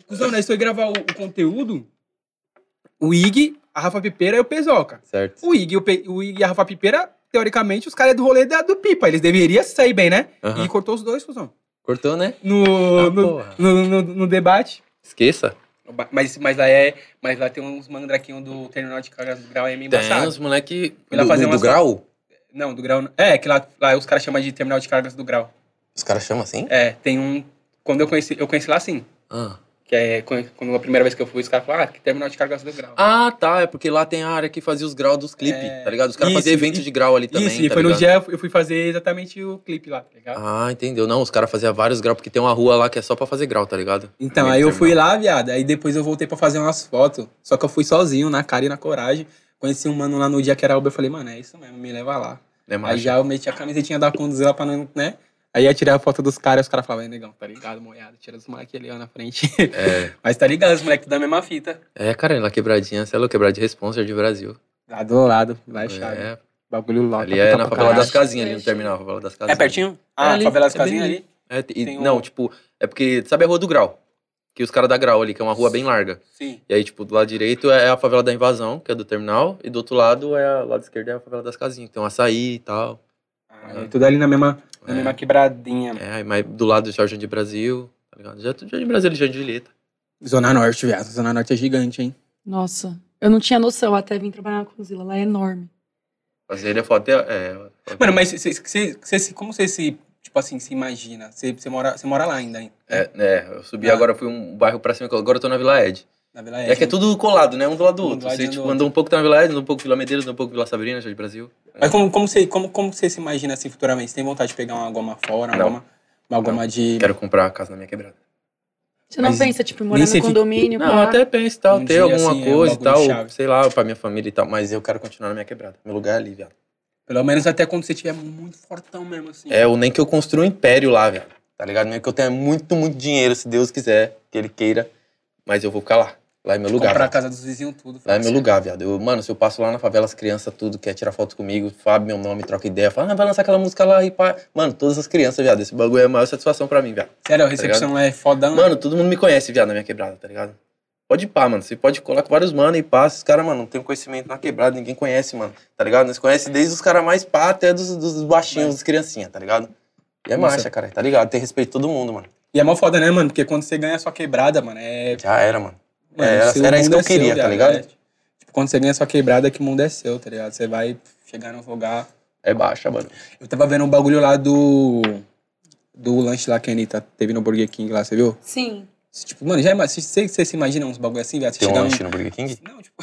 A: Cusão, nós foi gravar o, o conteúdo. O Ig, a Rafa Pipeira e o Pesoca.
C: certo.
A: O Ig, e o, Pe- o Ig e a Rafa Pipeira, teoricamente, os caras é do rolê da, do pipa. Eles deveriam sair bem, né?
C: Aham.
A: E cortou os dois, Cusão.
C: Cortou, né?
A: No,
C: Ah,
A: no,
C: porra.
A: no, no, no debate.
C: Esqueça.
A: Mas, mas lá é. Mas lá tem uns mandraquinhos do terminal de cargas do grau é meio
C: Tem
A: embaçado.
C: os moleque...
A: Fui lá
C: Do,
A: fazer
C: do, do
A: umas-
C: grau?
A: Não, do grau. não. É, que lá, lá os caras chamam de terminal de cargas do grau.
C: Os caras chamam assim?
A: É, tem um. Quando eu conheci, eu conheci lá sim.
C: Ah.
A: Que é quando quando a primeira vez que eu fui, os caras falaram, ah, que terminal de cargas do grau.
C: Ah, tá. É porque lá tem a área que fazia os graus dos clipes,
A: É.
C: tá ligado? Os caras
A: Isso,
C: faziam eventos
A: e-
C: de grau ali também.
A: Isso, e
C: tá
A: foi no
C: ligado?
A: dia eu fui fazer exatamente o clipe lá, tá ligado?
C: Ah, entendeu. Não, os caras faziam vários graus, porque tem uma rua lá que é só pra fazer grau, tá ligado?
A: Então, aí eu fui lá, viado. Aí depois eu voltei pra fazer umas fotos. Só que eu fui sozinho, na cara e na coragem. Conheci um mano lá no dia que era Uber. Eu falei, mano, é isso mesmo, me leva lá.
C: É
A: Aí
C: mais.
A: já eu meti a camisetinha da Conduzila pra não, né? Aí ia tirar a foto dos caras, os caras falavam, "É, negão, tá ligado, moiado, tira os moleques ali ó, na frente.
C: É.
A: Mas tá ligado, os moleques da mesma fita.
C: é, cara, lá quebradinha, sei lá, quebradinha de responsa de Brasil.
A: Lá do Tá lado, vai, chave. tá
C: É,
F: Bagulho lá.
C: Ali é na favela
E: caralho.
C: das casinhas, ali no terminal, favela das
A: É
C: casinhas.
A: pertinho?
F: Ah,
A: Ah,
F: ali,
A: favela das
F: é bem
A: casinhas
F: ali.
A: ali?
C: É, e-
A: Tem um-
C: Não, tipo, é porque, sabe a Rua do Grau? Que os caras da Grau ali, que é uma rua bem larga.
A: Sim.
C: E aí, tipo, do lado direito é a favela da invasão, que é do terminal, e do outro lado é a lado esquerdo é a favela das casinhas, que tem um açaí e tal.
F: Ah, é tudo ali na mesma, na
C: É.
F: mesma quebradinha.
C: É, aí, mas do lado do Jardim de Brasil, tá ligado? Já Jardim de Brasil, Jardim de Leta. É.
F: Zona Norte, viado. Zona Norte é gigante, hein?
E: Nossa, eu não tinha noção até vir trabalhar na Conzila, lá é enorme.
C: Mas ele é foda até. É,
A: Mano, mas cê- cê- cê- cê se- como você se, tipo assim, se imagina? Você mora, cê mora lá ainda, hein?
C: é, é, eu subi
A: Ah.
C: agora, fui um bairro pra cima, que eu- agora eu tô na Vila Ed.
A: Na Vila
C: É, que é
A: né?
C: tudo colado, né? Um do lado do
A: Um do
C: outro.
A: lado
C: Você,
A: do
C: tipo,
A: outro.
C: andou um pouco na Vila Ed, andou um pouco Vila Medeiros, andou um pouco Vila Sabrina, Jardim de Brasil.
A: É. Mas como, como, você, como, como você se imagina assim futuramente? Você tem vontade de pegar uma goma fora, uma
C: Não.
A: goma, uma goma de.
C: Quero comprar a casa na minha quebrada.
E: Você não
A: Mas
E: pensa, tipo, em
A: nem
E: morar
A: você
E: no
A: fica-
E: condomínio?
C: Não,
E: pá?
C: eu até penso e tal,
A: Um
C: ter
A: dia,
C: alguma
A: assim, é um
C: coisa e
A: bagulho
C: tal,
A: chave.
C: sei lá, pra minha família e tal, mas eu quero continuar na minha quebrada. Meu lugar é ali, viado.
A: Pelo menos até quando você tiver muito fortão mesmo, assim.
C: É, ou nem que eu construa um império lá, viado. Tá ligado? Nem que eu tenha muito, muito dinheiro, se Deus quiser, que ele queira, mas eu vou ficar lá. Lá é meu lugar.
A: Comprar a
C: viado.
A: casa dos vizinhos, tudo.
C: Lá é
A: fala
C: meu
A: assim.
C: lugar, viado. Eu, mano, se eu passo lá na favela, as crianças, tudo, quer tirar foto comigo, sabe meu nome, troca ideia, fala, ah, vai lançar aquela música lá e pá. Mano, todas as crianças, viado, esse bagulho é a maior satisfação pra mim, viado.
A: Sério, a recepção lá é fodão. né?
C: tá Mano, todo mundo me conhece, viado, na minha quebrada, tá ligado? Pode ir pá, mano. Você pode colar com vários mano e pá. Esses caras, mano, não tem conhecimento na quebrada, ninguém conhece, mano. Tá ligado? Nós conhece desde os caras mais pá até dos, dos baixinhos, dos criancinhas, tá ligado? E é
A: Nossa.
C: marcha, cara, tá ligado? Tem respeito de todo mundo, mano.
A: E é mó foda, né, mano? Porque quando você ganha a sua quebrada, mano, é.
C: Já era, mano.
A: mano,
C: era-
A: seu
C: era isso
A: mundo
C: que eu
A: é seu,
C: queria, tá
A: viado,
C: ligado?
A: é. Tipo, quando você ganha a sua quebrada, que o mundo é seu, tá ligado? Você vai chegar num lugar.
C: É baixa, mano.
A: Eu tava vendo um bagulho lá do. Do lanche lá que a Anitta teve no Burger King lá, você viu?
E: Sim.
A: Tipo, mano, já ima- você, você, você se imagina uns bagulho assim, viado? Você
C: Tem um
A: chegar
C: lanche no Burger King?
A: num- Não, tipo,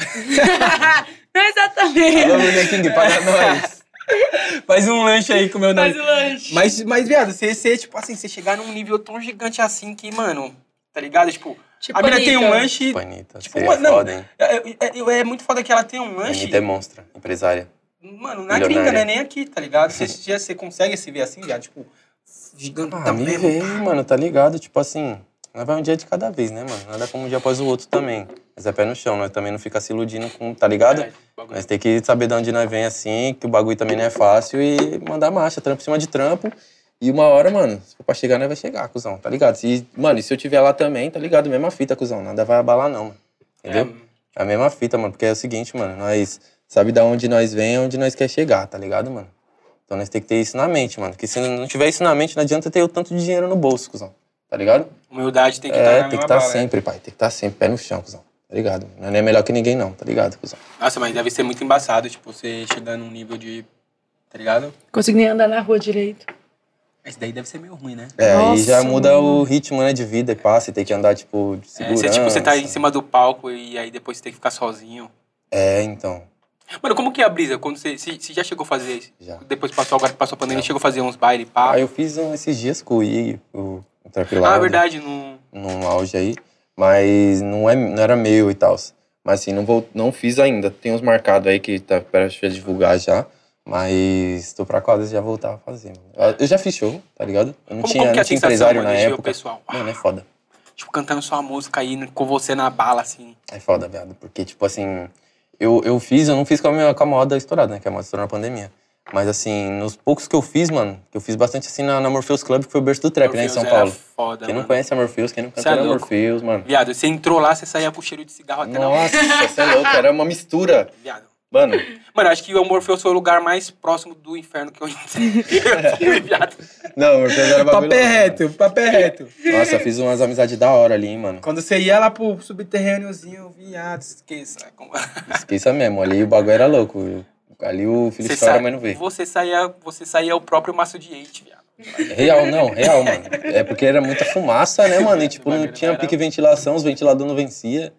E: não exatamente.
C: Alô, um Burger King, paga
A: é
C: nós.
A: faz um lanche aí com o meu nome.
E: Faz o lanche.
A: Mas, mas viado, você, você, tipo assim, você chegar num nível tão gigante assim que, mano, tá ligado? Tipo,
E: Tipo,
A: a mina tem um
E: Anitta.
A: lanche.
C: Panita,
A: Tipo,
C: seria
A: mano, não.
C: foda, hein?
A: É, é- é- é muito foda que ela tem um lanche.
C: Panita é monstra, empresária.
A: Mano, na
C: Milionária.
A: gringa, né? Nem aqui, tá ligado? Você, já- você consegue se ver assim, viado? Tipo, gigante
C: Ah, me
A: também.
C: vê, mano, tá ligado? Tipo assim, nós vai um dia de cada vez, né, mano? Nada como um dia após o outro também. Mas é pé no chão, nós também não fica se iludindo com, tá
A: É,
C: ligado? Nós tem que saber de onde nós vem assim, que o bagulho também não é fácil e mandar marcha, trampo em cima de trampo. E uma hora, mano, se for pra chegar, nós vai chegar, cuzão, tá ligado? Se, mano, e se eu tiver lá também, tá ligado? Mesma fita, cuzão, nada vai abalar não, mano. Entendeu? A mesma fita, mano, porque é o seguinte, mano, nós sabe da onde nós vem, onde nós quer chegar, tá ligado, mano? Então nós tem que ter isso na mente, mano, porque se não tiver isso na mente, não adianta ter o tanto de dinheiro no bolso, cuzão. Tá ligado?
A: Humildade tem que estar
C: é,
A: na
C: tem que
A: mesma
C: estar
A: bala, né?
C: sempre, pai, tem que estar sempre pé no chão, cuzão. Tá ligado? Não é melhor que ninguém não, tá ligado, cuzão?
A: Nossa, mas deve ser muito embaçado, tipo, você chegar num nível de. Tá ligado?
E: Consegui nem andar na rua direito.
A: Mas daí deve ser meio ruim, né?
C: É, aí
E: Nossa,
C: já muda
E: mano.
C: o ritmo, né, de vida e passa, tem que andar tipo de
A: É,
C: segurança.
A: você, tipo, você tá em cima do palco e aí depois você tem que ficar sozinho.
C: É, então.
A: Mano, como que é a brisa? Quando você, se, se já chegou a fazer isso?
C: Já.
A: Depois que passou, agora que passou a pandemia, chegou a fazer uns baile, pá.
C: Aí eu né? fiz um, esses dias com o Ig, o, o Trap
A: ah,
C: Loud.
A: verdade, não.
C: num auge aí, mas não, é, não era meu e tal. Mas assim, não, vou, não fiz ainda. Tem uns marcados aí que tá pra acho que divulgar já. Mas tô pra quase já voltar a fazer. mano. Eu- Eu já fiz show, tá ligado? Eu não
A: Como,
C: tinha,
A: como que é
C: não
A: a
C: tinha
A: sensação,
C: empresário
A: mano,
C: na
A: de ver o
C: época.
A: pessoal?
C: Mano, é foda.
A: Tipo, cantando sua música aí com você na bala, assim.
C: É foda, viado. Porque, tipo assim, eu, eu fiz, eu não fiz com a, minha, com a moda estourada, né? Que a moda estourou na pandemia. Mas assim, nos poucos que eu fiz, mano, que eu fiz bastante assim na, na Morpheus Club, que foi o berço do trap, né, em
A: Morpheus
C: São
A: era
C: Paulo.
A: Foda,
C: Quem não
A: mano.
C: conhece a Morpheus, quem não
A: Cê
C: canta
A: é
C: era
A: louco.
C: Morpheus, mano.
A: Viado, você entrou lá, você saía com cheiro de cigarro até na hora.
C: Nossa, você é louco, era uma mistura.
A: Viado.
C: Mano,
A: Mano, acho que o Morfeu foi o lugar mais próximo do inferno que eu entrei. viado.
C: não, porque era bagulho.
A: é
F: Papé
C: louco,
F: é reto, papé reto.
C: mano. Nossa, eu fiz umas amizades da hora ali, hein, mano.
F: Quando você ia lá pro subterrâneozinho, viado, esqueça.
C: Esqueça mesmo, ali o bagulho era louco. Ali o filho
A: Você,
C: chora,
A: sa-
C: mas não vê.
A: você saía, você saía o próprio maço de hate, viado.
C: Real, não, real, mano. É porque era muita fumaça, né, mano? E tipo, não
A: bagulho
C: tinha
A: era-
C: pique ventilação, os ventiladores não vencia.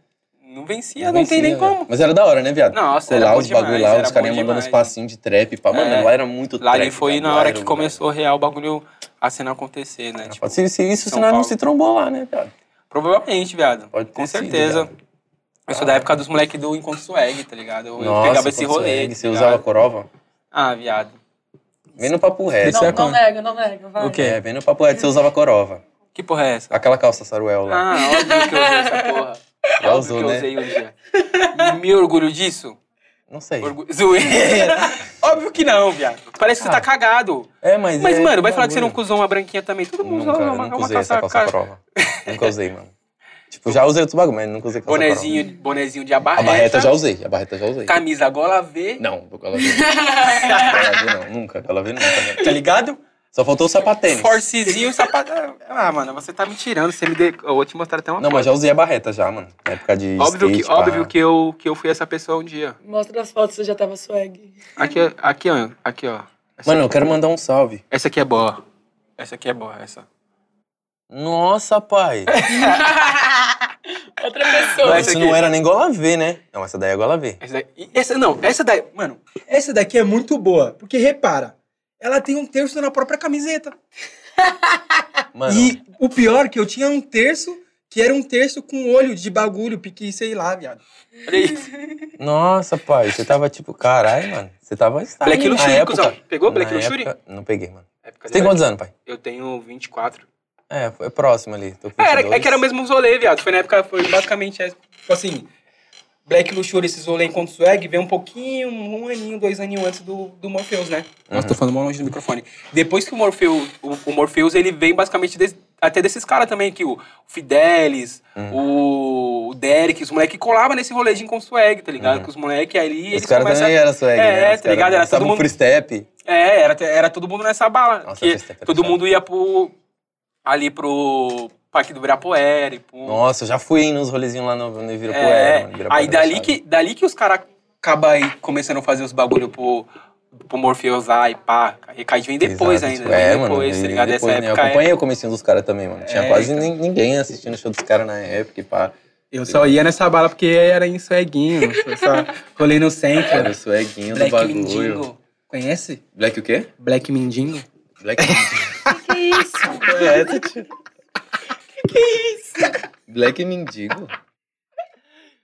A: Não vencia, não, tem nem
C: vencia, velho.
A: como.
C: Mas era da hora, né, viado?
A: Nossa,
C: Sei
A: era
C: lá,
A: bom
C: os bagulho
A: demais,
C: lá,
A: era
C: os carinhas
A: bom
C: mandando
A: demais.
C: uns passinhos de trap. Pá. Mano,
A: É.
C: lá era muito
A: Lá
C: trap.
A: ali foi
C: cara,
A: na
C: lá
A: hora
C: era
A: que
C: um-
A: começou real o bagulho a cena acontecer, né? Tipo,
C: Se, se isso
A: São
C: senão não
A: Paulo.
C: se trombou lá, né, cara?
A: provavelmente, viado.
C: Pode ter
A: Com
C: sido,
A: certeza.
C: viado.
A: eu sou da época dos moleques do Encontro Swag, tá ligado? Eu, eu
C: Nossa,
A: pegava esse
C: quando você-
A: rolê.
C: Você
A: tá
C: usava
A: ligado?
C: corova?
A: Ah, viado.
C: Vem no papo reto.
F: Isso é
E: Não, não
F: como?
E: nego, não nego, vai.
A: O quê?
C: É, vem no papo reto, você usava corova.
A: Que porra é essa?
C: Aquela calça saruel lá.
A: Ah, óbvio que eu usei essa porra.
C: Já
A: Óbvio
C: usou,
A: que eu
C: né?
A: usei um dia. Me orgulho disso?
C: Não sei.
A: Orgu- Zoeira. Óbvio que não, viado. Parece que você tá
C: Ah.
A: cagado.
C: É, mas.
A: Mas,
C: é
A: mano, vai falar que você não
C: bagulho.
A: usou uma branquinha também. Todo mundo
C: Nunca,
A: usa
C: eu
A: uma,
C: nunca
A: uma
C: usei essa
A: calça
C: calça
A: cara.
C: prova. Nunca usei, mano. Tipo, já usei outro bagulho, mas nunca usei calça
A: Bonezinho, bonezinho de
C: prova.
A: abarreta.
C: A barreta já usei, a barreta já usei.
A: Camisa gola V.
C: Não, ela vi. ela vi não, nunca. Ela vi nunca.
A: Tá
C: né?
A: ligado?
C: Só faltou o sapatênis.
A: Forcezinho, sapato. Ah, mano, você tá me tirando. Você me deu. Eu vou te mostrar até uma
C: Não, mas já usei a barreta já, mano. Na época de
A: Óbvio,
C: skate,
A: que,
C: pá.
A: óbvio que, eu, que eu fui essa pessoa um dia.
E: Mostra as fotos, você já tava swag.
A: Aqui, aqui, ó. Aqui, ó. Essa,
C: Mano, eu quero mandar um salve.
A: essa aqui é boa. Essa aqui é boa, essa.
C: Nossa, pai.
E: Outra pessoa.
A: Vai.
C: Isso não era nem gola V, né? Não, essa daí é gola V.
A: Essa, daí- e essa não, essa daí. Mano,
F: Essa daqui é muito boa, porque repara, ela tem um terço na própria camiseta.
C: Mano,
F: E o pior que eu tinha um terço que era um terço com olho de bagulho, pique, sei lá, viado.
A: olha isso.
C: nossa, pai. Você tava tipo, caralho, mano. Você tava style.
A: Black
C: Na
A: Luxury,
C: época-
A: cuzão. Pegou Black
C: na
A: Luxury?
C: época- Não peguei, mano.
F: É,
A: Época
C: Você
A: de
C: tem
A: Black.
C: quantos anos, pai?
A: Eu tenho 24.
C: É, é próximo ali. Tô com
A: É, era, é
C: 22.
A: que era o mesmo rolê, viado. Foi na época, foi basicamente essa.
F: Tipo assim, Black Luxury, esses rolê enquanto swag, vem um pouquinho, um aninho, dois aninhos antes do, do Morpheus, né?
C: Uhum.
F: Nossa, tô falando mal longe do microfone.
A: Depois que o Morpheus, o, o Morpheus ele vem basicamente des- até desses caras também, que o Fidelis,
C: Uhum.
A: o, o Derek, os moleques colavam nesse rolê de Inconsueg, tá ligado?
C: Uhum.
A: Que os moleques ali, eles
C: Os caras
A: começam-
C: também eram swag,
A: É,
C: né?
A: tá
C: Os caras
A: ligado? Era
C: dançavam
A: todo mundo-
C: free step.
A: É, era, era todo mundo nessa bala.
C: Nossa,
A: que
C: essa é
A: todo
C: pesada.
A: mundo ia pro, ali pro Parque do Ibirapuera. e Pro,
C: Nossa, eu já fui hein, nos rolezinhos lá no, no
A: Hum. é,
C: Ibirapuera. mano. Ibirapuera
A: aí dali
C: da
A: que, dali que os caras acabam aí começando a fazer os bagulho pro, pro Morpheus lá e pá. Aí cai vem
C: Chave.
A: depois
C: Exato,
A: ainda.
C: tipo, É,
A: vem
C: mano.
A: depois, tá
C: e
A: ligado?
C: depois,
A: Essa
C: né,
A: época
C: Eu
A: é-
C: acompanhei o comecinho dos caras também, mano. Tinha
A: É,
C: quase
A: então.
C: nin- ninguém assistindo o show dos caras na época, e pá.
F: Eu só ia nessa bala porque era em swaguinho, só rolê no
C: Era
F: centro.
C: o swaguinho do
F: Black
C: bagulho.
F: Mindingo. Conhece?
C: Black o quê?
F: Black Mindingo?
C: Black Mindingo.
E: Que isso?
C: é essa, tio? que é isso? Black Mendigo?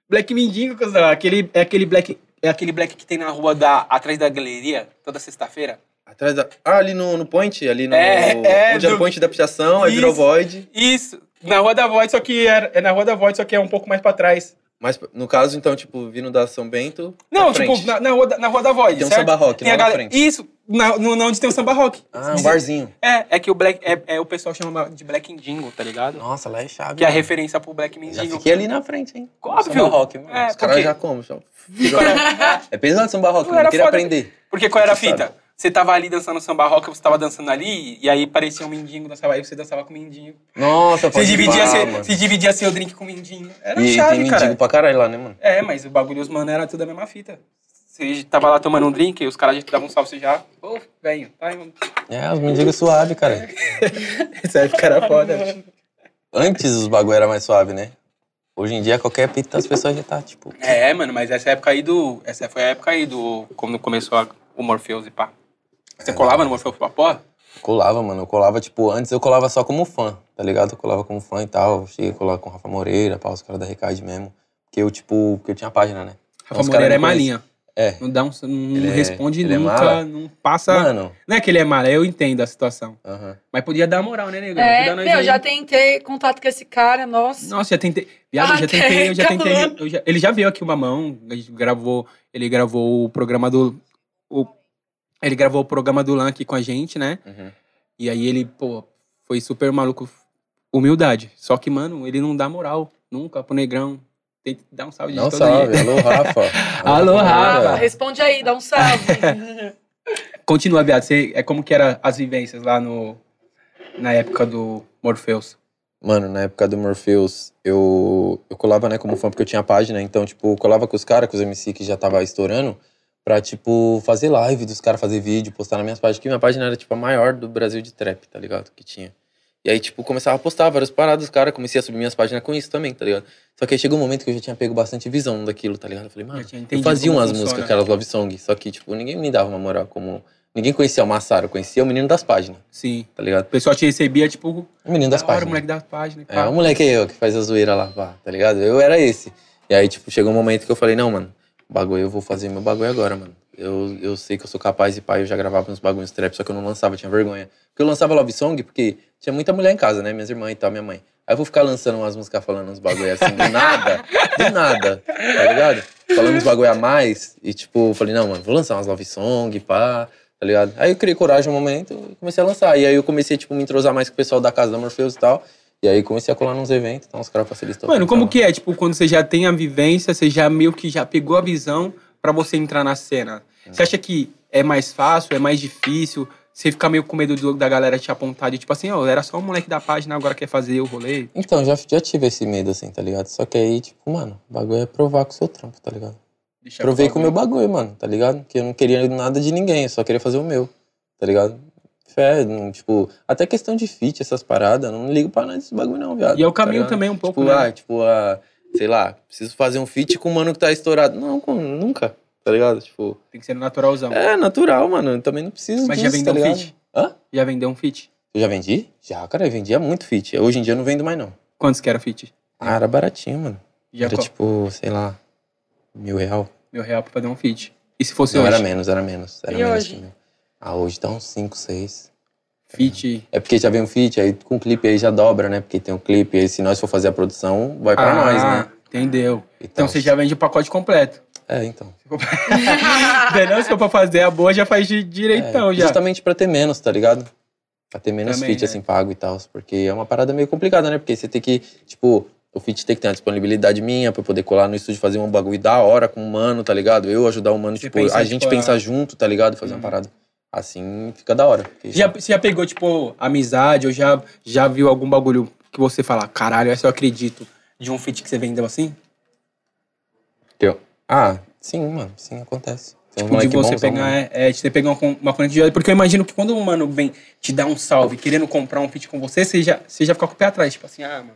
F: Black Mindingo, cuzão, aquele, é aquele Black...
A: É aquele black que tem na rua da, atrás da galeria, toda sexta-feira.
C: Atrás da. Ah, ali no, no Point, ali no.
A: É, é,
C: onde era
A: do-
C: o Point da pichação, aí
A: Isso.
C: virou Void.
A: Isso.
F: Na Rua da Void, só que é, é na Rua da Void, só que é um pouco mais pra trás.
C: Mas no caso, então, tipo, vindo da São Bento.
F: Não,
C: pra
F: tipo,
C: frente.
F: na, na, rua da, na Rua da Void,
C: Tem um
F: certo?
C: samba rock
F: Tem
C: lá
F: a
C: na
F: galera-
C: frente.
F: Isso, na, no, na onde tem o samba rock.
C: Ah, um barzinho.
A: É, é que o black é, é o pessoal chama de black indingo, tá ligado?
C: Nossa, lá é chave.
A: Que é a
C: mano.
A: referência pro black
C: Já
A: mindingo.
C: fiquei ali na frente, hein?
A: Óbvio.
C: Samba rock, mano.
A: É,
C: Os caras
A: porque-
C: já comem. só- É pesado samba rock,
A: Não
C: mano.
A: era
C: Eu queria
A: foda.
C: aprender.
A: Porque qual era a
C: Você sabe.
A: fita? Você tava ali dançando samba rock, você tava dançando ali, e aí parecia um mindingo, dançava aí, você dançava com o mindingo.
C: Nossa,
A: Você
C: pode
A: dividia,
C: pá,
A: seu-
C: mano.
A: você dividia seu drink com o mindingo. Era
C: E tem
A: chave,
C: mendigo
A: cara.
C: pra caralho lá, né, mano?
A: É, mas o bagulho, os mano, era tudo a mesma fita. Você tava lá tomando um drink, e os caras já te davam um salve, você já... Ô, velho, tá aí, mano.
C: É, os mendigos suave, cara.
F: Essa época era foda, bicho.
C: Antes os bagulho era mais suave, né? Hoje em dia, qualquer pita, as pessoas já tá, tipo...
A: É, mano, mas essa época aí do. Essa foi a época aí do. Quando começou a- o Morpheus e pá.
C: É.
A: Você colava no Morpheus pra porra?
C: Colava, mano. Eu colava, tipo, antes eu colava só como fã, tá ligado? Eu colava como fã e tal. Cheguei a colar com o Rafa Moreira, pá, os caras da Recade mesmo. Porque eu, tipo, porque eu tinha página, né?
F: Rafa
C: Os caras
F: Moreira
C: me
F: é malinha.
C: É.
F: Não, dá um, não
C: Ele é-
F: responde
C: ele é
F: nunca,
C: mala?
F: não passa...
C: Mano.
F: Não é que ele é mala, eu entendo a situação.
C: Aham.
F: Mas podia dar moral, né, nego?
E: É,
F: Ajuda nós
E: meu,
F: aí.
E: já tentei contato com esse cara, nossa.
F: Nossa, já tentei. Viado, eu já
E: Até
F: tentei, eu já tentei.
E: acabou.
F: eu já- ele já veio aqui o Mamão, a gente gravou, ele gravou o programa do. o- ele gravou o programa do Lan aqui com a gente, né?
C: Uhum.
F: E aí ele, pô, foi super maluco. Humildade. Só que, mano, ele não dá moral nunca pro negrão. Tem que dar um salve de
C: Não
F: todo
C: salve.
F: jeito.
C: Alô, Rafa.
F: Alô, Rafa.
E: Rafa,
C: Moreira.
E: responde aí, dá um salve.
F: Continua, viado. Você, é como que eram as vivências lá no. Na época do Morpheus.
C: Mano, na época do Morpheus, eu, eu colava, né, como fã, porque eu tinha página, então, tipo, eu colava com os caras, com os MC que já tava estourando, pra, tipo, fazer live dos caras, fazer vídeo, postar nas minhas páginas, que minha página era, tipo, a maior do Brasil de trap, tá ligado? Que tinha. E aí, tipo, começava a postar várias paradas, os caras, comecei a subir minhas páginas com isso também, tá ligado? Só que aí chegou um momento que eu já tinha pego bastante visão daquilo, tá ligado? Eu falei, mano,
F: tinha
C: eu
F: entendido
C: fazia
F: como
C: umas
F: funciona. então."
C: músicas, aquelas love song, só que, tipo, ninguém me dava uma moral como... Ninguém conhecia o Massaro, eu conhecia o menino das páginas,
F: Sim.
C: tá ligado?
F: O pessoal te recebia, tipo,
C: O menino
F: da
C: das
F: hora,
C: páginas.
F: moleque das páginas.
C: É,
F: pá.
C: o moleque aí, ó, que faz a zoeira lá, pá, tá ligado? Eu era esse. E aí, tipo, chegou um momento que eu falei, não, mano, bagulho, eu vou fazer meu bagulho agora, mano. Eu, eu sei que eu sou capaz e pai, eu já gravava uns bagulhos trap, só que eu não lançava, tinha vergonha. Porque eu lançava love song porque tinha muita mulher em casa, né? Minhas irmãs e tal, minha mãe. Aí eu vou ficar lançando umas músicas falando uns bagulho assim, do nada, do nada, tá ligado? Falando uns bagulho a mais e tipo, eu falei, não, mano, vou lançar umas love song, pá, tá ligado? Aí eu criei coragem no momento e comecei a lançar. E aí eu comecei, tipo, me entrosar mais com o pessoal da casa da Morpheus e tal. E aí comecei a colar nos eventos, então os caras facilitam.
A: Mano, como que é? Tipo, quando você já tem a vivência, você já meio que já pegou a visão pra você entrar na cena. Você acha que é mais fácil, é mais difícil? Você fica meio com medo do- da galera te apontar de tipo assim, ó, era só um moleque da página, agora quer fazer o rolê.
C: Então, já, já tive esse medo, assim, tá ligado? Só que aí, tipo, mano, o bagulho é provar com o seu trampo, tá ligado?
A: Deixa
C: Provei
A: eu
C: com o meu bagulho, mano, tá ligado? Porque eu não queria nada de ninguém, eu só queria fazer o meu, tá ligado? Fé, não, tipo, até questão de fit, essas paradas, eu não ligo pra nada desse bagulho, não, viado.
A: E é o
C: tá
A: caminho
C: ligado?
A: também um pouco,
C: Tipo,
A: né?
C: ah, tipo, ah, sei lá, preciso fazer um fit com o mano que tá estourado. Não, com, nunca, tá ligado? Tipo,
A: Tem que ser naturalzão.
C: é natural, mano, eu também não preciso
A: Mas já
C: disso, tá
A: vendeu um
C: ligado?
A: feat?
C: Hã?
A: Já vendeu um feat?
C: Eu já vendi? Já, cara, eu vendia muito fit. Hoje em dia eu não vendo mais, não.
A: Quantos que era feat?
C: Ah, era baratinho, mano.
A: Hum. Já
C: era
A: co-
C: tipo, sei lá, mil real.
A: mil real pra fazer um feat. E se fosse
C: Não,
A: hoje?
C: era menos, era menos. Era
E: E
C: menos
E: hoje?
C: que mil. Ah, hoje tá uns 5, 6.
A: Feat.
C: É porque já vem um feat, aí com o clipe aí já dobra, né? Porque tem um clipe, aí se nós for fazer a produção, vai pra nós,
A: Ah,
C: né?
A: Entendeu. Então você
C: se
A: já vende o pacote completo.
C: É, então.
A: Entendeu? Se for pra fazer a boa, já faz de direitão
C: é,
A: Então, já.
C: Justamente pra ter menos, tá ligado? Pra ter menos
A: Também,
C: feat,
A: né?
C: assim, pago e tal. Porque é uma parada meio complicada, né? Porque você tem que, tipo, o feat tem que ter uma disponibilidade minha pra eu poder colar no estúdio, fazer um bagulho da hora com o mano, tá ligado? Eu ajudar o mano,
A: Você
C: tipo,
A: pensa,
C: a
A: tipo,
C: gente
A: a-
C: pensar junto, tá ligado? Fazer uma parada. Assim fica da hora. porque-
A: Já, você já pegou, tipo, amizade ou já, já viu algum bagulho que você fala, caralho, essa eu acredito, de um feat que você vendeu assim?
C: Ah, sim, mano, sim, acontece.
A: Tipo, de
C: Tem uns Um moleque
A: você
C: bonzão, né?
A: pegar,
C: mano.
A: é, é, de você pegar uma, uma corrente de Porque eu imagino que quando um mano vem te dar um salve querendo comprar um feat com você, você já, você já fica com o pé atrás, tipo assim, ah, mano.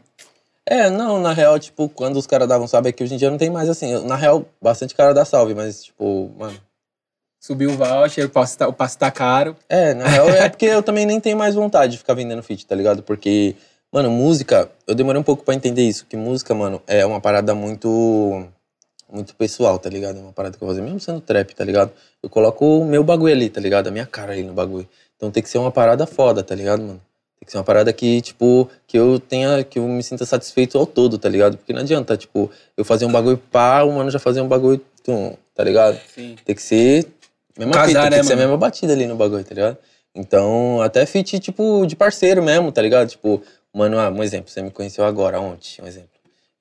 C: É, não, na real, tipo, quando os caras davam salve, é que hoje em dia não tem mais assim. Eu, Na real, bastante cara dá salve, mas, tipo, mano.
A: Subiu o voucher, o passe tá, o passe tá caro.
C: É, na real, é porque eu também nem tenho mais vontade de ficar vendendo feat, tá ligado? Porque, mano, música, eu demorei um pouco pra entender isso, que música, mano, é uma parada muito. Muito pessoal, tá ligado? É uma parada que eu vou fazer, mesmo sendo trap, tá ligado? Eu coloco o meu bagulho ali, tá ligado? A minha cara ali no bagulho. Então tem que ser uma parada foda, tá ligado, mano? Tem que ser uma parada que, tipo, que eu tenha, que eu me sinta satisfeito ao todo, tá ligado? Porque não adianta, tipo, eu fazer um bagulho pá, o mano já fazer um bagulho tum, tá ligado?
A: Sim.
C: Tem que ser a mesma
A: Casar,
C: fita, tem
A: né,
C: que ser a
A: mano?
C: mesma batida ali no bagulho, tá ligado? Então, até fit, tipo, de parceiro mesmo, tá ligado? Tipo, mano, ah, um exemplo, você me conheceu agora, ontem, um exemplo.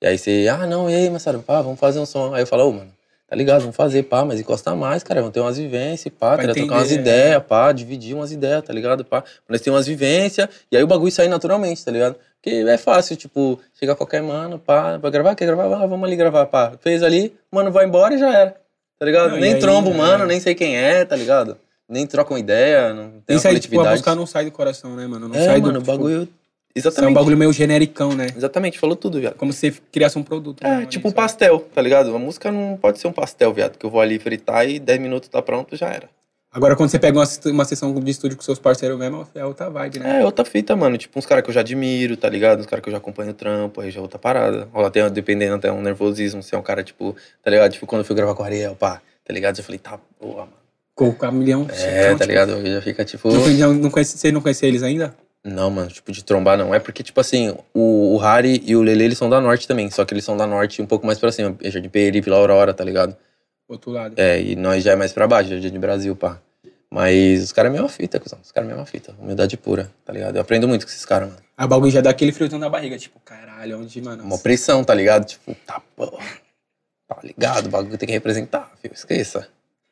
C: E aí você, ah, não, e aí, Massaro, pá, vamos fazer um som. Aí eu falo, ô, mano, tá ligado, vamos fazer, pá, mas encosta mais, cara, vamos ter umas vivências, pá,
A: Vai
C: tá ligado? trocar umas
A: entender, é.
C: ideias, pá, dividir umas ideias, tá ligado, pá. Nós ter umas vivências, e aí o bagulho sai naturalmente, tá ligado? Porque é fácil, tipo, chegar qualquer mano, pá, vai gravar, quer gravar, Ah, vamos ali gravar, pá. Fez ali, o mano vai embora e já era, tá ligado?
A: Não, e
C: nem
A: aí,
C: trombo,
A: é.
C: mano, nem sei quem é, tá ligado? Nem trocam ideia, não tem uma
A: Isso aí, tipo, a
C: coletividade.
A: música não sai do coração, né, mano? Não
C: é,
A: sai
C: mano,
A: do.
C: o
A: tipo,
C: bagulho...
A: isso É um
C: Exatamente,
A: bagulho meio genericão, né?
C: exatamente, falou tudo, viado.
A: Como se você criasse um produto. né,
C: É,
A: mano,
C: tipo um
A: isso aí.
C: pastel, tá ligado? A música não pode ser um pastel, viado, que eu vou ali fritar e 10 minutos tá pronto, já era.
A: Agora, quando você pega uma, se- uma sessão de estúdio com seus parceiros mesmo, é outra vibe, né?
C: É, outra fita, mano. Tipo, uns caras que eu já admiro, tá ligado? Uns caras que eu já acompanho o trampo, aí já é outra parada. Rola até, dependendo, até um nervosismo. Se é um cara, tipo, tá ligado? Tipo, quando eu fui gravar com o Ariel, pá, tá ligado? Eu falei, tá boa, mano.
A: Com o milhão.
C: É, tá ligado? Eu já fica, tipo...
A: Não conhecia- não conhece, você não conhecia eles ainda?
C: Não, mano, tipo, de trombar não. É porque, tipo assim, o, o Harry e o Lele, eles são da Norte também. Só que eles são da Norte um pouco mais pra cima. É Jardim Peripe, La Aurora, tá ligado?
A: Outro lado.
C: É, e nós já é mais pra baixo, já é de Brasil, pá. Mas os caras é a mesma fita, cuzão. Os caras é a mesma fita. Humildade pura, tá ligado? Eu aprendo muito com esses caras, mano.
A: A bagulho já dá aquele friozão na barriga, tipo, caralho, onde, mano?
C: Uma pressão, tá ligado? Tipo, tá bom. Tá ligado? O bagulho tem que representar, viu? Esqueça.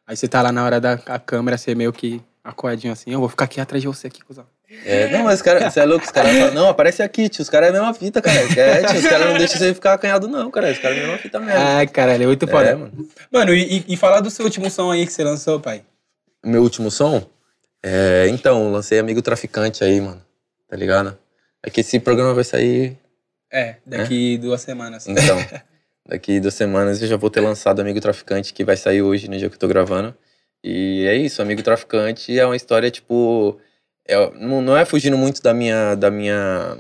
A: Aí você tá lá na hora da a câmera, você meio que acordinho assim, eu vou ficar aqui atrás de você aqui, cuzão.
C: É, não, mas os caras, você é louco, os caras falam, não, aparece aqui, tio. Os caras é a mesma fita, cara. É, tio, os caras não deixam você ficar acanhado, não, cara. Os caras é a mesma fita mesmo.
A: Ai, caralho, é muito foda.
C: É,
A: mano,
C: mano.
A: e, e- e falar do seu último som aí que você lançou, pai.
C: O meu último som, é, então, lancei Amigo Traficante aí, mano. Tá ligado? É que esse programa vai sair
A: É, daqui duas semanas. assim,
C: Então, daqui duas semanas eu já vou ter lançado Amigo Traficante, que vai sair hoje, no dia que eu tô gravando. E é isso, Amigo Traficante é uma história, tipo. é- não, não é fugindo muito da minha, da, minha,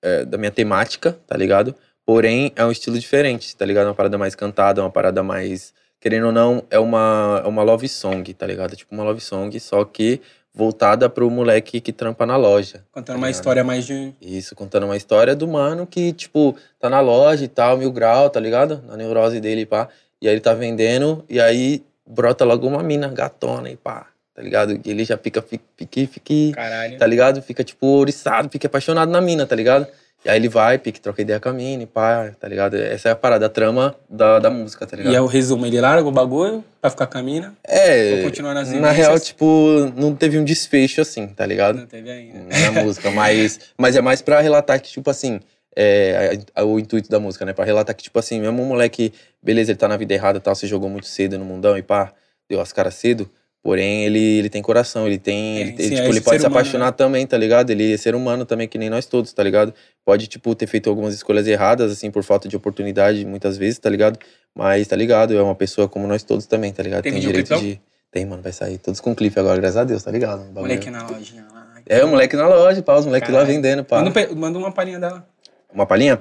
C: é, da minha temática, tá ligado? Porém, é um estilo diferente, tá ligado? É Uma parada mais cantada, uma parada mais querendo ou não, é uma, é uma love song, tá ligado? É Tipo uma love song, só que voltada pro moleque que trampa na loja.
A: Contando uma história mais de. um
C: Isso, contando uma história do mano que, tipo, tá na loja e tal, mil grau, tá ligado? Na neurose dele e pá. E aí ele tá vendendo, e aí brota logo uma mina gatona e pá, tá ligado? E ele já fica, fique, fique, fique,
A: Caralho.
C: tá ligado? Fica, tipo, oriçado, fica apaixonado na mina, tá ligado? E aí ele vai, pique, troca ideia com a mina e pá, tá ligado? Essa é a parada, a trama da, da música, tá ligado?
A: E é o resumo, ele larga o bagulho pra ficar com a mina.
C: É,
A: Vou continuar nas
C: na
A: vivências.
C: real, tipo, não teve um desfecho assim, tá ligado?
A: Não teve ainda.
C: na música, mas, mas é mais pra relatar que, tipo assim, é, a- a- o intuito da música, né? Pra relatar que, tipo assim, mesmo um moleque, beleza, ele tá na vida errada e tal, se jogou muito cedo no mundão e pá, deu as caras cedo, porém ele, ele tem coração, ele tem.
A: É,
C: ele,
A: sim,
C: ele,
A: é
C: tipo, ele
A: esse
C: pode
A: ser
C: se
A: humano,
C: apaixonar também, tá ligado? Ele é ser humano também, que nem nós todos, tá ligado? Pode, tipo, ter feito algumas escolhas erradas, assim, por falta de oportunidade, muitas vezes, tá ligado? Mas, tá ligado? É uma pessoa como nós todos também, tá ligado?
A: Tem
C: direito
A: videoclipão?
C: de. Tem, mano, vai sair. Todos com clipe agora, graças a Deus, tá ligado? O bagulho-
A: Moleque na lojinha lá.
C: é, o moleque na loja, pá, os moleques lá
A: Caralho.
C: vendendo, pá.
A: Manda, um pe- manda uma palhinha dela.
C: Uma palhinha?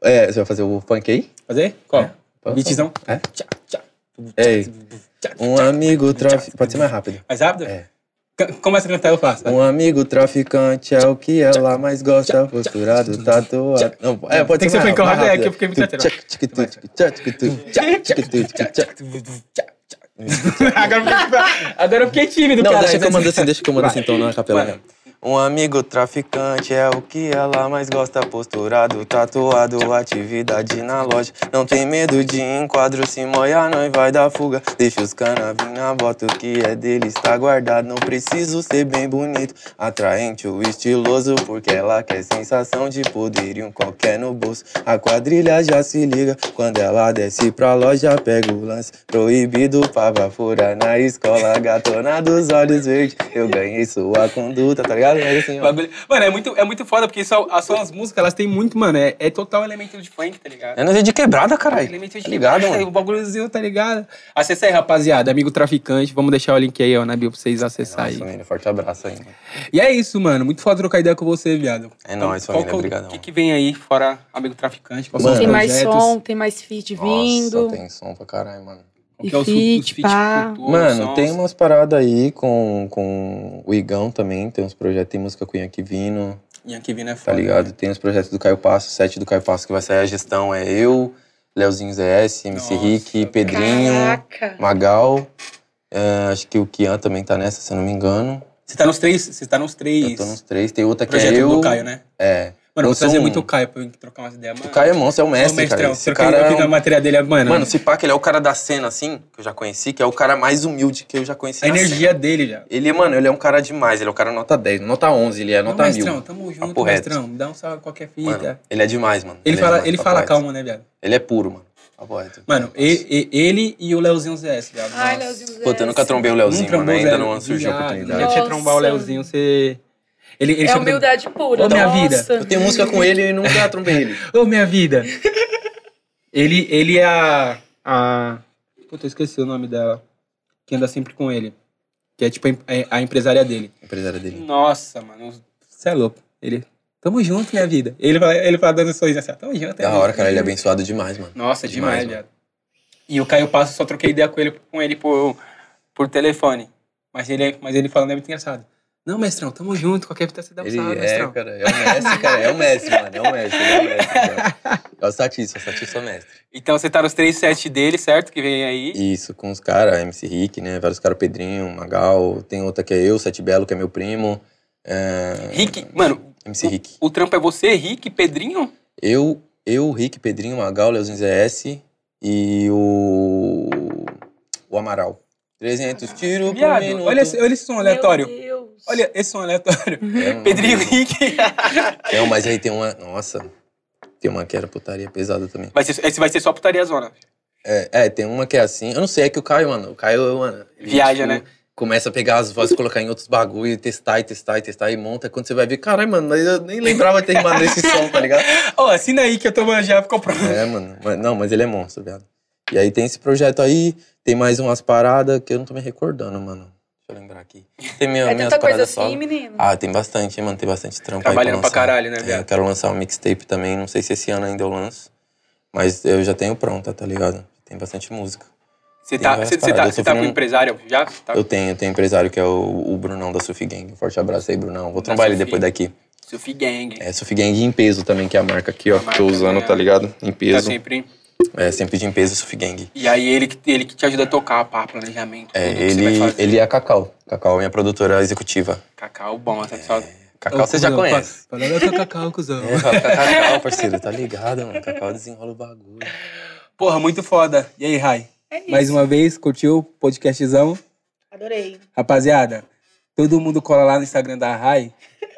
C: É, você vai fazer o funk aí?
A: Fazer? Qual?
C: Pode
A: Beatzão?
C: É?
A: Tchá, tchá.
C: Ei.
A: Tchá,
C: Um
A: tchá.
C: amigo
A: Tchá.
C: traficante. Pode ser mais rápido.
A: Mais rápido?
C: É.
A: C- Começa a cantar, eu faço. tá?
C: Um amigo traficante é o que ela mais gosta, posturado, tatuado. Não, é, pode
A: Tem que ser
C: mais
A: funkão
C: rápido,
A: rápido,
C: mais
A: é, que eu fiquei muito
C: Tu,
A: alterado.
C: tchac, tchic, tu, tchic, tchac, tchic, tu, tchac, tchic, tu, tchic, tchac.
A: agora, eu fiquei, agora eu fiquei tímido,
C: tipo, Não,
A: cara.
C: deixa que eu mando assim, deixa que eu mando
A: Vai.
C: assim, então, na capela.
A: Vai.
C: mesmo. Um amigo traficante é o que ela mais gosta, posturado, tatuado, atividade na loja. Não tem medo de enquadro, se molhar nós vai dar fuga. Deixa os cana vir na bota, o que é dele está guardado. Não preciso ser bem bonito, atraente ou estiloso, porque ela quer sensação de poder e um qualquer no bolso. A quadrilha já se liga, quando ela desce pra loja, pega o lance. Proibido pra vafurar na escola, gatona dos olhos verdes. Eu ganhei sua conduta, tá ligado? Mas assim,
A: O
C: ó.
A: Bagulho. Mano, é muito, é muito foda, porque só, as suas músicas, elas têm muito, mano. É, é total elemento de funk, tá ligado?
C: É nós é de quebrada, caralho.
A: Elemento de
C: Tá ligado,
A: É,
C: mano?
A: O bagulhozinho, tá ligado? Acessa aí, rapaziada. Amigo traficante. Vamos deixar o link aí, ó, na bio pra vocês acessar aí.
C: Nossa, família, forte abraço aí. mano.
A: E é isso, mano. Muito foda trocar ideia com você, viado.
C: É nóis,
A: Qual
C: família,
A: que é o-
C: obrigadão.
A: O que, que vem aí, fora Amigo Traficante? é Quais
C: Mano. é
E: Tem mais
A: projetos?
E: som, tem mais feat vindo.
C: Nossa, tem som pra caralho, mano.
A: Qual
E: e
A: que é o
E: feat,
A: feat,
E: pá.
A: futuro,
C: Mano,
A: sons?
C: tem umas paradas aí com, com o Igão também, tem uns projetos, tem música com o Yankee Vino,
A: E aqui vindo é
C: tá
A: foda.
C: ligado? Tem os projetos do Caio Passo, sete do Caio Passo que vai sair a gestão, é eu, Leozinho ZS, MC
A: Nossa,
C: Rick,
A: cara.
C: Pedrinho,
E: Caraca.
C: Magal, é, acho que o Kian também tá nessa, se eu não me engano.
A: Você tá nos três? Você tá nos
C: Eu
A: três.
C: tô nos três, tem outra que
A: Projeto
C: é eu.
A: do Caio, né?
C: É.
A: Mano, eu vou
C: Lançou
A: trazer
C: um-
A: muito o Caio pra eu trocar umas ideias, mano.
C: O Caio é monstro, é o mestre,
A: mestrão,
C: cara. Esse
A: troquei-
C: cara
A: eu
C: é
A: fiz a
C: um...
A: matéria dele, mano.
C: Mano, se pá, que ele é o cara da cena, assim, que eu já conheci, que é o cara mais humilde que eu já conheci
A: a
C: na cena.
A: energia dele já.
C: Ele, mano, ele é um cara demais. Ele é um cara nota 10, nota 11, ele é
A: Não,
C: nota
A: mestrão,
C: 1000.
A: tamo junto,
C: Papo reto.
A: mestrão. Me dá um salve a qualquer fita.
C: Mano, ele é demais, mano.
A: ele
C: é
A: fala,
C: demais,
A: ele
C: papo
A: fala
C: reto.
A: calmo, né, viado?
C: Ele é puro, mano. Papo reto.
A: Mano, e- e- ele e o Leozinho ZS, viado.
E: Ai, é.
A: Nossa.
E: Leozinho
C: Pô, eu nunca
E: Zé.
C: trombei o Leozinho, mano.
A: trombou o
C: Ainda
A: Zé,
C: não surgiu a
A: viado.
C: oportunidade.
A: Se você
E: Nossa.
A: trombar o Leozinho, você... Ele, ele
E: É
A: sempre-
E: humildade pura.
A: Ô, minha
E: nossa.
A: vida,
C: Eu tenho um música com ele e nunca trombei ele.
A: Ô, minha vida. ele, ele é a, a... Puta, eu esqueci o nome dela. Que anda sempre com ele. Que é tipo a, em- a empresária dele.
C: Empresária dele.
A: Nossa, mano. Você é louco. Ele... Tamo junto, minha vida. Ele fala, ele fala dando um sorriso assim, ó, tamo junto.
C: Da
A: minha
C: hora,
A: vida.
C: cara. Ele é abençoado demais, mano.
A: Nossa, demais,
C: Demais,
A: viado. E o Caio Passo, só troquei ideia com ele, com ele por, por telefone. Mas ele, mas ele falando é muito engraçado. Não, mestrão, tamo junto, qualquer fita você dá um
C: Ele
A: salve,
C: é,
A: mestrão.
C: cara. É o mestre, cara. É o mestre, mano. É o mestre. Ele é o mestre, cara. É o Satis. O Satis é o mestre.
A: Então você tá nos três sets dele, certo? Que vem aí.
C: Isso, com os caras, MC Rick, né? Vários caras, Pedrinho, Magal. Tem outra que é eu, Sete Belo, que é meu primo. É,
A: Rick, mano,
C: MC Rick.
A: o trampo é você, Rick, Pedrinho?
C: Eu, eu, Rick, Pedrinho, Magal, Leozinho ZS e o. O Amaral. 300 tiros por
A: Viado,
C: um minuto.
A: olha, esse- olha esse som
E: Meu
A: aleatório.
E: Deus.
A: Olha esse som aleatório.
C: É, mano.
A: Pedrinho Rick.
C: Não, mas aí tem uma. Nossa. Tem uma que era putaria pesada também.
A: Vai ser, esse vai ser só putaria zona.
C: É, é, tem uma que é assim. Eu não sei, é que o Caio, mano. O Caio, mano. ele, tipo,
A: Viaja, né?
C: Começa a pegar as vozes, colocar em outros bagulho, e testar e testar e testar e monta. Quando você vai ver, caralho, mano, mas eu nem lembrava de ter rimado esse som, tá ligado?
A: Ó, assina aí que eu tô já ficou pronto.
C: É, mano. Mas- Não, mas ele é monstro, viado. E aí tem esse projeto aí, tem mais umas paradas que eu não tô me recordando, mano. Deixa eu lembrar aqui. Tem minha,
E: É
C: minhas
E: tanta coisa
C: paradas
E: assim,
C: solo.
E: menino.
C: Ah, tem bastante, hein, mano. Tem bastante trampo
A: Trabalhando
C: aí
A: pra
C: pra lançar.
A: caralho, né,
C: É, eu
A: viado?
C: quero lançar um mixtape também. Não sei se esse ano ainda eu lanço. Mas eu já tenho pronta, tá ligado? Tem bastante música.
G: Você
C: Tem
G: tá,
C: várias
G: você, você tá,
C: paradas,
G: você
C: eu
G: tá
C: fui
G: com
C: num-
G: empresário já? Você tá
C: Eu tenho, eu tenho empresário que é o, o Brunão da Sufi Gang. Um forte abraço aí, Brunão. Vou trombar ele
G: Sufi.
C: depois daqui.
G: Sufi Gang.
C: É Sufi Gang em peso também, que é a marca aqui, ó,
G: A
C: que eu tô
G: marca,
C: usando,
G: né?
C: tá ligado? Em
G: Tá
C: peso.
G: sempre.
C: É sempre de em peso Sufi Gang.
G: E aí ele, que- ele que te ajuda a tocar, pá, planejamento.
C: É,
G: tudo que você vai
C: ele,
G: fazer.
C: ele é a Cacau. Cacau é minha produtora executiva.
G: Cacau bom, essa pessoa.
C: É. Cacau você já conhece.
A: Falando com cacau, cuzão.
C: É, fala, Cacau, parceiro, tá ligado, mano? Cacau desenrola o bagulho.
A: Porra, muito foda. E aí, Rai? Mais uma vez, curtiu o podcastzão?
C: Ah.
H: Adorei.
A: Rapaziada, todo mundo cola lá no Instagram da Rai,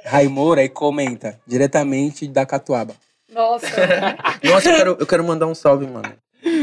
A: Rai Moura, e comenta diretamente da Catuaba.
E: Nossa.
C: Nossa, eu quero, eu quero mandar um salve, mano.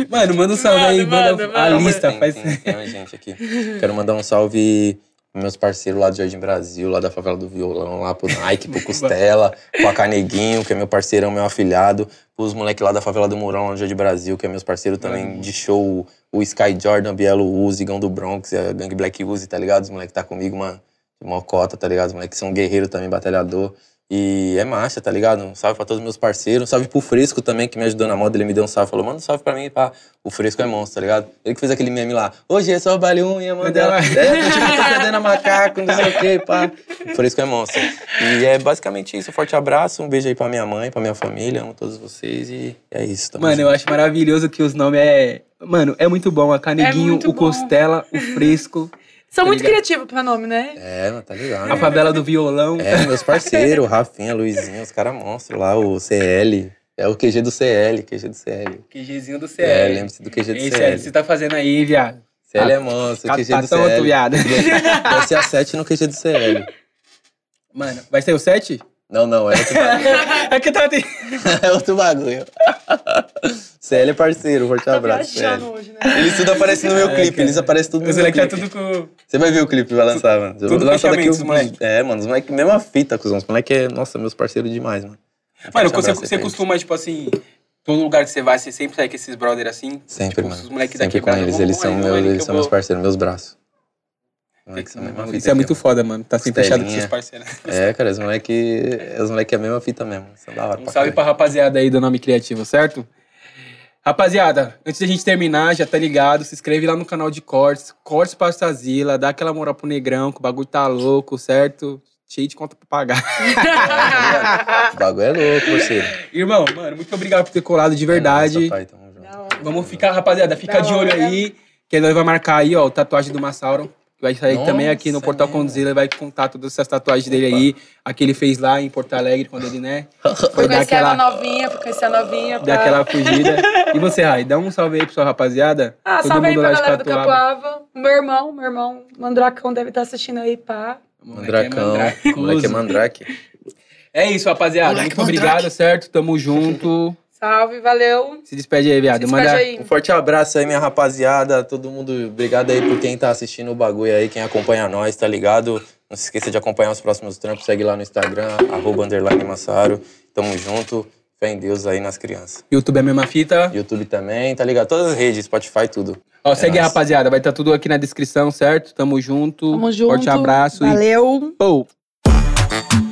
A: Mano, manda um salve aí, manda, a
C: Calma,
A: lista.
C: tem,
A: faz...
C: Tem, tem uma gente aqui. Quero mandar um salve pros meus parceiros lá do Jardim Brasil, lá da favela do Violão, lá pro Nike, pro Costela, pro Acaneguinho, que é meu parceirão, meu afilhado, pros moleques lá da favela do Mourão, lá do Jardim Brasil, que é meus parceiros também de show, o Sky Jordan, Bielo Uzi, Gão do Bronx, a Gang Black Uzi, tá ligado? Os moleques tá comigo, mano. de Mocota, tá ligado? Os moleques são guerreiros também, batalhador. E é marcha, tá ligado? Um salve pra todos meus parceiros. Um salve pro Fresco também, que me ajudou na moda. Ele me deu um salve, falou, manda um salve pra mim, pá. O Fresco é monstro, tá ligado? Ele que fez aquele meme lá. Hoje é só vale um e a Mandela. é, tô tipo, tá perdendo a macaco, não sei o quê, pá. O Fresco é monstro. E é basicamente isso. Um forte abraço, um beijo aí pra minha mãe, pra minha família, amo todos vocês e é isso. tamo
A: Mano,
C: junto.
A: eu acho maravilhoso que os nomes é... Mano, é muito bom. A
E: É
A: Caneguinho,
E: muito
A: o
E: bom.
A: Costela, o Fresco,
E: São
A: Tá
E: muito
A: ligado?
E: criativos pra nome, né?
C: É, mano, tá
A: a
C: ligado?
A: Favela do Violão.
C: É, meus parceiros, Rafinha, Luizinho, os caras monstros lá, o CL. É o QG do CL, QG do CL.
A: QGzinho do CL.
C: É, lembre-se do QG do
A: Ei,
C: CL.
A: sério, você tá fazendo aí, viado?
C: CL é monstro,
A: Tá-
C: QG
A: tá
C: do
A: tão
C: CL.
A: atuviado.
C: Vai ser a 7 no QG do CL.
A: Mano, vai ser o 7?
C: Não, não, é outro bagulho.
A: é que tá... tem-
C: é outro bagulho. CL é parceiro, forte
E: Tá
C: abraço.
E: viajando
C: CL.
E: hoje, né?
C: Eles tudo aparecem no meu
A: É,
C: clipe, eles aparecem tudo no
A: Os
C: meu
A: moleques tá
C: clipe.
A: tudo com...
C: Você vai ver o clipe que vai lançar, mano. Eu
A: tudo
C: vou lançar daqui
A: fechamento,
C: os
A: os
C: moleques. É, mano, os moleques, mesma fita, cuzão. Os moleques, é, nossa, meus parceiros demais, mano.
G: Mano,
C: Forte
G: você,
C: abraço aí
G: você
C: pra eles.
G: costuma, tipo assim, todo
A: um
G: lugar que você vai, você sempre sai com esses brother assim?
C: Sempre,
G: Tipo,
C: mano.
G: os moleques da
C: Sempre com
G: quebrada,
C: eles.
G: vamos, vamos
C: Eles são,
G: aí,
C: meus,
G: vamos aí,
C: eles
G: que
C: são
G: eu
C: meus
G: vou-
C: parceiros, meus braços. Os moleques são a mesma fita
A: Isso é
C: aqui,
A: muito
C: mano.
A: foda, mano. Tá sempre fechado com
C: Costelinha.
A: seus parceiros.
C: É, cara, os moleques. Os moleques é a mesma fita mesmo. São da hora.
A: Um salve pra
C: caralho.
A: rapaziada aí do Nome Criativo, certo? Rapaziada, antes da gente terminar, já tá ligado, se inscreve lá no canal de Cortes, Cortes Pastazila, dá aquela moral pro Negrão, que o bagulho tá louco, certo? Cheio de conta pra pagar.
C: O bagulho é louco, parceiro.
A: Irmão, mano, muito obrigado por ter colado de
C: É
A: verdade.
C: nóis, papai, tamo junto.
A: Vamos ficar, rapaziada, fica
E: Da
A: de olho
E: hora.
A: aí, que nós vai marcar aí, ó, o tatuagem do Massauron. que Vai sair também aqui no
C: Nossa,
A: Portal
C: é
A: Conduzila, ele vai contar todas essas tatuagens dele aí, a que ele fez lá em Porto Alegre, quando ele, né,
E: Fui
A: foi dar
E: conhecer
A: aquela...
E: ela novinha, fui conhecer a novinha. pra-
A: Dá aquela fugida. E você, Rai, dá um salve aí pra sua rapaziada.
E: Ah, salve aí pra
A: de
E: galera do
A: Catuaba.
E: Capuava. Meu irmão, meu irmão Mandracão deve estar assistindo aí, pá.
A: Moleque é
C: Mandracão.
A: mandracoso.
C: Moleque é mandrake.
A: É isso, rapaziada.
C: Moleque
A: Muito obrigado, certo? Tamo junto.
E: Salve, valeu.
A: Se despede aí, viado.
E: Se despede
A: Manda-
E: aí.
C: Um forte abraço aí, minha rapaziada. Todo mundo, obrigado aí por quem tá assistindo o bagulho aí, quem acompanha nós, tá ligado? Não se esqueça de acompanhar os próximos trampos. Segue lá no Instagram, arroba underline Massaro. Tamo junto. Fé em Deus aí nas crianças.
A: YouTube é a mesma fita.
C: YouTube também, tá ligado? Todas as redes, Spotify, tudo.
A: Ó, segue a
C: nóis.
A: rapaziada. Vai estar tudo aqui na descrição, certo? Tamo junto.
E: Tamo junto.
A: Forte abraço.
H: Valeu.
A: E... Pou.